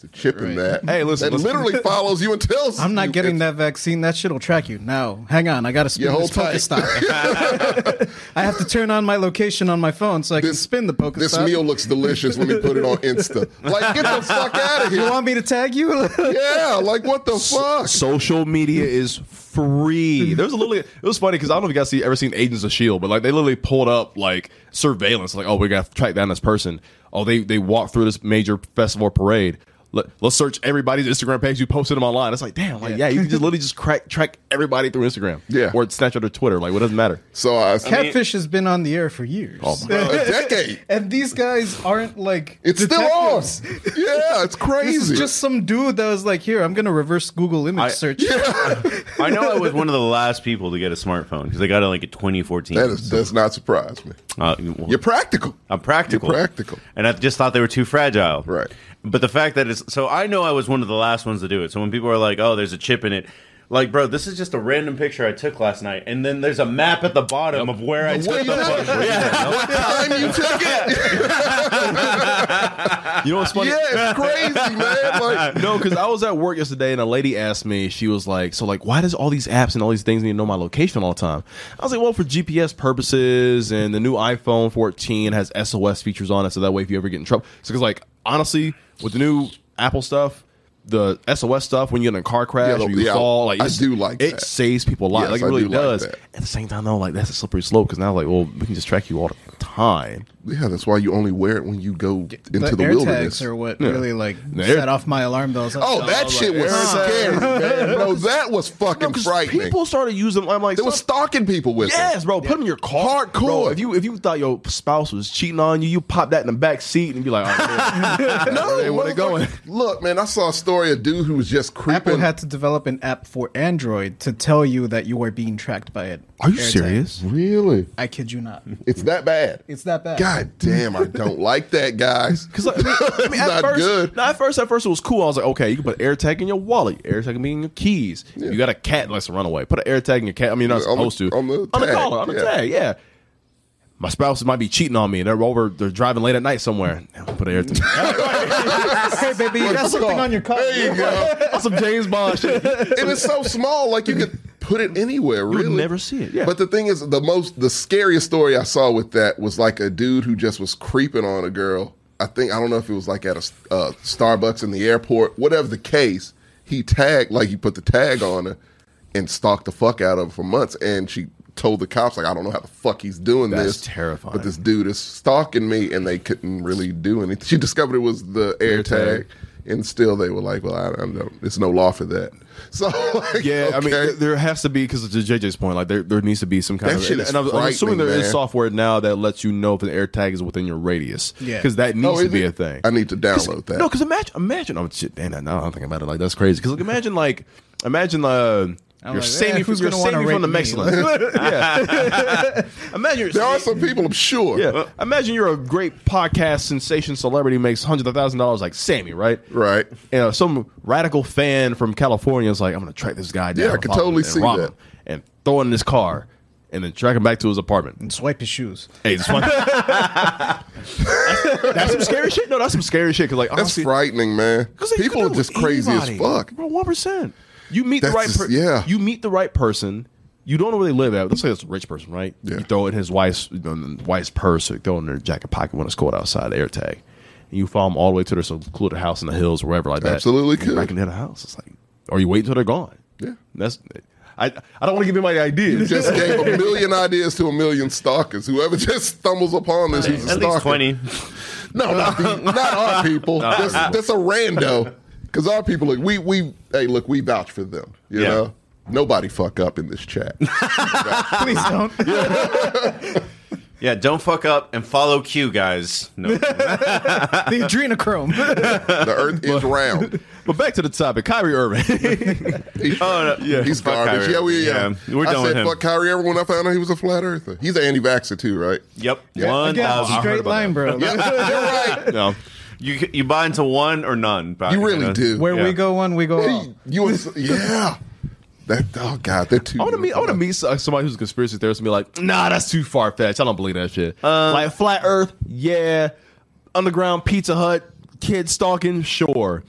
[SPEAKER 2] It's a chip in that.
[SPEAKER 3] Hey, listen,
[SPEAKER 2] that
[SPEAKER 3] listen.
[SPEAKER 2] literally follows you and tells.
[SPEAKER 4] I'm not
[SPEAKER 2] you
[SPEAKER 4] getting
[SPEAKER 2] it's-
[SPEAKER 4] that vaccine. That shit'll track you. Now, hang on. I gotta spin
[SPEAKER 2] Yeah, hold
[SPEAKER 4] this Pokestop. I have to turn on my location on my phone so I can spin the Pokestop.
[SPEAKER 2] This meal looks delicious. Let me put it on Insta. Like, get the fuck out of here.
[SPEAKER 4] You want me to tag you?
[SPEAKER 2] Yeah, like what the fuck?
[SPEAKER 3] social media is free. There's a literally it was funny because I don't know if you guys see ever seen Agents of Shield, E but like they literally pulled up like surveillance, like oh we got to track down this person. Oh they they walked through this major festival or parade. Let, let's search everybody's Instagram page. You posted them online. It's like, damn, like, yeah, you can just literally just crack, track everybody through Instagram.
[SPEAKER 2] Yeah.
[SPEAKER 3] Or snatch out their Twitter. Like, what doesn't matter?
[SPEAKER 2] So I, I mean,
[SPEAKER 4] Catfish has been on the air for years.
[SPEAKER 2] a decade.
[SPEAKER 4] and these guys aren't like
[SPEAKER 2] It's
[SPEAKER 4] detectives.
[SPEAKER 2] still on. Yeah, it's crazy.
[SPEAKER 4] This is just some dude that was like, "Here, I'm gonna reverse Google image
[SPEAKER 1] I-
[SPEAKER 4] search."
[SPEAKER 1] I know I was one of the last people to get a smartphone because I got it like in 2014.
[SPEAKER 2] that is, does not surprise me.
[SPEAKER 1] Uh, well,
[SPEAKER 2] You're practical.
[SPEAKER 1] I'm practical.
[SPEAKER 2] You're practical.
[SPEAKER 1] And I just thought they were too fragile.
[SPEAKER 2] Right.
[SPEAKER 1] But the fact that it's so I know I was one of the last ones to do it. So when people are like, "Oh, there's a chip in it." Like, bro, this is just a random picture I took last night, and then there's a map at the bottom of where I
[SPEAKER 2] way
[SPEAKER 1] took the
[SPEAKER 2] you took
[SPEAKER 1] photo. Yeah.
[SPEAKER 2] Time you took it.
[SPEAKER 3] You know what's funny?
[SPEAKER 2] Yeah, it's crazy, man. Like,
[SPEAKER 3] no, because I was at work yesterday and a lady asked me, she was like, So, like, why does all these apps and all these things need to know my location all the time? I was like, Well, for GPS purposes, and the new iPhone 14 has SOS features on it, so that way if you ever get in trouble. So, because, like, honestly, with the new Apple stuff, the SOS stuff when you get in a car crash
[SPEAKER 2] Yeah,
[SPEAKER 3] or you
[SPEAKER 2] yeah,
[SPEAKER 3] fall, like
[SPEAKER 2] I
[SPEAKER 3] it's-
[SPEAKER 2] do like
[SPEAKER 3] it
[SPEAKER 2] that.
[SPEAKER 3] saves people a lot.
[SPEAKER 2] Yes,
[SPEAKER 3] like it
[SPEAKER 2] I
[SPEAKER 3] really
[SPEAKER 2] do like
[SPEAKER 3] does.
[SPEAKER 2] that.
[SPEAKER 3] At the same time, though, like that's a slippery slope because now, like, well, we can just track you all the time.
[SPEAKER 2] yeah, that's why you only wear it when you go into the,
[SPEAKER 4] AirTags
[SPEAKER 2] wilderness.
[SPEAKER 4] are what
[SPEAKER 3] Yeah.
[SPEAKER 4] really like
[SPEAKER 3] The Air-
[SPEAKER 4] set off my alarm bells.
[SPEAKER 2] Oh, that shit was scary, man. Bro, that was fucking
[SPEAKER 3] 'cause
[SPEAKER 2] frightening.
[SPEAKER 3] People started using. I'm like,
[SPEAKER 2] they were
[SPEAKER 3] some-
[SPEAKER 2] stalking people with
[SPEAKER 3] Yes,
[SPEAKER 2] it.
[SPEAKER 3] bro. Put them in your car.
[SPEAKER 2] Hardcore.
[SPEAKER 3] Bro, if you if you thought your spouse was cheating on you, you pop that in the back seat and be like, oh, man.
[SPEAKER 2] No,
[SPEAKER 3] Hey, where they
[SPEAKER 2] motherfucker.
[SPEAKER 3] going?
[SPEAKER 2] Look, man, I saw a story of a dude who was just creeping.
[SPEAKER 4] Apple had to develop an app for Android to tell you that you are being tracked by it.
[SPEAKER 3] Are you
[SPEAKER 4] AirTag.
[SPEAKER 3] serious?
[SPEAKER 2] really?
[SPEAKER 4] I kid you not.
[SPEAKER 2] It's that bad.
[SPEAKER 4] It's that bad.
[SPEAKER 2] God damn, I don't like that, guys.
[SPEAKER 3] Because like, I mean, I mean,
[SPEAKER 2] It's
[SPEAKER 3] at
[SPEAKER 2] not
[SPEAKER 3] first,
[SPEAKER 2] good.
[SPEAKER 3] no, at first, at first it was cool. I was like, okay, you can put an AirTag in your wallet, AirTag can be in your keys. You got a cat, let's run away. Put an AirTag in your cat. I mean, you're not
[SPEAKER 2] On the-
[SPEAKER 3] supposed to.
[SPEAKER 2] on the
[SPEAKER 3] on the
[SPEAKER 2] tag,
[SPEAKER 3] collar, on the
[SPEAKER 2] yeah.
[SPEAKER 3] tag, yeah. My spouse might be cheating on me. They're over. They're driving late at night somewhere. Put an AirTag.
[SPEAKER 4] hey, baby, you got something on your car.
[SPEAKER 2] There you go.
[SPEAKER 3] Some James Bond shit.
[SPEAKER 2] and it's so small, like you could put it anywhere. Really,
[SPEAKER 3] would never see it, yeah.
[SPEAKER 2] But the thing is, the most the scariest story I saw with that was like a dude who just was creeping on a girl. I think I don't know if it was like at a uh, Starbucks in the airport, whatever the case. He tagged, like he put the tag on her, and stalked the fuck out of her for months. And she told the cops, like, I don't know how the fuck he's doing
[SPEAKER 3] That's
[SPEAKER 2] this.
[SPEAKER 3] terrifying.
[SPEAKER 2] But this dude is stalking me, and they couldn't really do anything. She discovered it was the air
[SPEAKER 3] tag.
[SPEAKER 2] tag and still they were like, "Well, I don't know. It's no law for that." So like,
[SPEAKER 3] Yeah, I mean,
[SPEAKER 2] okay.
[SPEAKER 3] th- there has to be because to JJ's point, like there, there needs to be some kind
[SPEAKER 2] That
[SPEAKER 3] of.
[SPEAKER 2] shit is
[SPEAKER 3] and I'm, I'm
[SPEAKER 2] frightening,
[SPEAKER 3] assuming there is
[SPEAKER 2] man.
[SPEAKER 3] software now that lets you know if an air tag is within your radius.
[SPEAKER 4] Yeah.
[SPEAKER 3] because that
[SPEAKER 2] Oh,
[SPEAKER 3] needs to
[SPEAKER 2] is
[SPEAKER 3] be
[SPEAKER 2] it?
[SPEAKER 3] a thing.
[SPEAKER 2] I need to download that.
[SPEAKER 3] No, because imagine, imagine. Oh shit, damn! Now I'm thinking about it. Like that's crazy. Because like, imagine, like, imagine uh, you're
[SPEAKER 4] like, eh,
[SPEAKER 3] saving from
[SPEAKER 4] who's
[SPEAKER 3] you're
[SPEAKER 4] gonna wanna
[SPEAKER 3] saving from the
[SPEAKER 4] rape me?
[SPEAKER 3] Mexicans. yeah. imagine you're
[SPEAKER 2] there are
[SPEAKER 3] saving-
[SPEAKER 2] some people, I'm sure.
[SPEAKER 3] yeah. Imagine you're a great podcast sensation celebrity makes hundreds of thousand dollars like Sammy, right?
[SPEAKER 2] Right.
[SPEAKER 3] You know, some radical fan from California is like, I'm gonna track this guy down.
[SPEAKER 2] Yeah, I
[SPEAKER 3] and
[SPEAKER 2] could
[SPEAKER 3] follow him
[SPEAKER 2] totally
[SPEAKER 3] and
[SPEAKER 2] see
[SPEAKER 3] rob
[SPEAKER 2] that.
[SPEAKER 3] him And throw in his car and then track him back to his apartment.
[SPEAKER 4] And swipe his shoes.
[SPEAKER 3] Hey, this one. that's, that's some scary shit. No, that's some scary shit. Cause like
[SPEAKER 2] That's
[SPEAKER 3] honestly,
[SPEAKER 2] frightening, man.
[SPEAKER 3] 'cause they
[SPEAKER 2] People
[SPEAKER 3] could
[SPEAKER 2] are
[SPEAKER 3] do
[SPEAKER 2] just
[SPEAKER 3] it with
[SPEAKER 2] crazy
[SPEAKER 3] anybody.
[SPEAKER 2] as fuck.
[SPEAKER 3] Bro, one percent. You meet
[SPEAKER 2] That's
[SPEAKER 3] the right
[SPEAKER 2] just-
[SPEAKER 3] person.
[SPEAKER 2] yeah.
[SPEAKER 3] You meet the right person. You don't know where they live at. Let's say it's a rich person, right?
[SPEAKER 2] Yeah.
[SPEAKER 3] You throw it in his wife's um, wife's purse, or you throw it in their jacket pocket when it's cold outside, air tag. And you follow them all the way to their secluded house in the hills, wherever like that.
[SPEAKER 2] Absolutely
[SPEAKER 3] And you
[SPEAKER 2] could.
[SPEAKER 3] Back into the house. It's like, or you wait until they're gone.
[SPEAKER 2] Yeah.
[SPEAKER 3] That's. I, I don't want to give anybody ideas.
[SPEAKER 2] Just gave a million ideas to a million stalkers. Whoever just stumbles upon this, who's a
[SPEAKER 1] At
[SPEAKER 2] stalker.
[SPEAKER 1] least twenty.
[SPEAKER 2] No, not, the, not our people. That's, that's a rando. Because our people, look, we we hey, look, we vouch for them. You
[SPEAKER 1] Yeah.
[SPEAKER 2] know, nobody fuck up in this chat.
[SPEAKER 4] Please don't.
[SPEAKER 1] Yeah, don't fuck up and follow Q, guys. No.
[SPEAKER 4] the adrenochrome.
[SPEAKER 2] the earth is round.
[SPEAKER 3] But back to the topic, Kyrie Irving.
[SPEAKER 2] He's,
[SPEAKER 1] Oh, no. Yeah.
[SPEAKER 2] he's
[SPEAKER 1] Fuck
[SPEAKER 2] garbage.
[SPEAKER 1] Kyrie.
[SPEAKER 2] Yeah, we yeah.
[SPEAKER 1] Yeah. We're
[SPEAKER 2] I
[SPEAKER 1] done with
[SPEAKER 2] said
[SPEAKER 1] him.
[SPEAKER 2] fuck Kyrie Irving when I found out he was a flat earther. He's an anti-vaxxer too, right?
[SPEAKER 1] Yep,
[SPEAKER 2] Yeah.
[SPEAKER 1] one
[SPEAKER 4] Again,
[SPEAKER 1] thousand.
[SPEAKER 4] straight line, bro.
[SPEAKER 2] Yeah, you're right.
[SPEAKER 3] no.
[SPEAKER 1] You you buy into one or none. Back,
[SPEAKER 2] You really
[SPEAKER 1] know?
[SPEAKER 2] do.
[SPEAKER 4] Where
[SPEAKER 1] Yeah.
[SPEAKER 4] we go one, we go all.
[SPEAKER 2] You, you was, yeah. That oh god, they're too.
[SPEAKER 3] I want to meet. I want to meet so- somebody who's a conspiracy theorist and be like, "Nah, that's too far fetched. I don't believe that shit." like flat Earth, yeah. Underground Pizza Hut, kid stalking, sure.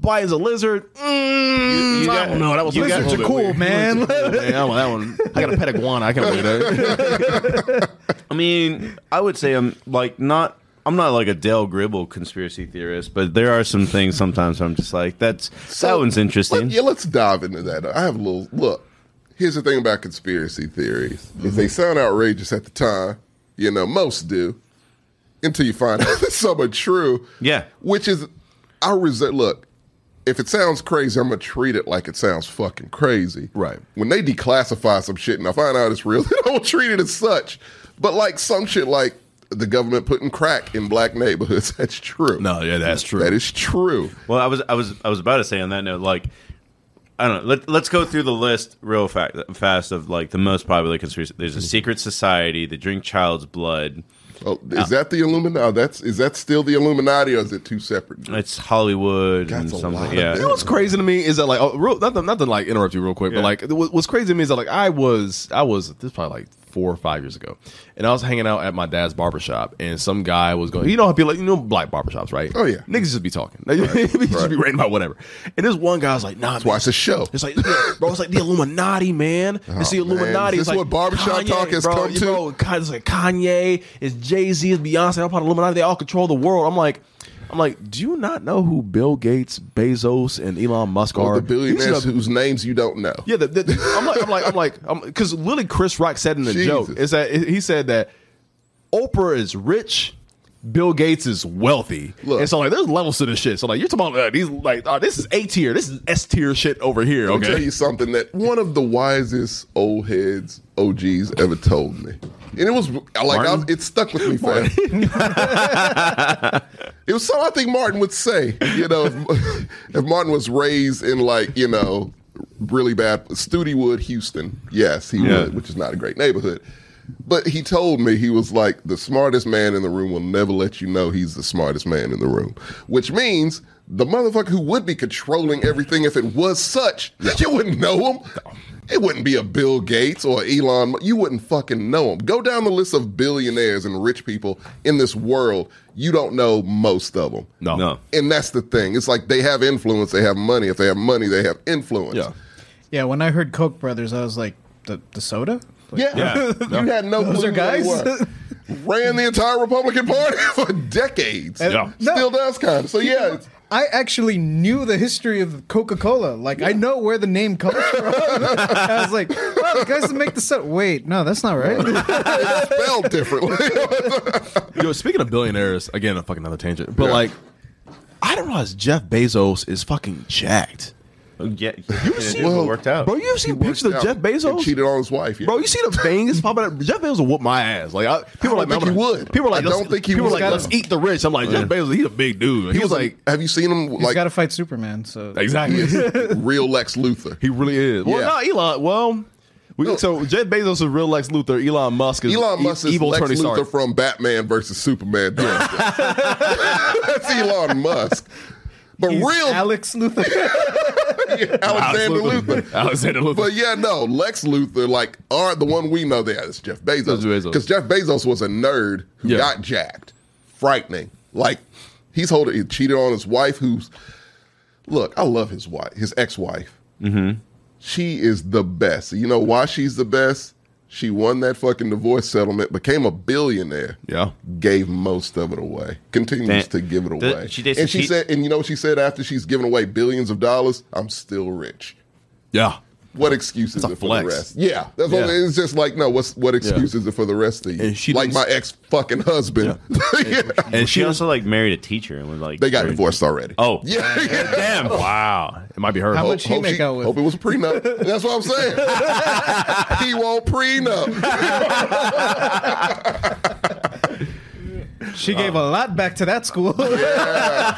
[SPEAKER 3] Why is a lizard? Mm,
[SPEAKER 1] you
[SPEAKER 3] I
[SPEAKER 1] got-
[SPEAKER 3] don't know. That was
[SPEAKER 1] you got- hold
[SPEAKER 3] lizards are
[SPEAKER 1] it,
[SPEAKER 3] cool,
[SPEAKER 1] wait.
[SPEAKER 3] man. I don't want that one. I got a pet iguana. I can't believe that.
[SPEAKER 1] I mean, I would say I'm like not. I'm not like a Dale Gribble conspiracy theorist, but there are some things sometimes I'm just like, that's that one's interesting.
[SPEAKER 2] Let, yeah, let's dive into that. I have a little look. Here's the thing about conspiracy theories: is
[SPEAKER 1] Mm-hmm.
[SPEAKER 2] they sound outrageous at the time. You know, most do, until you find out that some are true.
[SPEAKER 1] Yeah.
[SPEAKER 2] which is I reserve. Look, if it sounds crazy, I'm gonna treat it like it sounds fucking crazy.
[SPEAKER 3] Right.
[SPEAKER 2] When they declassify some shit and I find out it's real, then I will treat it as such. But like some shit, like the government putting crack in black neighborhoods, that's true.
[SPEAKER 3] No, yeah, that's true.
[SPEAKER 2] that is true.
[SPEAKER 1] Well, I was I was I was about to say on that note, like I don't know. Let, let's go through the list real fa- fast of like the most popular conspiracy. There's a secret society. They drink child's blood.
[SPEAKER 2] Oh, is that the Illuminati? Oh, that's is that still the Illuminati, or is it two separate? groups?
[SPEAKER 1] It's Hollywood and
[SPEAKER 2] That's a
[SPEAKER 1] something.
[SPEAKER 2] lot of
[SPEAKER 1] yeah.
[SPEAKER 3] You know what's crazy to me is that like oh, real, nothing, nothing like interrupt you real quick,
[SPEAKER 1] Yeah.
[SPEAKER 3] but like what- what's crazy to me is that like I was I was this is probably like four or five years ago, and I was hanging out at my dad's barbershop, and some guy was going, you know how people you know black barbershops, right?
[SPEAKER 2] Oh, yeah.
[SPEAKER 3] niggas just be talking, They just be ranting about whatever, and this one guy was like, nah,
[SPEAKER 2] Watch the
[SPEAKER 3] man.
[SPEAKER 2] show.
[SPEAKER 3] It's like, yeah, bro, it's like the Illuminati, man. It's the
[SPEAKER 2] Oh, man.
[SPEAKER 3] Illuminati.
[SPEAKER 2] Is this
[SPEAKER 3] It's like
[SPEAKER 2] what barbershop
[SPEAKER 3] Kanye,
[SPEAKER 2] talk has
[SPEAKER 3] bro,
[SPEAKER 2] come to?
[SPEAKER 3] Bro, Ka- it's like Kanye, it's Jay Z, it's Beyonce. They're all part of Illuminati. They all control the world. I'm like, I'm like, do you not know who Bill Gates, Bezos, and Elon Musk
[SPEAKER 2] Or
[SPEAKER 3] are?
[SPEAKER 2] the billionaires
[SPEAKER 3] These are-
[SPEAKER 2] whose names you don't know.
[SPEAKER 3] yeah, the, the- the- I'm like, I'm like, I'm like, I'm because literally Chris Rock said in the
[SPEAKER 2] Jesus.
[SPEAKER 3] joke is that he said that Oprah is rich. Bill Gates is wealthy,
[SPEAKER 2] Look.
[SPEAKER 3] and so like there's levels to this shit. So like you're talking about uh, these like uh, this is A tier, this is S tier shit over here.
[SPEAKER 2] Let
[SPEAKER 3] Okay,
[SPEAKER 2] me tell you something that one of the wisest old heads OGs ever told me, and it was like I,
[SPEAKER 3] Martin?
[SPEAKER 2] it stuck with me forever. it was something I think Martin would say. You know, if, if Martin was raised in like you know really bad Studewood, Houston, yes, he
[SPEAKER 1] Yeah.
[SPEAKER 2] would, which is not a great neighborhood. But he told me he was like the smartest man in the room will never let you know he's the smartest man in the room, which means the motherfucker who would be controlling everything if it was such, you wouldn't know him. It wouldn't be a Bill Gates or Elon. Mu- You wouldn't fucking know him. Go down the list of billionaires and rich people in this world. You don't know most of them.
[SPEAKER 3] no,
[SPEAKER 1] No.
[SPEAKER 2] And that's the thing. It's like they have influence. They have money. If they have money, they have influence.
[SPEAKER 3] yeah.
[SPEAKER 4] Yeah, when I heard Koch brothers, I was like, the the soda. Like,
[SPEAKER 2] Yeah. you had no
[SPEAKER 4] Those
[SPEAKER 2] clue
[SPEAKER 4] are guys.
[SPEAKER 2] who they were. Ran the entire Republican Party for decades.
[SPEAKER 4] And-
[SPEAKER 3] Yeah.
[SPEAKER 4] no.
[SPEAKER 2] Still does kind of. So yeah, it's-
[SPEAKER 4] I actually knew the history of Coca Cola. Like, I know where the name comes from. I was like, well, the guys that make the soda. Wait, no, that's not right.
[SPEAKER 2] it's spelled differently.
[SPEAKER 3] Yo, speaking of billionaires, again, a fucking another tangent, but
[SPEAKER 2] Yeah.
[SPEAKER 3] like, I didn't realize Jeff Bezos is fucking jacked.
[SPEAKER 1] Yeah. it
[SPEAKER 2] Well,
[SPEAKER 1] worked out.
[SPEAKER 3] Bro, you ever seen pictures of
[SPEAKER 2] Yeah.
[SPEAKER 3] Jeff Bezos?
[SPEAKER 2] And cheated on his wife. Yeah.
[SPEAKER 3] Bro, you see the veins popping out? Jeff Bezos will whoop my ass. Like, I, people are
[SPEAKER 2] don't think
[SPEAKER 3] like, man, I'm
[SPEAKER 2] he
[SPEAKER 3] gonna-
[SPEAKER 2] would.
[SPEAKER 3] People are like,
[SPEAKER 2] I don't
[SPEAKER 3] let's-
[SPEAKER 2] think he
[SPEAKER 3] people are
[SPEAKER 2] would.
[SPEAKER 3] like, let's eat the rich. I'm like, Jeff Bezos, he's a big dude. He, was like,
[SPEAKER 2] have you seen him?
[SPEAKER 4] He's
[SPEAKER 2] Like
[SPEAKER 4] got to fight Superman. So
[SPEAKER 3] exactly.
[SPEAKER 2] real Lex Luthor.
[SPEAKER 3] he really is. Well,
[SPEAKER 2] Yeah.
[SPEAKER 3] not Elon. Well, we,
[SPEAKER 2] No.
[SPEAKER 3] so Jeff Bezos is real Lex Luthor. Elon Musk is
[SPEAKER 2] Elon
[SPEAKER 3] e-
[SPEAKER 2] Musk is
[SPEAKER 3] evil
[SPEAKER 2] Lex
[SPEAKER 3] Tony
[SPEAKER 2] Luthor
[SPEAKER 3] Stark.
[SPEAKER 2] from Batman versus Superman. That's Elon Musk. But
[SPEAKER 4] He's
[SPEAKER 2] real
[SPEAKER 4] Alex Luthor.
[SPEAKER 2] Alexander
[SPEAKER 3] Alex
[SPEAKER 2] Luthor.
[SPEAKER 3] Alexander Luthor.
[SPEAKER 2] But yeah, no, Lex Luthor, like, are the one we know there is Jeff Bezos.
[SPEAKER 3] That's Bezos.
[SPEAKER 2] Because Jeff Bezos was a nerd who
[SPEAKER 3] Yeah.
[SPEAKER 2] got jacked. Frightening. Like, he's holding, he cheated on his wife, who's, look, I love his wife, his ex wife. She is the best. You know why she's the best? She won that fucking divorce settlement, became a billionaire
[SPEAKER 3] yeah.
[SPEAKER 2] gave most of it away. Continues
[SPEAKER 1] That-
[SPEAKER 2] to give it
[SPEAKER 1] the-
[SPEAKER 2] away.
[SPEAKER 1] she did-
[SPEAKER 2] and she,
[SPEAKER 1] she-
[SPEAKER 2] said, and you know what she said after she's given away billions of dollars? I'm still rich.
[SPEAKER 3] Yeah.
[SPEAKER 2] What excuse is
[SPEAKER 3] That's a
[SPEAKER 2] it for the
[SPEAKER 3] flex.
[SPEAKER 2] rest? Yeah, that's what-
[SPEAKER 3] Yeah.
[SPEAKER 2] it's just like no. What's what excuse
[SPEAKER 3] Yeah.
[SPEAKER 2] is it for the rest of you?
[SPEAKER 3] And she
[SPEAKER 2] like
[SPEAKER 3] didn't-
[SPEAKER 2] my ex fucking husband. Yeah.
[SPEAKER 3] And
[SPEAKER 1] she also like married a teacher and was like
[SPEAKER 2] They got
[SPEAKER 1] very-
[SPEAKER 2] divorced already.
[SPEAKER 1] Oh.
[SPEAKER 2] yeah, yeah.
[SPEAKER 3] Damn. Wow. Ah, It might be her.
[SPEAKER 4] How
[SPEAKER 2] Hope-
[SPEAKER 4] much he
[SPEAKER 2] hope
[SPEAKER 4] make out with?
[SPEAKER 2] Hope it was a prenup. That's what I'm saying. he won't prenup.
[SPEAKER 4] she gave a lot back to that school.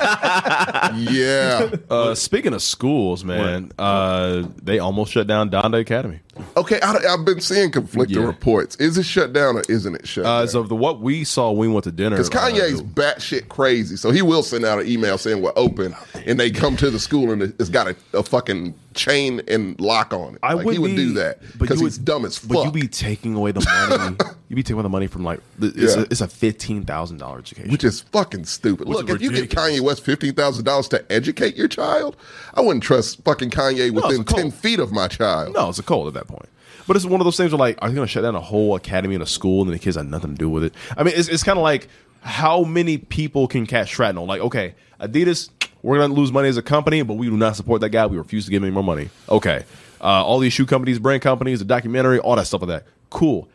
[SPEAKER 2] Yeah.
[SPEAKER 3] Uh, speaking of schools, man, uh, they almost shut down Donda Academy.
[SPEAKER 2] Okay. I, have been seeing conflicting
[SPEAKER 3] Yeah. Uh,
[SPEAKER 2] reports. Is it shut down or isn't it shut? down?
[SPEAKER 3] As of the what we saw when we went to dinner,
[SPEAKER 2] Because Kanye's
[SPEAKER 3] uh,
[SPEAKER 2] batshit crazy, so he will send out an email saying we're open, and they come to the school and it's got a, a fucking chain and lock on it.
[SPEAKER 3] I
[SPEAKER 2] Like,
[SPEAKER 3] would
[SPEAKER 2] he would
[SPEAKER 3] be-
[SPEAKER 2] do that
[SPEAKER 3] but
[SPEAKER 2] because
[SPEAKER 3] you
[SPEAKER 2] he's
[SPEAKER 3] would-
[SPEAKER 2] dumb as fuck.
[SPEAKER 3] But you be taking away the money. you be taking away the money from like the- it's,
[SPEAKER 2] Yeah.
[SPEAKER 3] a, it's a fifteen thousand dollar education.
[SPEAKER 2] which is fucking stupid.
[SPEAKER 3] Which
[SPEAKER 2] Look,
[SPEAKER 3] is
[SPEAKER 2] if you give
[SPEAKER 3] ridiculous.
[SPEAKER 2] Kanye West fifteen thousand dollars to educate your child, I wouldn't trust fucking Kanye
[SPEAKER 3] it's
[SPEAKER 2] within
[SPEAKER 3] a cult.
[SPEAKER 2] ten feet of my child.
[SPEAKER 3] no, it's a cult at that point. But it's one of those things where like, are they going to shut down a whole academy and a school, and the kids have nothing to do with it? I mean, it's, it's kind of like how many people can catch shrapnel? Like, okay, Adidas, we're going to lose money as a company, but we do not support that guy. We refuse to give him any more money. Okay, uh, all these shoe companies, brand companies, the documentary, all that stuff like that. Cool.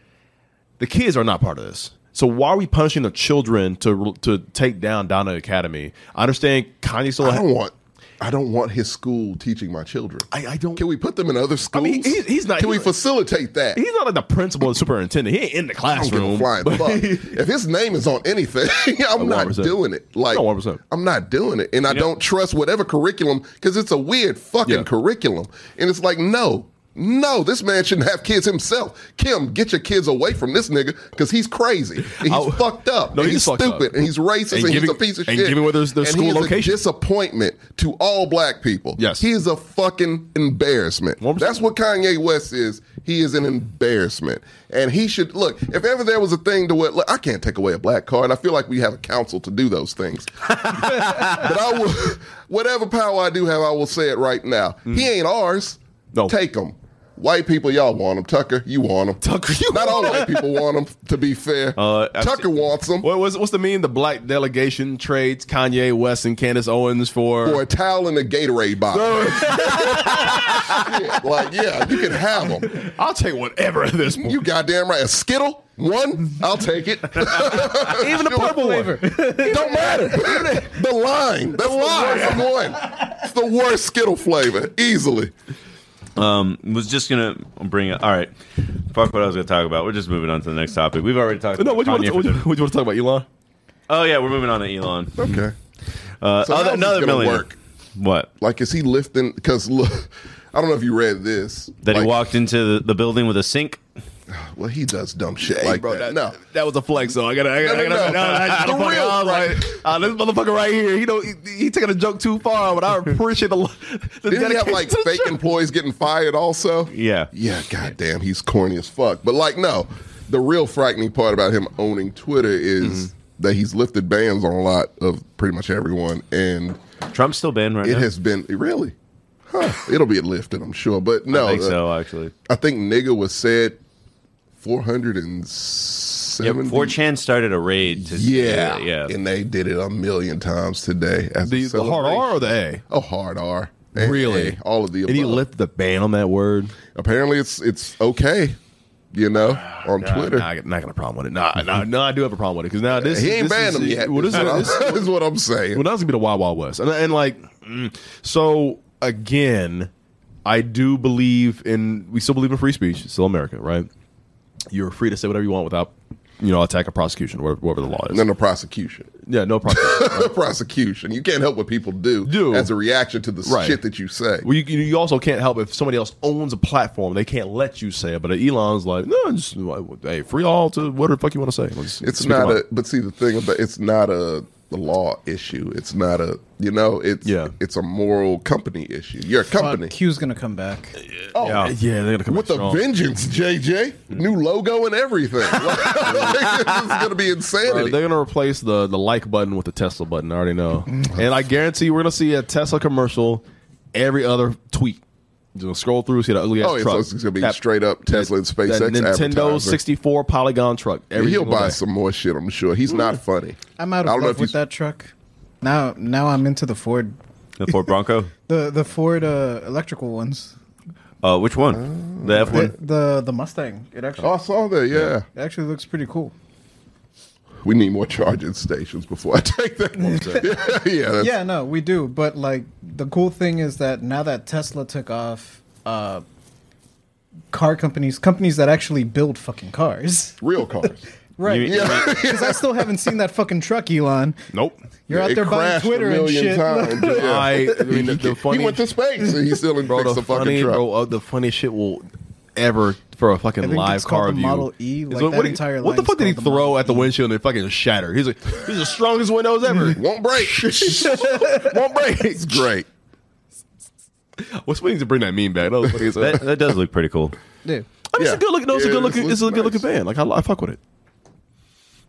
[SPEAKER 3] the kids are not part of this. So why are we punishing the children to to take down Donna Academy? I understand Kanye still.
[SPEAKER 2] I
[SPEAKER 3] ha-
[SPEAKER 2] don't want. I don't want his school teaching my children.
[SPEAKER 3] I, I don't.
[SPEAKER 2] Can we put them in other schools?
[SPEAKER 3] mean, he's- he's not-
[SPEAKER 2] Can we
[SPEAKER 3] he's-
[SPEAKER 2] facilitate that?
[SPEAKER 3] He's not like the principal, and superintendent. He ain't in the
[SPEAKER 2] I don't give a
[SPEAKER 3] classroom.
[SPEAKER 2] flying
[SPEAKER 3] but-
[SPEAKER 2] fuck. if his name is on anything, I'm not
[SPEAKER 3] 100%.
[SPEAKER 2] doing it. Like
[SPEAKER 3] No, 100%.
[SPEAKER 2] I'm not doing it, and I don't trust whatever curriculum because it's a weird fucking
[SPEAKER 3] Yeah.
[SPEAKER 2] curriculum. And it's like, no, no, this man shouldn't have kids himself. Kim, get your kids away from this nigga because he's crazy, and he's
[SPEAKER 3] I-
[SPEAKER 2] fucked up,
[SPEAKER 3] No,
[SPEAKER 2] and he's
[SPEAKER 3] he's fucked
[SPEAKER 2] stupid,
[SPEAKER 3] up.
[SPEAKER 2] and he's racist,
[SPEAKER 3] And
[SPEAKER 2] and,
[SPEAKER 3] giving-
[SPEAKER 2] he's a piece of
[SPEAKER 3] and
[SPEAKER 2] shit,
[SPEAKER 3] giving away their- their
[SPEAKER 2] And
[SPEAKER 3] school
[SPEAKER 2] he is a
[SPEAKER 3] location.
[SPEAKER 2] disappointment to all black people.
[SPEAKER 3] Yes.
[SPEAKER 2] he is a fucking embarrassment.
[SPEAKER 3] 100%.
[SPEAKER 2] That's what Kanye West is. He is an embarrassment, and he should look. If ever there was a thing to what look, I can't take away a black card. I feel like we have a council to do those things. but I will, whatever power I do have, I will say it right now. He ain't ours.
[SPEAKER 3] No.
[SPEAKER 2] take him. White people, y'all want him. Tucker, you want him.
[SPEAKER 3] Tucker, you
[SPEAKER 2] Not all white people want him. To be fair,
[SPEAKER 1] Uh, I've
[SPEAKER 2] Tucker wants him.
[SPEAKER 3] What was what's the mean? The black delegation trades Kanye West and Candace Owens for.
[SPEAKER 2] Or a towel and a Gatorade bottle. Shit, like, yeah, you can have them.
[SPEAKER 3] I'll take whatever at this point.
[SPEAKER 2] You goddamn right. A Skittle, one, I'll take it.
[SPEAKER 3] Even the purple flavor.
[SPEAKER 2] Don't matter. the lime. That's the worst one. It's the worst Skittle flavor, easily.
[SPEAKER 1] Um, was just gonna bring it. All right, fuck what I was gonna talk about. We're just moving on to the next topic. We've already talked.
[SPEAKER 3] No,
[SPEAKER 1] about
[SPEAKER 3] what do you, want
[SPEAKER 1] Kanye
[SPEAKER 3] to,
[SPEAKER 1] for
[SPEAKER 3] what, do you,
[SPEAKER 1] dinner.
[SPEAKER 3] what do you want to talk about, Elon?
[SPEAKER 1] Oh yeah, we're moving on to Elon.
[SPEAKER 2] Okay.
[SPEAKER 1] Uh,
[SPEAKER 2] So how's
[SPEAKER 1] other,
[SPEAKER 2] this
[SPEAKER 1] another
[SPEAKER 2] gonna
[SPEAKER 1] millionaire.
[SPEAKER 2] work?
[SPEAKER 1] What?
[SPEAKER 2] Like, is he lifting? Because look, I don't know if you read this.
[SPEAKER 1] That
[SPEAKER 2] like,
[SPEAKER 1] he walked into the, the building with a sink.
[SPEAKER 2] Well, he does dumb shit like that. No.
[SPEAKER 3] that was a flex. though. I gotta, I gotta,
[SPEAKER 2] No, no,
[SPEAKER 3] I gotta,
[SPEAKER 2] no. The
[SPEAKER 3] no, I gotta, fuck it
[SPEAKER 2] real
[SPEAKER 3] up.
[SPEAKER 2] flex.
[SPEAKER 3] Like, ah, this motherfucker right here, you know, he, he taking a joke too far. But I appreciate the. the
[SPEAKER 2] Didn't he have
[SPEAKER 3] dedication
[SPEAKER 2] like
[SPEAKER 3] to the
[SPEAKER 2] fake
[SPEAKER 3] joke.
[SPEAKER 2] employees getting fired also?
[SPEAKER 1] Yeah.
[SPEAKER 2] Yeah, goddamn, he's corny as fuck. But like, no, the real frightening part about him owning Twitter
[SPEAKER 1] Mm-hmm.
[SPEAKER 2] is that he's lifted bans on a lot of pretty much everyone, and
[SPEAKER 1] Trump's still banned right
[SPEAKER 2] it
[SPEAKER 1] now.
[SPEAKER 2] has been really, huh? It'll be lifted, I'm sure. But no,
[SPEAKER 1] I think
[SPEAKER 2] uh,
[SPEAKER 1] so, actually.
[SPEAKER 2] I think nigga was said four
[SPEAKER 1] Yep, 4chan started a raid. To,
[SPEAKER 2] Yeah,
[SPEAKER 1] yeah.
[SPEAKER 2] and they did it a million times today. As
[SPEAKER 3] the,
[SPEAKER 2] a
[SPEAKER 3] the hard R or the A?
[SPEAKER 2] oh hard R, And
[SPEAKER 3] Really?
[SPEAKER 2] A, all of the
[SPEAKER 3] And he
[SPEAKER 2] above.
[SPEAKER 3] lifted the ban on that word.
[SPEAKER 2] Apparently, it's it's okay, you know, on Twitter.
[SPEAKER 3] Ah, Nah, I got, not got a problem with it. Nah, nah, no, I do have a problem with it because now this
[SPEAKER 2] He ain't
[SPEAKER 3] this
[SPEAKER 2] banned
[SPEAKER 3] is-
[SPEAKER 2] them yet.
[SPEAKER 3] Well, this is- this-
[SPEAKER 2] That's what I'm saying.
[SPEAKER 3] well, that's gonna be the Wild Wild West, and, and like, mm, so again, I do believe in. We still believe in free speech. It's still America, right? You're free to say whatever you want without, you know, attack or prosecution, whatever, whatever the law is.
[SPEAKER 2] And then the prosecution.
[SPEAKER 3] Yeah, no prosecution.
[SPEAKER 2] The prosecution. You can't help what people do,
[SPEAKER 3] Do.
[SPEAKER 2] as a reaction to the
[SPEAKER 3] Right.
[SPEAKER 2] shit that you say.
[SPEAKER 3] Well, you, you also can't help if somebody else owns a platform, they can't let you say it. But Elon's like, no, just, hey, free all to whatever the fuck you want to say. Let's
[SPEAKER 2] It's
[SPEAKER 3] speak
[SPEAKER 2] not
[SPEAKER 3] about
[SPEAKER 2] a.
[SPEAKER 3] it.
[SPEAKER 2] But see, the thing about it's not a the law issue. It's not a. You know, it's
[SPEAKER 3] Yeah.
[SPEAKER 2] It's a moral company issue. You're a company.
[SPEAKER 4] Fuck, Q's gonna come back.
[SPEAKER 2] oh,
[SPEAKER 3] Yeah, they're gonna come
[SPEAKER 2] With
[SPEAKER 3] back
[SPEAKER 2] a
[SPEAKER 3] strong. Mm-hmm.
[SPEAKER 2] vengeance, JJ. New logo and everything. Like, this is gonna be
[SPEAKER 3] Bro,
[SPEAKER 2] insanity.
[SPEAKER 3] they're gonna replace the the like button with the Tesla button. I already know,
[SPEAKER 2] Mm-hmm.
[SPEAKER 3] and I guarantee we're gonna see a Tesla commercial every other tweet. Just gonna scroll through, see the ugly ass
[SPEAKER 2] Oh, yeah,
[SPEAKER 3] truck.
[SPEAKER 2] so it's gonna be
[SPEAKER 3] That-
[SPEAKER 2] straight up Tesla and SpaceX.
[SPEAKER 3] that Nintendo
[SPEAKER 2] advertiser.
[SPEAKER 3] sixty four polygon truck. Every
[SPEAKER 2] He'll
[SPEAKER 3] single
[SPEAKER 2] buy
[SPEAKER 3] day.
[SPEAKER 2] some more shit. I'm sure. He's not funny.
[SPEAKER 4] I'm out
[SPEAKER 2] I
[SPEAKER 4] of
[SPEAKER 2] don't know if
[SPEAKER 4] love with
[SPEAKER 2] he's-
[SPEAKER 4] that truck. Now, now I'm into the Ford,
[SPEAKER 1] The Ford Bronco.
[SPEAKER 4] the the Ford uh, electrical ones.
[SPEAKER 1] Uh, which one? The F
[SPEAKER 4] The,
[SPEAKER 1] one.
[SPEAKER 4] the the Mustang. It actually
[SPEAKER 2] Oh, I saw that. Yeah.
[SPEAKER 4] it actually looks pretty cool.
[SPEAKER 2] we need more charging stations before I take that. One. yeah, that's,
[SPEAKER 4] Yeah, no, we do. But like the cool thing is that now that Tesla took off, uh, car companies, companies that actually build fucking cars,
[SPEAKER 2] real cars.
[SPEAKER 4] right?
[SPEAKER 1] You-
[SPEAKER 2] Yeah,
[SPEAKER 4] Because I still haven't seen that fucking truck, Elon.
[SPEAKER 3] Nope.
[SPEAKER 4] You're out
[SPEAKER 2] It
[SPEAKER 4] there buying
[SPEAKER 2] crashed a
[SPEAKER 4] Twitter and
[SPEAKER 2] million
[SPEAKER 4] shit.
[SPEAKER 2] times. Yeah.
[SPEAKER 3] I- I mean, the- the
[SPEAKER 2] He-
[SPEAKER 3] funny-
[SPEAKER 2] he went to space and he still didn't
[SPEAKER 3] bro,
[SPEAKER 2] fix
[SPEAKER 3] the,
[SPEAKER 2] the, fucking
[SPEAKER 3] funny,
[SPEAKER 2] truck.
[SPEAKER 3] bro, uh, the funny shit will ever for a fucking
[SPEAKER 4] I think
[SPEAKER 3] live
[SPEAKER 4] it's called
[SPEAKER 3] car
[SPEAKER 4] the
[SPEAKER 3] view.
[SPEAKER 4] Model E,
[SPEAKER 3] It's
[SPEAKER 4] like that
[SPEAKER 3] what, he-
[SPEAKER 4] entire
[SPEAKER 3] what the
[SPEAKER 4] line is
[SPEAKER 3] fuck did he
[SPEAKER 4] called the
[SPEAKER 3] throw
[SPEAKER 4] Model E.
[SPEAKER 3] at the windshield and it fucking shattered? He's like, these are the strongest windows ever.
[SPEAKER 2] Won't break.
[SPEAKER 3] Won't break.
[SPEAKER 2] it's great.
[SPEAKER 3] What's we need to bring that meme back? That was funny as hell.
[SPEAKER 1] That, that does look pretty cool.
[SPEAKER 4] Dude,
[SPEAKER 3] I mean,
[SPEAKER 2] Yeah.
[SPEAKER 3] it's a good looking. No, it's a
[SPEAKER 2] Yeah,
[SPEAKER 3] good
[SPEAKER 2] it
[SPEAKER 3] looking.
[SPEAKER 2] looks
[SPEAKER 3] It's a good looking
[SPEAKER 2] nice.
[SPEAKER 3] band. Like I, I fuck with it.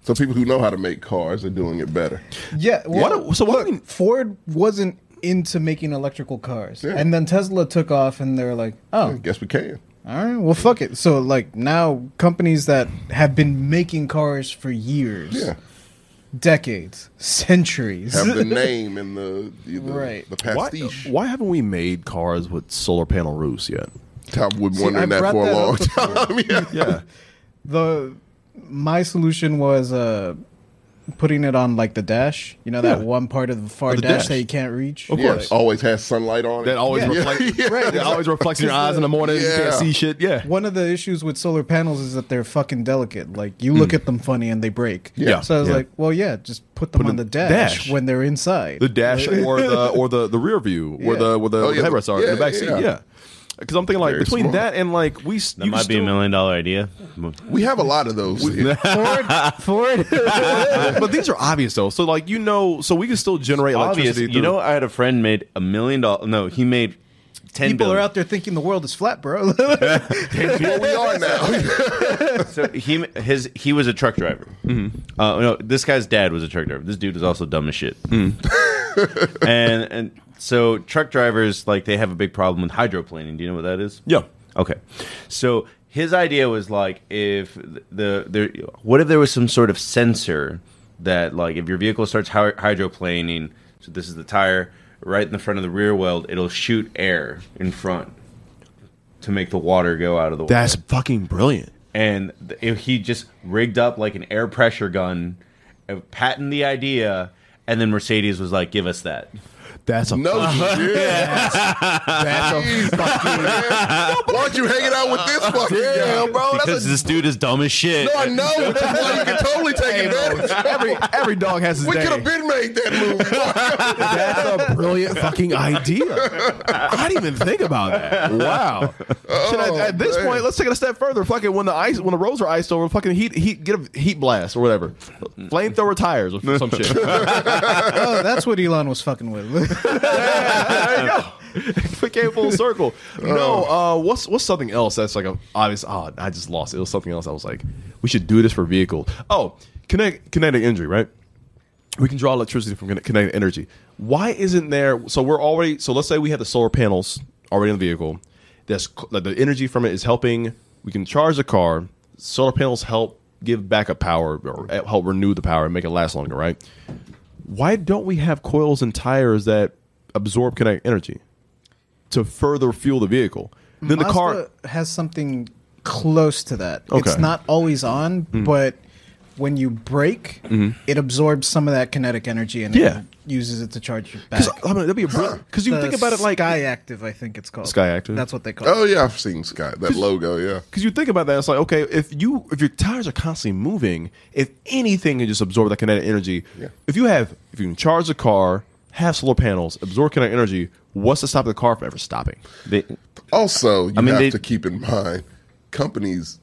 [SPEAKER 2] So people who know how to make cars are doing it better.
[SPEAKER 4] yeah. Well,
[SPEAKER 3] What- so what
[SPEAKER 4] look,
[SPEAKER 3] do we-
[SPEAKER 4] Ford wasn't into making electrical cars,
[SPEAKER 2] Yeah.
[SPEAKER 4] and then Tesla took off, and they're like,
[SPEAKER 2] I
[SPEAKER 4] oh,
[SPEAKER 2] guess we can.
[SPEAKER 4] All right. Well, fuck it. So, like, now companies that have been making cars for years,
[SPEAKER 2] Yeah,
[SPEAKER 4] decades, centuries.
[SPEAKER 2] have the name and the the, the,
[SPEAKER 4] Right.
[SPEAKER 2] the
[SPEAKER 3] Why,
[SPEAKER 2] pastiche.
[SPEAKER 3] why haven't we made cars with solar panel roofs yet?
[SPEAKER 2] I've been
[SPEAKER 4] I
[SPEAKER 2] wondering that
[SPEAKER 4] brought
[SPEAKER 2] for a
[SPEAKER 4] that
[SPEAKER 2] long
[SPEAKER 4] up
[SPEAKER 2] time. yeah.
[SPEAKER 3] Yeah,
[SPEAKER 4] the my solution was uh, putting it on like the dash. You know that
[SPEAKER 3] Yeah.
[SPEAKER 4] one part of the far
[SPEAKER 3] the
[SPEAKER 4] dash,
[SPEAKER 3] dash.
[SPEAKER 4] that you can't reach.
[SPEAKER 3] Of
[SPEAKER 2] Yeah,
[SPEAKER 3] course.
[SPEAKER 2] always has sunlight on it.
[SPEAKER 3] That always
[SPEAKER 4] Yeah.
[SPEAKER 3] reflects.
[SPEAKER 2] Yeah.
[SPEAKER 4] Right,
[SPEAKER 3] That always reflects in your eyes in the morning. You can't
[SPEAKER 2] Yeah.
[SPEAKER 3] see shit. Yeah.
[SPEAKER 4] One of the issues with solar panels is that they're fucking delicate. Like you look at them funny and they break.
[SPEAKER 2] Yeah.
[SPEAKER 4] So I was
[SPEAKER 3] Mm. Yeah.
[SPEAKER 4] like, well, yeah, just put them on the dash,
[SPEAKER 3] dash.
[SPEAKER 4] when they're inside.
[SPEAKER 3] the dash or the or the the rear view where
[SPEAKER 4] Yeah.
[SPEAKER 3] the where the,
[SPEAKER 2] Oh,
[SPEAKER 3] where the
[SPEAKER 2] yeah,
[SPEAKER 3] headrests are in the
[SPEAKER 2] yeah,
[SPEAKER 3] back seat.
[SPEAKER 2] yeah.
[SPEAKER 3] Yeah, because I'm thinking like
[SPEAKER 2] Very
[SPEAKER 3] between
[SPEAKER 2] smart.
[SPEAKER 3] that and like we
[SPEAKER 1] That might be a million dollar idea.
[SPEAKER 2] We have a lot of those. here.
[SPEAKER 4] Ford, Ford.
[SPEAKER 3] but these are obvious though. So like you know, so we can still generate
[SPEAKER 1] Obvious.
[SPEAKER 3] electricity.
[SPEAKER 1] You know, I had a friend made a million dollar. No, he made ten
[SPEAKER 4] People are
[SPEAKER 1] billion.
[SPEAKER 4] out there thinking the world is flat, bro.
[SPEAKER 2] Where we are now.
[SPEAKER 1] So he his he was a truck driver.
[SPEAKER 3] Mm-hmm.
[SPEAKER 1] Uh, no, this guy's dad was a truck driver. This dude is also dumb as shit.
[SPEAKER 3] Mm.
[SPEAKER 1] and and so truck drivers like they have a big problem with hydroplaning. Do you know what that is?
[SPEAKER 3] yeah,
[SPEAKER 1] Okay. So his idea was like if the there what if there was some sort of sensor that like if your vehicle starts hy- hydroplaning, so this is the tire right in the front of the rear weld, it'll shoot air in front to make the water go out of the way
[SPEAKER 3] that's fucking brilliant.
[SPEAKER 1] and th- if he just rigged up like an air pressure gun, uh, patented the idea, and then Mercedes was like, "Give us that."
[SPEAKER 3] That's a
[SPEAKER 2] No,
[SPEAKER 1] Uh-huh.
[SPEAKER 2] shit. Jeez, man. Why aren't you hanging out with this fucking guy?
[SPEAKER 3] bro.
[SPEAKER 1] Because this dude is dumb as shit.
[SPEAKER 2] No, I know. but that's why you can totally take advantage.
[SPEAKER 3] every every dog has his
[SPEAKER 2] We
[SPEAKER 3] day.
[SPEAKER 2] could have been made that move.
[SPEAKER 3] That's a brilliant fucking idea. I didn't even think about that. Wow. Shit, at, at this
[SPEAKER 2] Oh, man.
[SPEAKER 3] point, let's take it a step further. Fucking when the ice, when the roads are iced over, fucking heat, heat, get a heat blast or whatever, flamethrower tires or some shit.
[SPEAKER 4] oh, that's what Elon was fucking with.
[SPEAKER 3] Yeah, there you go. We came full circle. No,
[SPEAKER 2] Oh.
[SPEAKER 3] uh, what's what's something else that's like a obvious? Oh, I just lost. It It was something else. I was like, we should do this for vehicles. Oh, kinetic kinetic energy, right? We can draw electricity from kine- kinetic energy. Why isn't there? So we're already. So let's say we have the solar panels already in the vehicle. That's c- like the energy from it is helping. We can charge the car. Solar panels help give backup power or help renew the power and make it last longer, right? why don't we have coils and tires that absorb kinetic energy to further fuel the vehicle? Then the car,
[SPEAKER 4] Mazda has something close to that. It's
[SPEAKER 3] Okay. Mm.
[SPEAKER 4] not always on, but when you brake, it absorbs some of that kinetic energy and
[SPEAKER 3] Mm-hmm. Yeah.
[SPEAKER 4] it uses it to charge your back.
[SPEAKER 3] because I mean, that'd be a because you
[SPEAKER 4] The
[SPEAKER 3] think about it like
[SPEAKER 4] Sky Active, I think it's called.
[SPEAKER 3] Sky Active?
[SPEAKER 4] That's what they call.
[SPEAKER 2] oh
[SPEAKER 4] it.
[SPEAKER 2] yeah, I've seen Scott. That logo, yeah.
[SPEAKER 3] because you think about that, it's like okay, if you if your tires are constantly moving, if anything can just absorb that kinetic energy,
[SPEAKER 2] Yeah.
[SPEAKER 3] if you have if you can charge the car, have solar panels, absorb kinetic energy, what's to stop the car from ever stopping?
[SPEAKER 1] They-
[SPEAKER 2] Also, you
[SPEAKER 1] mean,
[SPEAKER 2] have
[SPEAKER 1] they-
[SPEAKER 2] to keep in mind companies.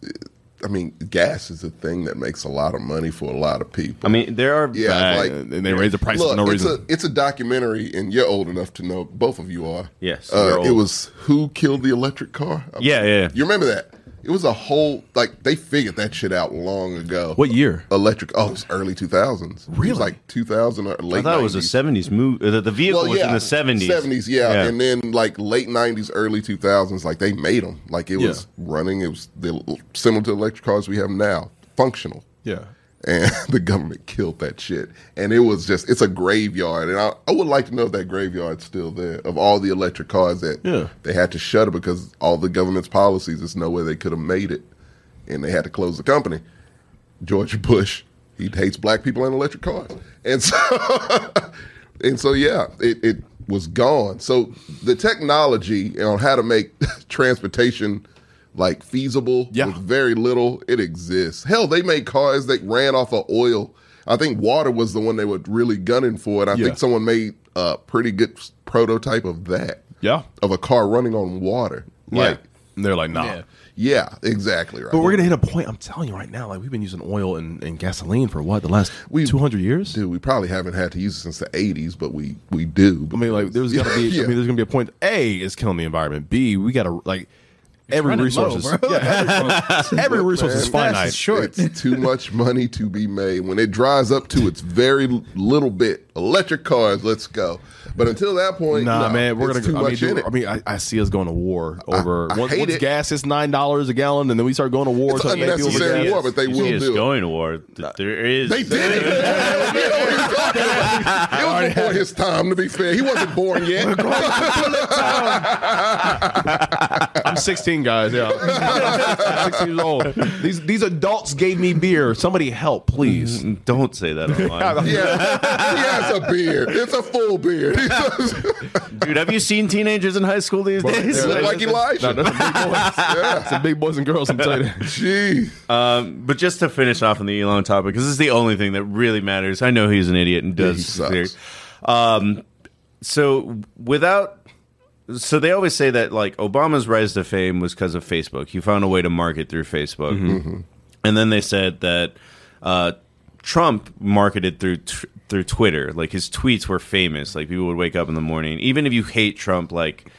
[SPEAKER 2] I mean, gas is a thing that makes a lot of money for a lot of people.
[SPEAKER 1] I mean, there are uh,
[SPEAKER 2] Yeah,
[SPEAKER 1] bad-
[SPEAKER 2] like-
[SPEAKER 3] and they raise the price for
[SPEAKER 2] Look,
[SPEAKER 3] no
[SPEAKER 2] it's
[SPEAKER 3] reason.
[SPEAKER 2] a it's a documentary, and you're old enough to know. Both of you are.
[SPEAKER 1] Yes,
[SPEAKER 2] uh,
[SPEAKER 1] we're
[SPEAKER 2] it
[SPEAKER 1] old.
[SPEAKER 2] was who killed the electric car. I
[SPEAKER 1] Yeah,
[SPEAKER 2] mean,
[SPEAKER 1] yeah, yeah.
[SPEAKER 2] You remember that? It was a whole like they figured that shit out long ago.
[SPEAKER 3] What year?
[SPEAKER 2] Electric? Oh, it was early 2000s. It
[SPEAKER 3] Really?
[SPEAKER 2] was like 2000 or late.
[SPEAKER 1] I thought it was
[SPEAKER 2] 90s.
[SPEAKER 1] a '70s movie. The, the vehicle was in the '70s.
[SPEAKER 2] Seventies, yeah. and then like late nineties, early two thousands, like they made them. Like it was running. It was the, similar to electric cars we have now, functional.
[SPEAKER 3] Yeah,
[SPEAKER 2] And the government killed that shit. And it was just, it's a graveyard. And I, I would like to know if that graveyard's still there of all the electric cars that
[SPEAKER 3] Yeah.
[SPEAKER 2] they had to shutter because all the government's policies, there's no way they could have made it. And they had to close the company. George Bush, he hates black people and electric cars. And so, and so yeah, it, it was gone. So the technology on how to make transportation like feasible
[SPEAKER 3] Yeah.
[SPEAKER 2] with very little, it exists. Hell, they made cars that ran off of oil. I think water was the one they were really gunning for, and I
[SPEAKER 3] Yeah.
[SPEAKER 2] think someone made a pretty good s- prototype of that.
[SPEAKER 3] yeah,
[SPEAKER 2] Of a car running on water. Like,
[SPEAKER 3] yeah. And they're like, nah.
[SPEAKER 4] Yeah.
[SPEAKER 2] yeah, exactly right.
[SPEAKER 3] But we're gonna hit a point. I'm telling you right now. Like we've been using oil and, and gasoline for what the last
[SPEAKER 2] We-
[SPEAKER 3] 200 years.
[SPEAKER 2] Dude, we probably haven't had to use it since the '80s, but we we do.
[SPEAKER 3] I mean, like there's gotta be.
[SPEAKER 2] Yeah.
[SPEAKER 3] I mean, there's gonna be a point. A is killing the environment. B, we gotta like every
[SPEAKER 4] running
[SPEAKER 3] resource
[SPEAKER 4] low,
[SPEAKER 3] is
[SPEAKER 4] bro.
[SPEAKER 3] yeah, every resource is
[SPEAKER 2] Man,
[SPEAKER 3] finite.
[SPEAKER 2] It's too much money to be made. When it dries up to its very little bit, electric cars, let's go. But until that point,
[SPEAKER 3] Nah,
[SPEAKER 2] no,
[SPEAKER 3] man, we're
[SPEAKER 2] it's
[SPEAKER 3] gonna.
[SPEAKER 2] too
[SPEAKER 3] I mean,
[SPEAKER 2] much
[SPEAKER 3] dude,
[SPEAKER 2] in it.
[SPEAKER 3] I mean, I, I see us going to war over
[SPEAKER 2] I
[SPEAKER 3] once,
[SPEAKER 2] hate
[SPEAKER 3] once
[SPEAKER 2] it.
[SPEAKER 3] gas is nine dollars a gallon, and then we start going to war.
[SPEAKER 2] It's
[SPEAKER 3] to make people
[SPEAKER 1] You
[SPEAKER 2] unnecessary
[SPEAKER 3] forget.
[SPEAKER 1] see
[SPEAKER 2] war,
[SPEAKER 1] us-
[SPEAKER 2] but they
[SPEAKER 1] you
[SPEAKER 2] will
[SPEAKER 1] see us
[SPEAKER 2] do it.
[SPEAKER 1] going to war. Th- There is.
[SPEAKER 2] they did it. man. We know what he was talking about. It was before his time. To be fair, he wasn't born yet.
[SPEAKER 3] I'm I'm 16, guys. Yeah, I'm 16 years old. These these adults gave me beer. Somebody help, please.
[SPEAKER 1] Don't say that online.
[SPEAKER 2] Yeah, he has a beard. It's a full beard. He does-
[SPEAKER 1] Dude, have you seen teenagers in high school these days?
[SPEAKER 2] look like Elijah.
[SPEAKER 3] No, that's a big boys. That's a big boys and girls. I'm telling you.
[SPEAKER 2] Gee,
[SPEAKER 1] Um, but just to finish off on the Elon topic, because this is the only thing that really matters. I know he's an idiot and
[SPEAKER 2] he
[SPEAKER 1] does.
[SPEAKER 2] sucks.
[SPEAKER 1] theory. Um, so without, so they always say that like Obama's rise to fame was because of Facebook. He found a way to market through Facebook,
[SPEAKER 2] Mm-hmm.
[SPEAKER 1] and then they said that uh, Trump marketed through tr- through Twitter. Like his tweets were famous. Like people would wake up in the morning, even if you hate Trump, like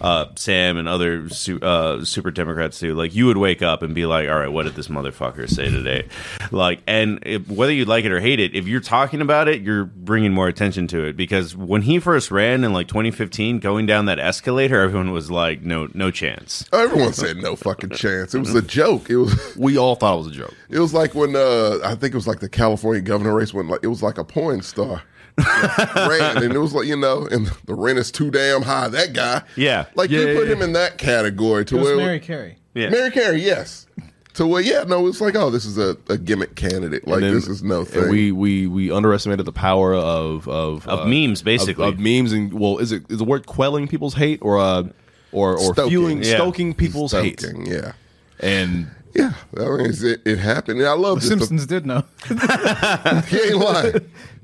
[SPEAKER 1] uh, Sam and other su- uh, super Democrats do. Like you would wake up and be like, "All right, what did this motherfucker say today?" Like, and if, whether you like it or hate it, if you're talking about it, you're bringing more attention to it because when he first ran in like 2015, going down that escalator, everyone was like, "No, no chance."
[SPEAKER 2] everyone said no fucking chance. It was a joke. It was.
[SPEAKER 3] We all thought it was a joke.
[SPEAKER 2] It was like when uh, I think it was like the California governor race when like it was like a porn star ran, and it was like you know, and the rent is too damn high. That guy,
[SPEAKER 1] Yeah.
[SPEAKER 2] like
[SPEAKER 3] Yeah,
[SPEAKER 2] you
[SPEAKER 3] yeah,
[SPEAKER 2] put
[SPEAKER 3] yeah.
[SPEAKER 2] him in that category to
[SPEAKER 4] It was
[SPEAKER 2] where
[SPEAKER 4] Mary Carey.
[SPEAKER 1] Yeah.
[SPEAKER 2] Mary Carey, yes, to where yeah, no, it's like oh, this is a, a gimmick candidate, like
[SPEAKER 3] And then-
[SPEAKER 2] this is no
[SPEAKER 3] and
[SPEAKER 2] thing.
[SPEAKER 3] We we we underestimated the power of of
[SPEAKER 1] Of memes, basically.
[SPEAKER 3] of, of memes and well, is it is the word quelling people's hate or uh or or
[SPEAKER 2] Stoking.
[SPEAKER 3] fueling
[SPEAKER 1] Yeah.
[SPEAKER 3] stoking people's hate
[SPEAKER 2] Joking, yeah,
[SPEAKER 3] and
[SPEAKER 2] yeah, I mean, it's- it, it happened. And I love
[SPEAKER 4] The
[SPEAKER 2] this.
[SPEAKER 4] Simpsons did know.
[SPEAKER 2] he ain't lying.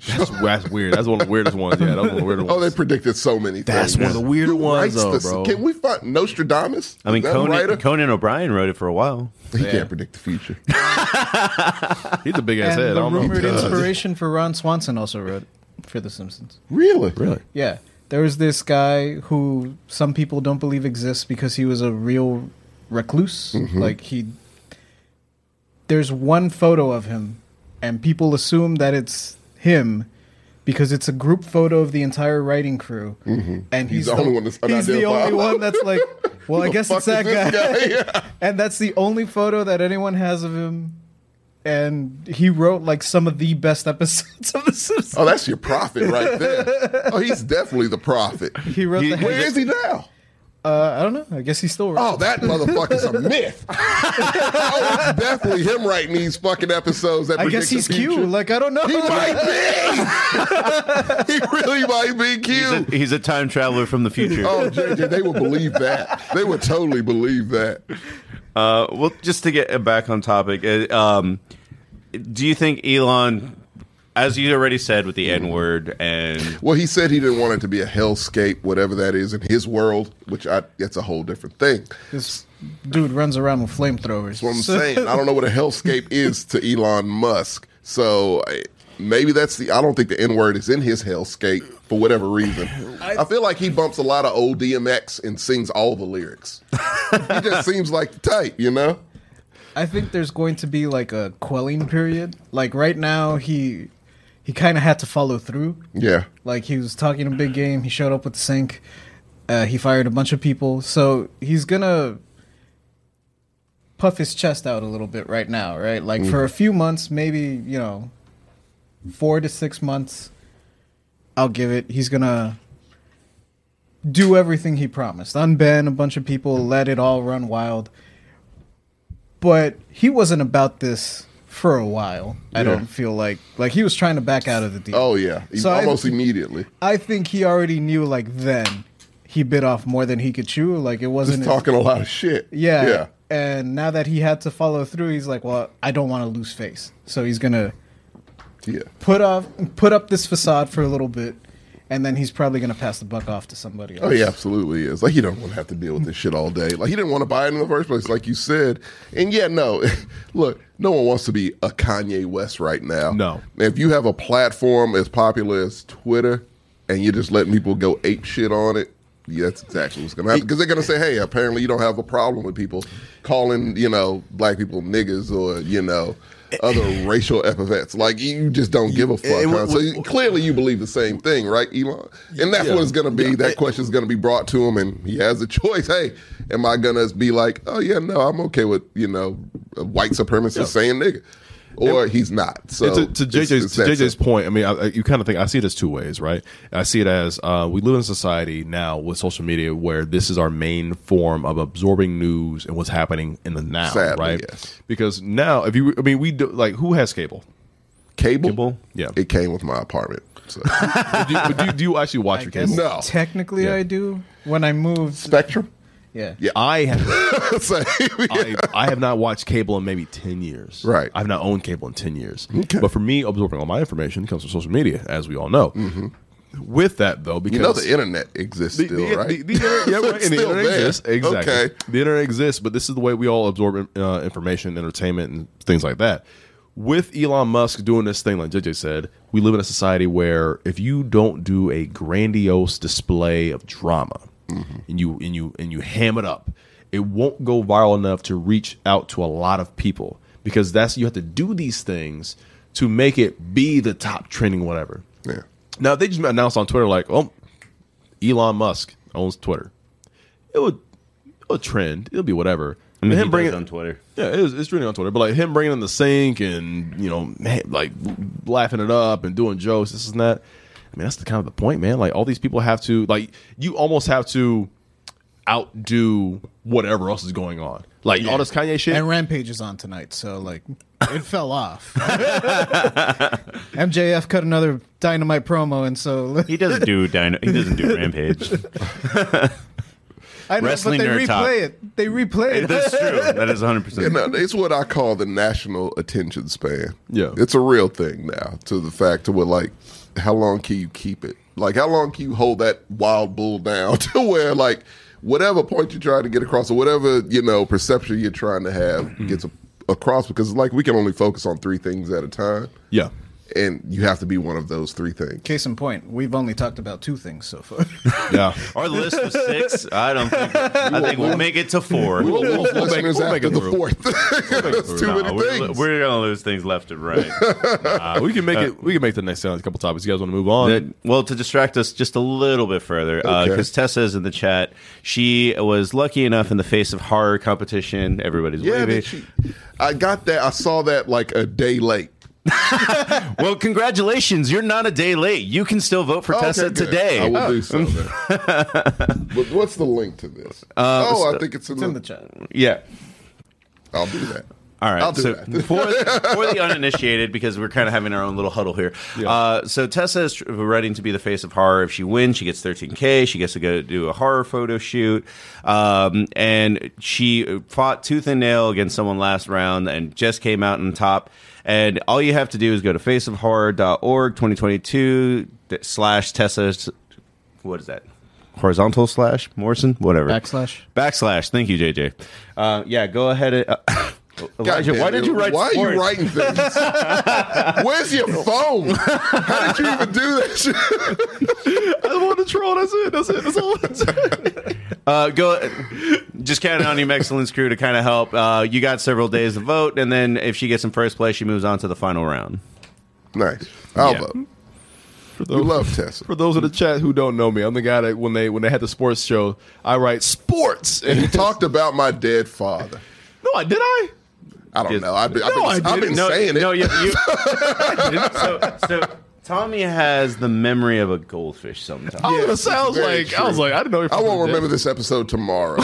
[SPEAKER 3] that's, that's weird. That's one of the weirdest ones. Yeah, that's one of the weirder
[SPEAKER 2] Oh,
[SPEAKER 3] ones.
[SPEAKER 2] they predicted so many.
[SPEAKER 3] That's
[SPEAKER 2] things.
[SPEAKER 3] one of the weirder
[SPEAKER 2] Who
[SPEAKER 3] ones,
[SPEAKER 2] writes
[SPEAKER 3] though,
[SPEAKER 2] this?
[SPEAKER 3] bro.
[SPEAKER 2] Can we find Nostradamus?
[SPEAKER 1] I mean,
[SPEAKER 2] Is that a writer?
[SPEAKER 1] Conan, Conan O'Brien wrote it for a while.
[SPEAKER 2] he can't predict the future.
[SPEAKER 3] He's a big ass
[SPEAKER 4] and
[SPEAKER 3] head. I
[SPEAKER 4] the
[SPEAKER 3] don't know.
[SPEAKER 4] rumored
[SPEAKER 2] does.
[SPEAKER 4] inspiration for Ron Swanson also wrote it for The Simpsons.
[SPEAKER 2] Really? Really?
[SPEAKER 4] Yeah. There was this guy who some people don't believe exists because he was a real recluse.
[SPEAKER 2] Mm-hmm.
[SPEAKER 4] Like he there's one photo of him and people assume that it's him because it's a group photo of the entire writing crew. And he's,
[SPEAKER 2] Mm-hmm. He's the only one that's
[SPEAKER 4] he's the
[SPEAKER 2] unidentified.
[SPEAKER 4] only one that's like, well, I guess
[SPEAKER 2] fuck
[SPEAKER 4] it's that
[SPEAKER 2] is
[SPEAKER 4] guy.
[SPEAKER 2] this guy?
[SPEAKER 4] and that's the only photo that anyone has of him. And he wrote like some of the best episodes of The Simpsons.
[SPEAKER 2] Oh, that's your prophet right there. Oh, he's definitely the prophet.
[SPEAKER 4] He wrote the
[SPEAKER 2] Where is he now?
[SPEAKER 4] Uh, I don't know. I guess he's still writing.
[SPEAKER 2] Oh, that motherfucker's a myth. oh, it's definitely him writing these fucking episodes. That
[SPEAKER 4] I guess
[SPEAKER 2] predict
[SPEAKER 4] he's
[SPEAKER 2] the future.
[SPEAKER 4] cute. Like I don't know.
[SPEAKER 2] He might be. he really might be
[SPEAKER 1] He's a,
[SPEAKER 2] cute.
[SPEAKER 1] he's a time traveler from the future.
[SPEAKER 2] Oh, JJ, they would believe that. They would totally believe that.
[SPEAKER 1] Uh, well, just to get back on topic, uh, um, do you think Elon, as you already said with the N word, and
[SPEAKER 2] Well, he said he didn't want it to be a hellscape, whatever that is, in his world, which I that's a whole different thing.
[SPEAKER 4] This dude runs around with flamethrowers.
[SPEAKER 2] That's what I'm
[SPEAKER 4] So-
[SPEAKER 2] saying. I don't know what a hellscape is to Elon Musk. So I- maybe that's the. I don't think the N word is in his hellscape for whatever reason. I, feel like he bumps a lot of old DMX and sings all the lyrics. he just seems like the type, you know?
[SPEAKER 4] I think there's going to be like a quelling period. Like right now, he he kind of had to follow through.
[SPEAKER 2] Yeah.
[SPEAKER 4] Like he was talking a big game. He showed up with the sink. Uh, he fired a bunch of people. So he's gonna puff his chest out a little bit right now, right? Like for a few months, maybe you know, four to six months. I'll give it. He's gonna do everything he promised. Unban a bunch of people. Let it all run wild. But he wasn't about this for a while. I don't feel like like he was trying to back out of the deal.
[SPEAKER 2] Oh yeah. He-
[SPEAKER 4] So I-
[SPEAKER 2] almost immediately.
[SPEAKER 4] I think he already knew like then he bit off more than he could chew. Like it wasn't
[SPEAKER 2] Just
[SPEAKER 4] his-
[SPEAKER 2] talking a lot of shit.
[SPEAKER 4] yeah.
[SPEAKER 2] Yeah.
[SPEAKER 4] And now that he had to follow through, he's like, well, I don't want to lose face, so he's gonna
[SPEAKER 2] Yeah.
[SPEAKER 4] put off put up this facade for a little bit, and then he's probably gonna pass the buck off to somebody else.
[SPEAKER 2] Oh, he absolutely is. Like, he don't want to have to deal with this shit all day. Like, he didn't want to buy it in the first place, like you said. And yeah, no, look, no one wants to be a Kanye West right now.
[SPEAKER 3] No.
[SPEAKER 2] If you have a platform as popular as Twitter and you're just letting people go ape shit on it, yeah, that's exactly what's going to happen. Because they're going to say, hey, apparently you don't have a problem with people calling, you know, black people niggas or, you know,
[SPEAKER 3] Eh,
[SPEAKER 2] other racial epithets. Like, you just don't give a fuck.
[SPEAKER 3] and
[SPEAKER 2] huh?
[SPEAKER 3] eh, what-
[SPEAKER 2] So you- clearly you believe the same thing, right, Elon? And that's
[SPEAKER 3] Yeah.
[SPEAKER 2] what it's going to be.
[SPEAKER 3] Yeah.
[SPEAKER 2] That question is going to be brought to him, and he has a choice. Hey, am I going to be like, oh yeah, no, I'm okay with you know white supremacists saying nigga? or he's not. So
[SPEAKER 3] And to, to
[SPEAKER 2] it's-
[SPEAKER 3] JJ's
[SPEAKER 2] it's
[SPEAKER 3] to
[SPEAKER 2] that
[SPEAKER 3] JJ's
[SPEAKER 2] simple.
[SPEAKER 3] point, I mean, I, I- you kind of think I see it as two ways, right? I see it as uh, we live in a society now with social media where this is our main form of absorbing news and what's happening in the now,
[SPEAKER 2] Sadly,
[SPEAKER 3] right?
[SPEAKER 2] yes.
[SPEAKER 3] Because now, if you, I mean, we do like who has cable?
[SPEAKER 2] cable,
[SPEAKER 1] Cable?
[SPEAKER 3] Yeah.
[SPEAKER 2] it came with my apartment. So.
[SPEAKER 3] do, you, do, you, do you actually watch
[SPEAKER 4] I
[SPEAKER 3] your
[SPEAKER 4] guess
[SPEAKER 3] cable?
[SPEAKER 2] No.
[SPEAKER 4] technically
[SPEAKER 3] Yeah.
[SPEAKER 4] I do. When I moved,
[SPEAKER 2] Spectrum.
[SPEAKER 4] yeah,
[SPEAKER 2] Yeah.
[SPEAKER 3] I have,
[SPEAKER 2] So,
[SPEAKER 3] I, I have not watched cable in maybe ten years.
[SPEAKER 2] Right.
[SPEAKER 3] I've not owned cable in ten years. But for me, absorbing all my information comes from social media, as we all know. With that though, because
[SPEAKER 2] Mm-hmm. you know the internet exists
[SPEAKER 3] The-
[SPEAKER 2] still,
[SPEAKER 3] the-
[SPEAKER 2] right?
[SPEAKER 3] the- the internet- yeah, right,
[SPEAKER 2] It's
[SPEAKER 3] and the
[SPEAKER 2] still
[SPEAKER 3] internet
[SPEAKER 2] there.
[SPEAKER 3] exists. Exactly.
[SPEAKER 2] Okay.
[SPEAKER 3] The internet exists, but this is the way we all absorb uh, information, entertainment, and things like that. With Elon Musk doing this thing, like JJ said, we live in a society where if you don't do a grandiose display of drama and you and you and you ham it up, it won't go viral enough to reach out to a lot of people because that's you have to do these things to make it be the top trending whatever.
[SPEAKER 2] Yeah.
[SPEAKER 3] Now if they just announced on Twitter like, "Oh, Elon Musk owns Twitter." It would a trend. It'll be whatever. And him bringing
[SPEAKER 1] on Twitter.
[SPEAKER 3] yeah, it is, it's trending on Twitter, but like him bringing in the sink and you know man, like laughing it up and doing jokes, this and that. I mean, that's the kind of the point, man. Like all these people have to like you almost have to outdo whatever else is going on. Like all this Kanye shit.
[SPEAKER 4] and Rampage is on tonight, so like it fell off. MJF cut another dynamite promo, and so
[SPEAKER 1] He doesn't do dino. He doesn't do rampage.
[SPEAKER 4] I know,
[SPEAKER 1] Wrestling
[SPEAKER 4] but they
[SPEAKER 1] nerd
[SPEAKER 4] replay
[SPEAKER 1] talk.
[SPEAKER 4] it. They replay it.
[SPEAKER 1] That's true. That is 100.
[SPEAKER 2] You
[SPEAKER 1] percent
[SPEAKER 2] know, it's what I call the national attention span.
[SPEAKER 3] Yeah.
[SPEAKER 2] It's a real thing now to the fact to what like how long can you keep it? Like how long can you hold that wild bull down to where like whatever point you're trying to get across or whatever, you know, perception you're trying to have
[SPEAKER 3] Mm-hmm.
[SPEAKER 2] gets a- across because like we can only focus on three things at a time.
[SPEAKER 3] yeah.
[SPEAKER 2] And you have to be one of those three things.
[SPEAKER 4] Case in point, we've only talked about two things so far.
[SPEAKER 3] Yeah.
[SPEAKER 1] Our list was six. I don't think. I think we'll make it to four.
[SPEAKER 2] We'll
[SPEAKER 3] we'll-
[SPEAKER 2] lose
[SPEAKER 3] we'll make-
[SPEAKER 2] listeners
[SPEAKER 3] we'll make
[SPEAKER 2] after
[SPEAKER 3] it
[SPEAKER 2] the
[SPEAKER 3] through.
[SPEAKER 2] 4th
[SPEAKER 3] through.
[SPEAKER 2] That's too
[SPEAKER 1] Nah,
[SPEAKER 2] many
[SPEAKER 1] Uh, we're,
[SPEAKER 2] things.
[SPEAKER 1] we're gonna lose things left and right.
[SPEAKER 3] Uh, we can make it. We can make the next sound a couple topics. You guys want to move on?
[SPEAKER 1] That- well, to distract us just a little bit further,
[SPEAKER 2] Okay.
[SPEAKER 1] because Tessa is in the chat. She was lucky enough in the face of horror competition. Everybody's
[SPEAKER 2] yeah,
[SPEAKER 1] waving.
[SPEAKER 2] did she- I got that. I saw that like a day late.
[SPEAKER 1] Well, congratulations! You're not a day late. You can still vote for
[SPEAKER 2] Oh, Okay,
[SPEAKER 1] Tessa
[SPEAKER 2] good.
[SPEAKER 1] today. Oh.
[SPEAKER 2] I will do so. then. but what's the link to this?
[SPEAKER 1] Uh,
[SPEAKER 2] oh, I think it's in,
[SPEAKER 4] it's
[SPEAKER 2] the,
[SPEAKER 4] in the chat.
[SPEAKER 1] yeah.
[SPEAKER 2] I'll do that.
[SPEAKER 1] All right.
[SPEAKER 2] I'll do
[SPEAKER 1] so
[SPEAKER 2] that.
[SPEAKER 1] for, for the uninitiated, because we're kind of having our own little huddle here. Uh, so Tessa is running to be the face of horror. If she wins, she gets 13K. She gets to go do a horror photo shoot. Um, and she fought tooth and nail against someone last round and just came out on top. And all you have to do is go to faceofhorror.org 2022 slash Tessa. What is that? Horizontal slash Morrison? Whatever.
[SPEAKER 4] Backslash.
[SPEAKER 1] Backslash. Thank you, JJ. Uh, yeah, go ahead. And, uh,
[SPEAKER 2] God
[SPEAKER 1] Elijah,
[SPEAKER 2] damn
[SPEAKER 1] why
[SPEAKER 2] it.
[SPEAKER 1] did you write?
[SPEAKER 2] Why are
[SPEAKER 1] sports?
[SPEAKER 2] you writing things? Where's your phone? How did you even do that shit?
[SPEAKER 3] I want to troll. That's it. That's it. That's all.
[SPEAKER 1] Uh, go. Just counting on you, excellence crew, to kind of help. Uh, you got several days to vote, and then if she gets in first place, she moves on to the final round.
[SPEAKER 2] Nice. I'll
[SPEAKER 1] Yeah.
[SPEAKER 2] vote.
[SPEAKER 3] For
[SPEAKER 2] You
[SPEAKER 3] those-
[SPEAKER 2] love Tessa.
[SPEAKER 3] For those in the chat who don't know me, I'm the guy that when they when they had the sports show, I write sports.
[SPEAKER 2] You
[SPEAKER 3] And
[SPEAKER 2] talked about my dead father.
[SPEAKER 3] no, I did I.
[SPEAKER 2] I don't
[SPEAKER 1] Did-
[SPEAKER 2] know. I've been, I've
[SPEAKER 3] No, I
[SPEAKER 2] been, I've
[SPEAKER 3] didn't.
[SPEAKER 2] been saying it.
[SPEAKER 1] no, you. you so, so Tommy has the memory of a goldfish. Sometimes
[SPEAKER 3] I
[SPEAKER 2] Yes,
[SPEAKER 3] was, I was
[SPEAKER 2] very
[SPEAKER 3] like, I was
[SPEAKER 2] true.
[SPEAKER 3] like, I didn't know. Your
[SPEAKER 2] I
[SPEAKER 3] father
[SPEAKER 2] won't
[SPEAKER 3] did.
[SPEAKER 2] remember this episode tomorrow.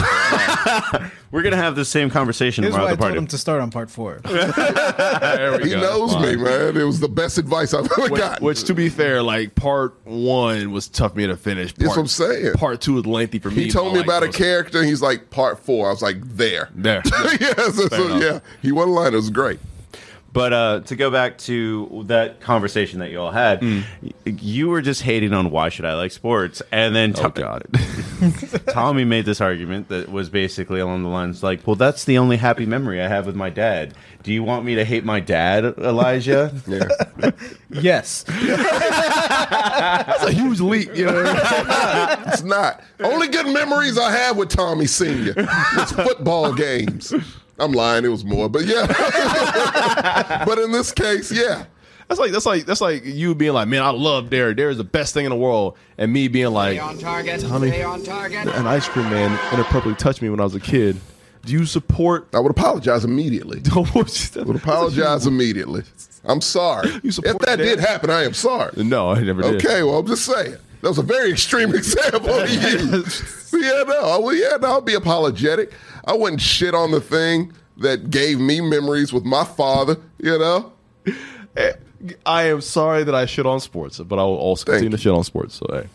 [SPEAKER 1] we're gonna have the same conversation
[SPEAKER 4] Here's why
[SPEAKER 1] tomorrow
[SPEAKER 4] I
[SPEAKER 1] at the
[SPEAKER 4] told
[SPEAKER 1] party.
[SPEAKER 4] him to start on part four.
[SPEAKER 3] There we
[SPEAKER 2] He
[SPEAKER 3] go.
[SPEAKER 2] knows
[SPEAKER 3] Fine.
[SPEAKER 2] me, man. It was the best advice I've ever
[SPEAKER 3] Which,
[SPEAKER 2] gotten.
[SPEAKER 3] which, to be fair, like part one was tough for me to finish. Part,
[SPEAKER 2] That's what I'm saying.
[SPEAKER 3] Part two was lengthy for me.
[SPEAKER 2] he told me
[SPEAKER 3] like,
[SPEAKER 2] about a
[SPEAKER 3] those-
[SPEAKER 2] character. He's like part four. I was like there.
[SPEAKER 3] There.
[SPEAKER 2] yeah, so, so,
[SPEAKER 3] enough.
[SPEAKER 2] yeah. He won a line. It was great.
[SPEAKER 1] But uh, to go back to that conversation that you all had,
[SPEAKER 3] Mm.
[SPEAKER 1] y- you were just hating on why should I like sports, and then
[SPEAKER 3] Oh God.
[SPEAKER 1] Tommy made this argument that was basically along the lines like, "Well, that's the only happy memory I have with my dad. Do you want me to hate my dad, Elijah?"
[SPEAKER 2] Yeah.
[SPEAKER 4] yes.
[SPEAKER 3] That's a huge leap. You know?
[SPEAKER 2] it's not. Only good memories I have with Tommy Sr. It's football games. I'm lying. It was more, but yeah. but in this case, yeah.
[SPEAKER 3] that's like that's like that's like you being like, man, I love Dare. Dare is the best thing in the world, and me being like,
[SPEAKER 5] Stay on target.
[SPEAKER 3] Tommy,
[SPEAKER 5] Stay on target.
[SPEAKER 3] an ice cream man inappropriately touched me when I was a kid. do you support?
[SPEAKER 2] I would apologize immediately. would apologize immediately. I'm sorry.
[SPEAKER 3] You
[SPEAKER 2] if
[SPEAKER 3] support
[SPEAKER 2] that did
[SPEAKER 3] that?
[SPEAKER 2] happen, I am sorry.
[SPEAKER 3] No, I never did.
[SPEAKER 2] Okay, well, I'm just saying. That was a very extreme example of you. yeah, no, I would, yeah, no, I'll be apologetic. I wouldn't shit on the thing that gave me memories with my father, you know?
[SPEAKER 3] I am sorry that I shit on sports, but I will also
[SPEAKER 2] Thank
[SPEAKER 3] continue to shit on sports. So hey,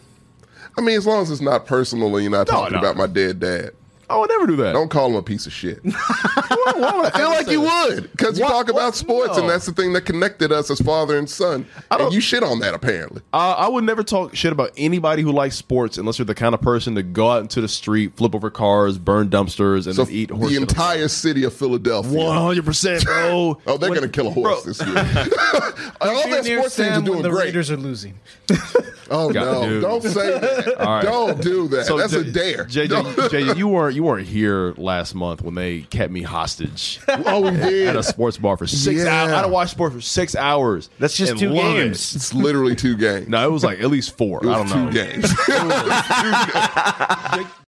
[SPEAKER 2] I mean, as long as it's not personal and you're not
[SPEAKER 3] No,
[SPEAKER 2] talking
[SPEAKER 3] no.
[SPEAKER 2] about my dead dad.
[SPEAKER 3] I would never do that.
[SPEAKER 2] Don't call him a piece of shit. I feel like you would because you
[SPEAKER 3] Why-
[SPEAKER 2] talk
[SPEAKER 3] why-
[SPEAKER 2] about sports,
[SPEAKER 3] no.
[SPEAKER 2] and that's the thing that connected us as father and son. And
[SPEAKER 3] don't-
[SPEAKER 2] you shit on that apparently.
[SPEAKER 3] I, I would never talk shit about anybody who likes sports unless you're the kind of person to go out into the street, flip over cars, burn dumpsters, and
[SPEAKER 2] So
[SPEAKER 3] then eat horse
[SPEAKER 2] the entire city of Philadelphia.
[SPEAKER 3] One hundred percent, bro.
[SPEAKER 2] Oh, they're
[SPEAKER 3] When-
[SPEAKER 2] gonna kill a horse
[SPEAKER 3] Bro,
[SPEAKER 2] this year. All their
[SPEAKER 4] Near
[SPEAKER 2] sports teams
[SPEAKER 4] Sam
[SPEAKER 2] are
[SPEAKER 4] when
[SPEAKER 2] doing
[SPEAKER 4] the
[SPEAKER 2] great.
[SPEAKER 4] Raiders are losing.
[SPEAKER 2] Oh
[SPEAKER 3] Got
[SPEAKER 2] no!
[SPEAKER 3] it, dude.
[SPEAKER 2] Don't say that.
[SPEAKER 3] right.
[SPEAKER 2] Don't do that.
[SPEAKER 3] so
[SPEAKER 2] That's
[SPEAKER 3] J-
[SPEAKER 2] a dare.
[SPEAKER 3] JJ, JJ, you weren't you weren't here last month when they kept me hostage
[SPEAKER 2] oh, we
[SPEAKER 3] at
[SPEAKER 2] did.
[SPEAKER 3] a sports bar for six
[SPEAKER 2] Yeah.
[SPEAKER 3] hours. I had to watch sports for six hours.
[SPEAKER 1] That's just
[SPEAKER 3] and
[SPEAKER 1] two
[SPEAKER 3] love it.
[SPEAKER 1] games.
[SPEAKER 2] It's literally two games.
[SPEAKER 3] No, it was like at least four.
[SPEAKER 2] it
[SPEAKER 3] I
[SPEAKER 2] was
[SPEAKER 3] don't know.
[SPEAKER 2] two games.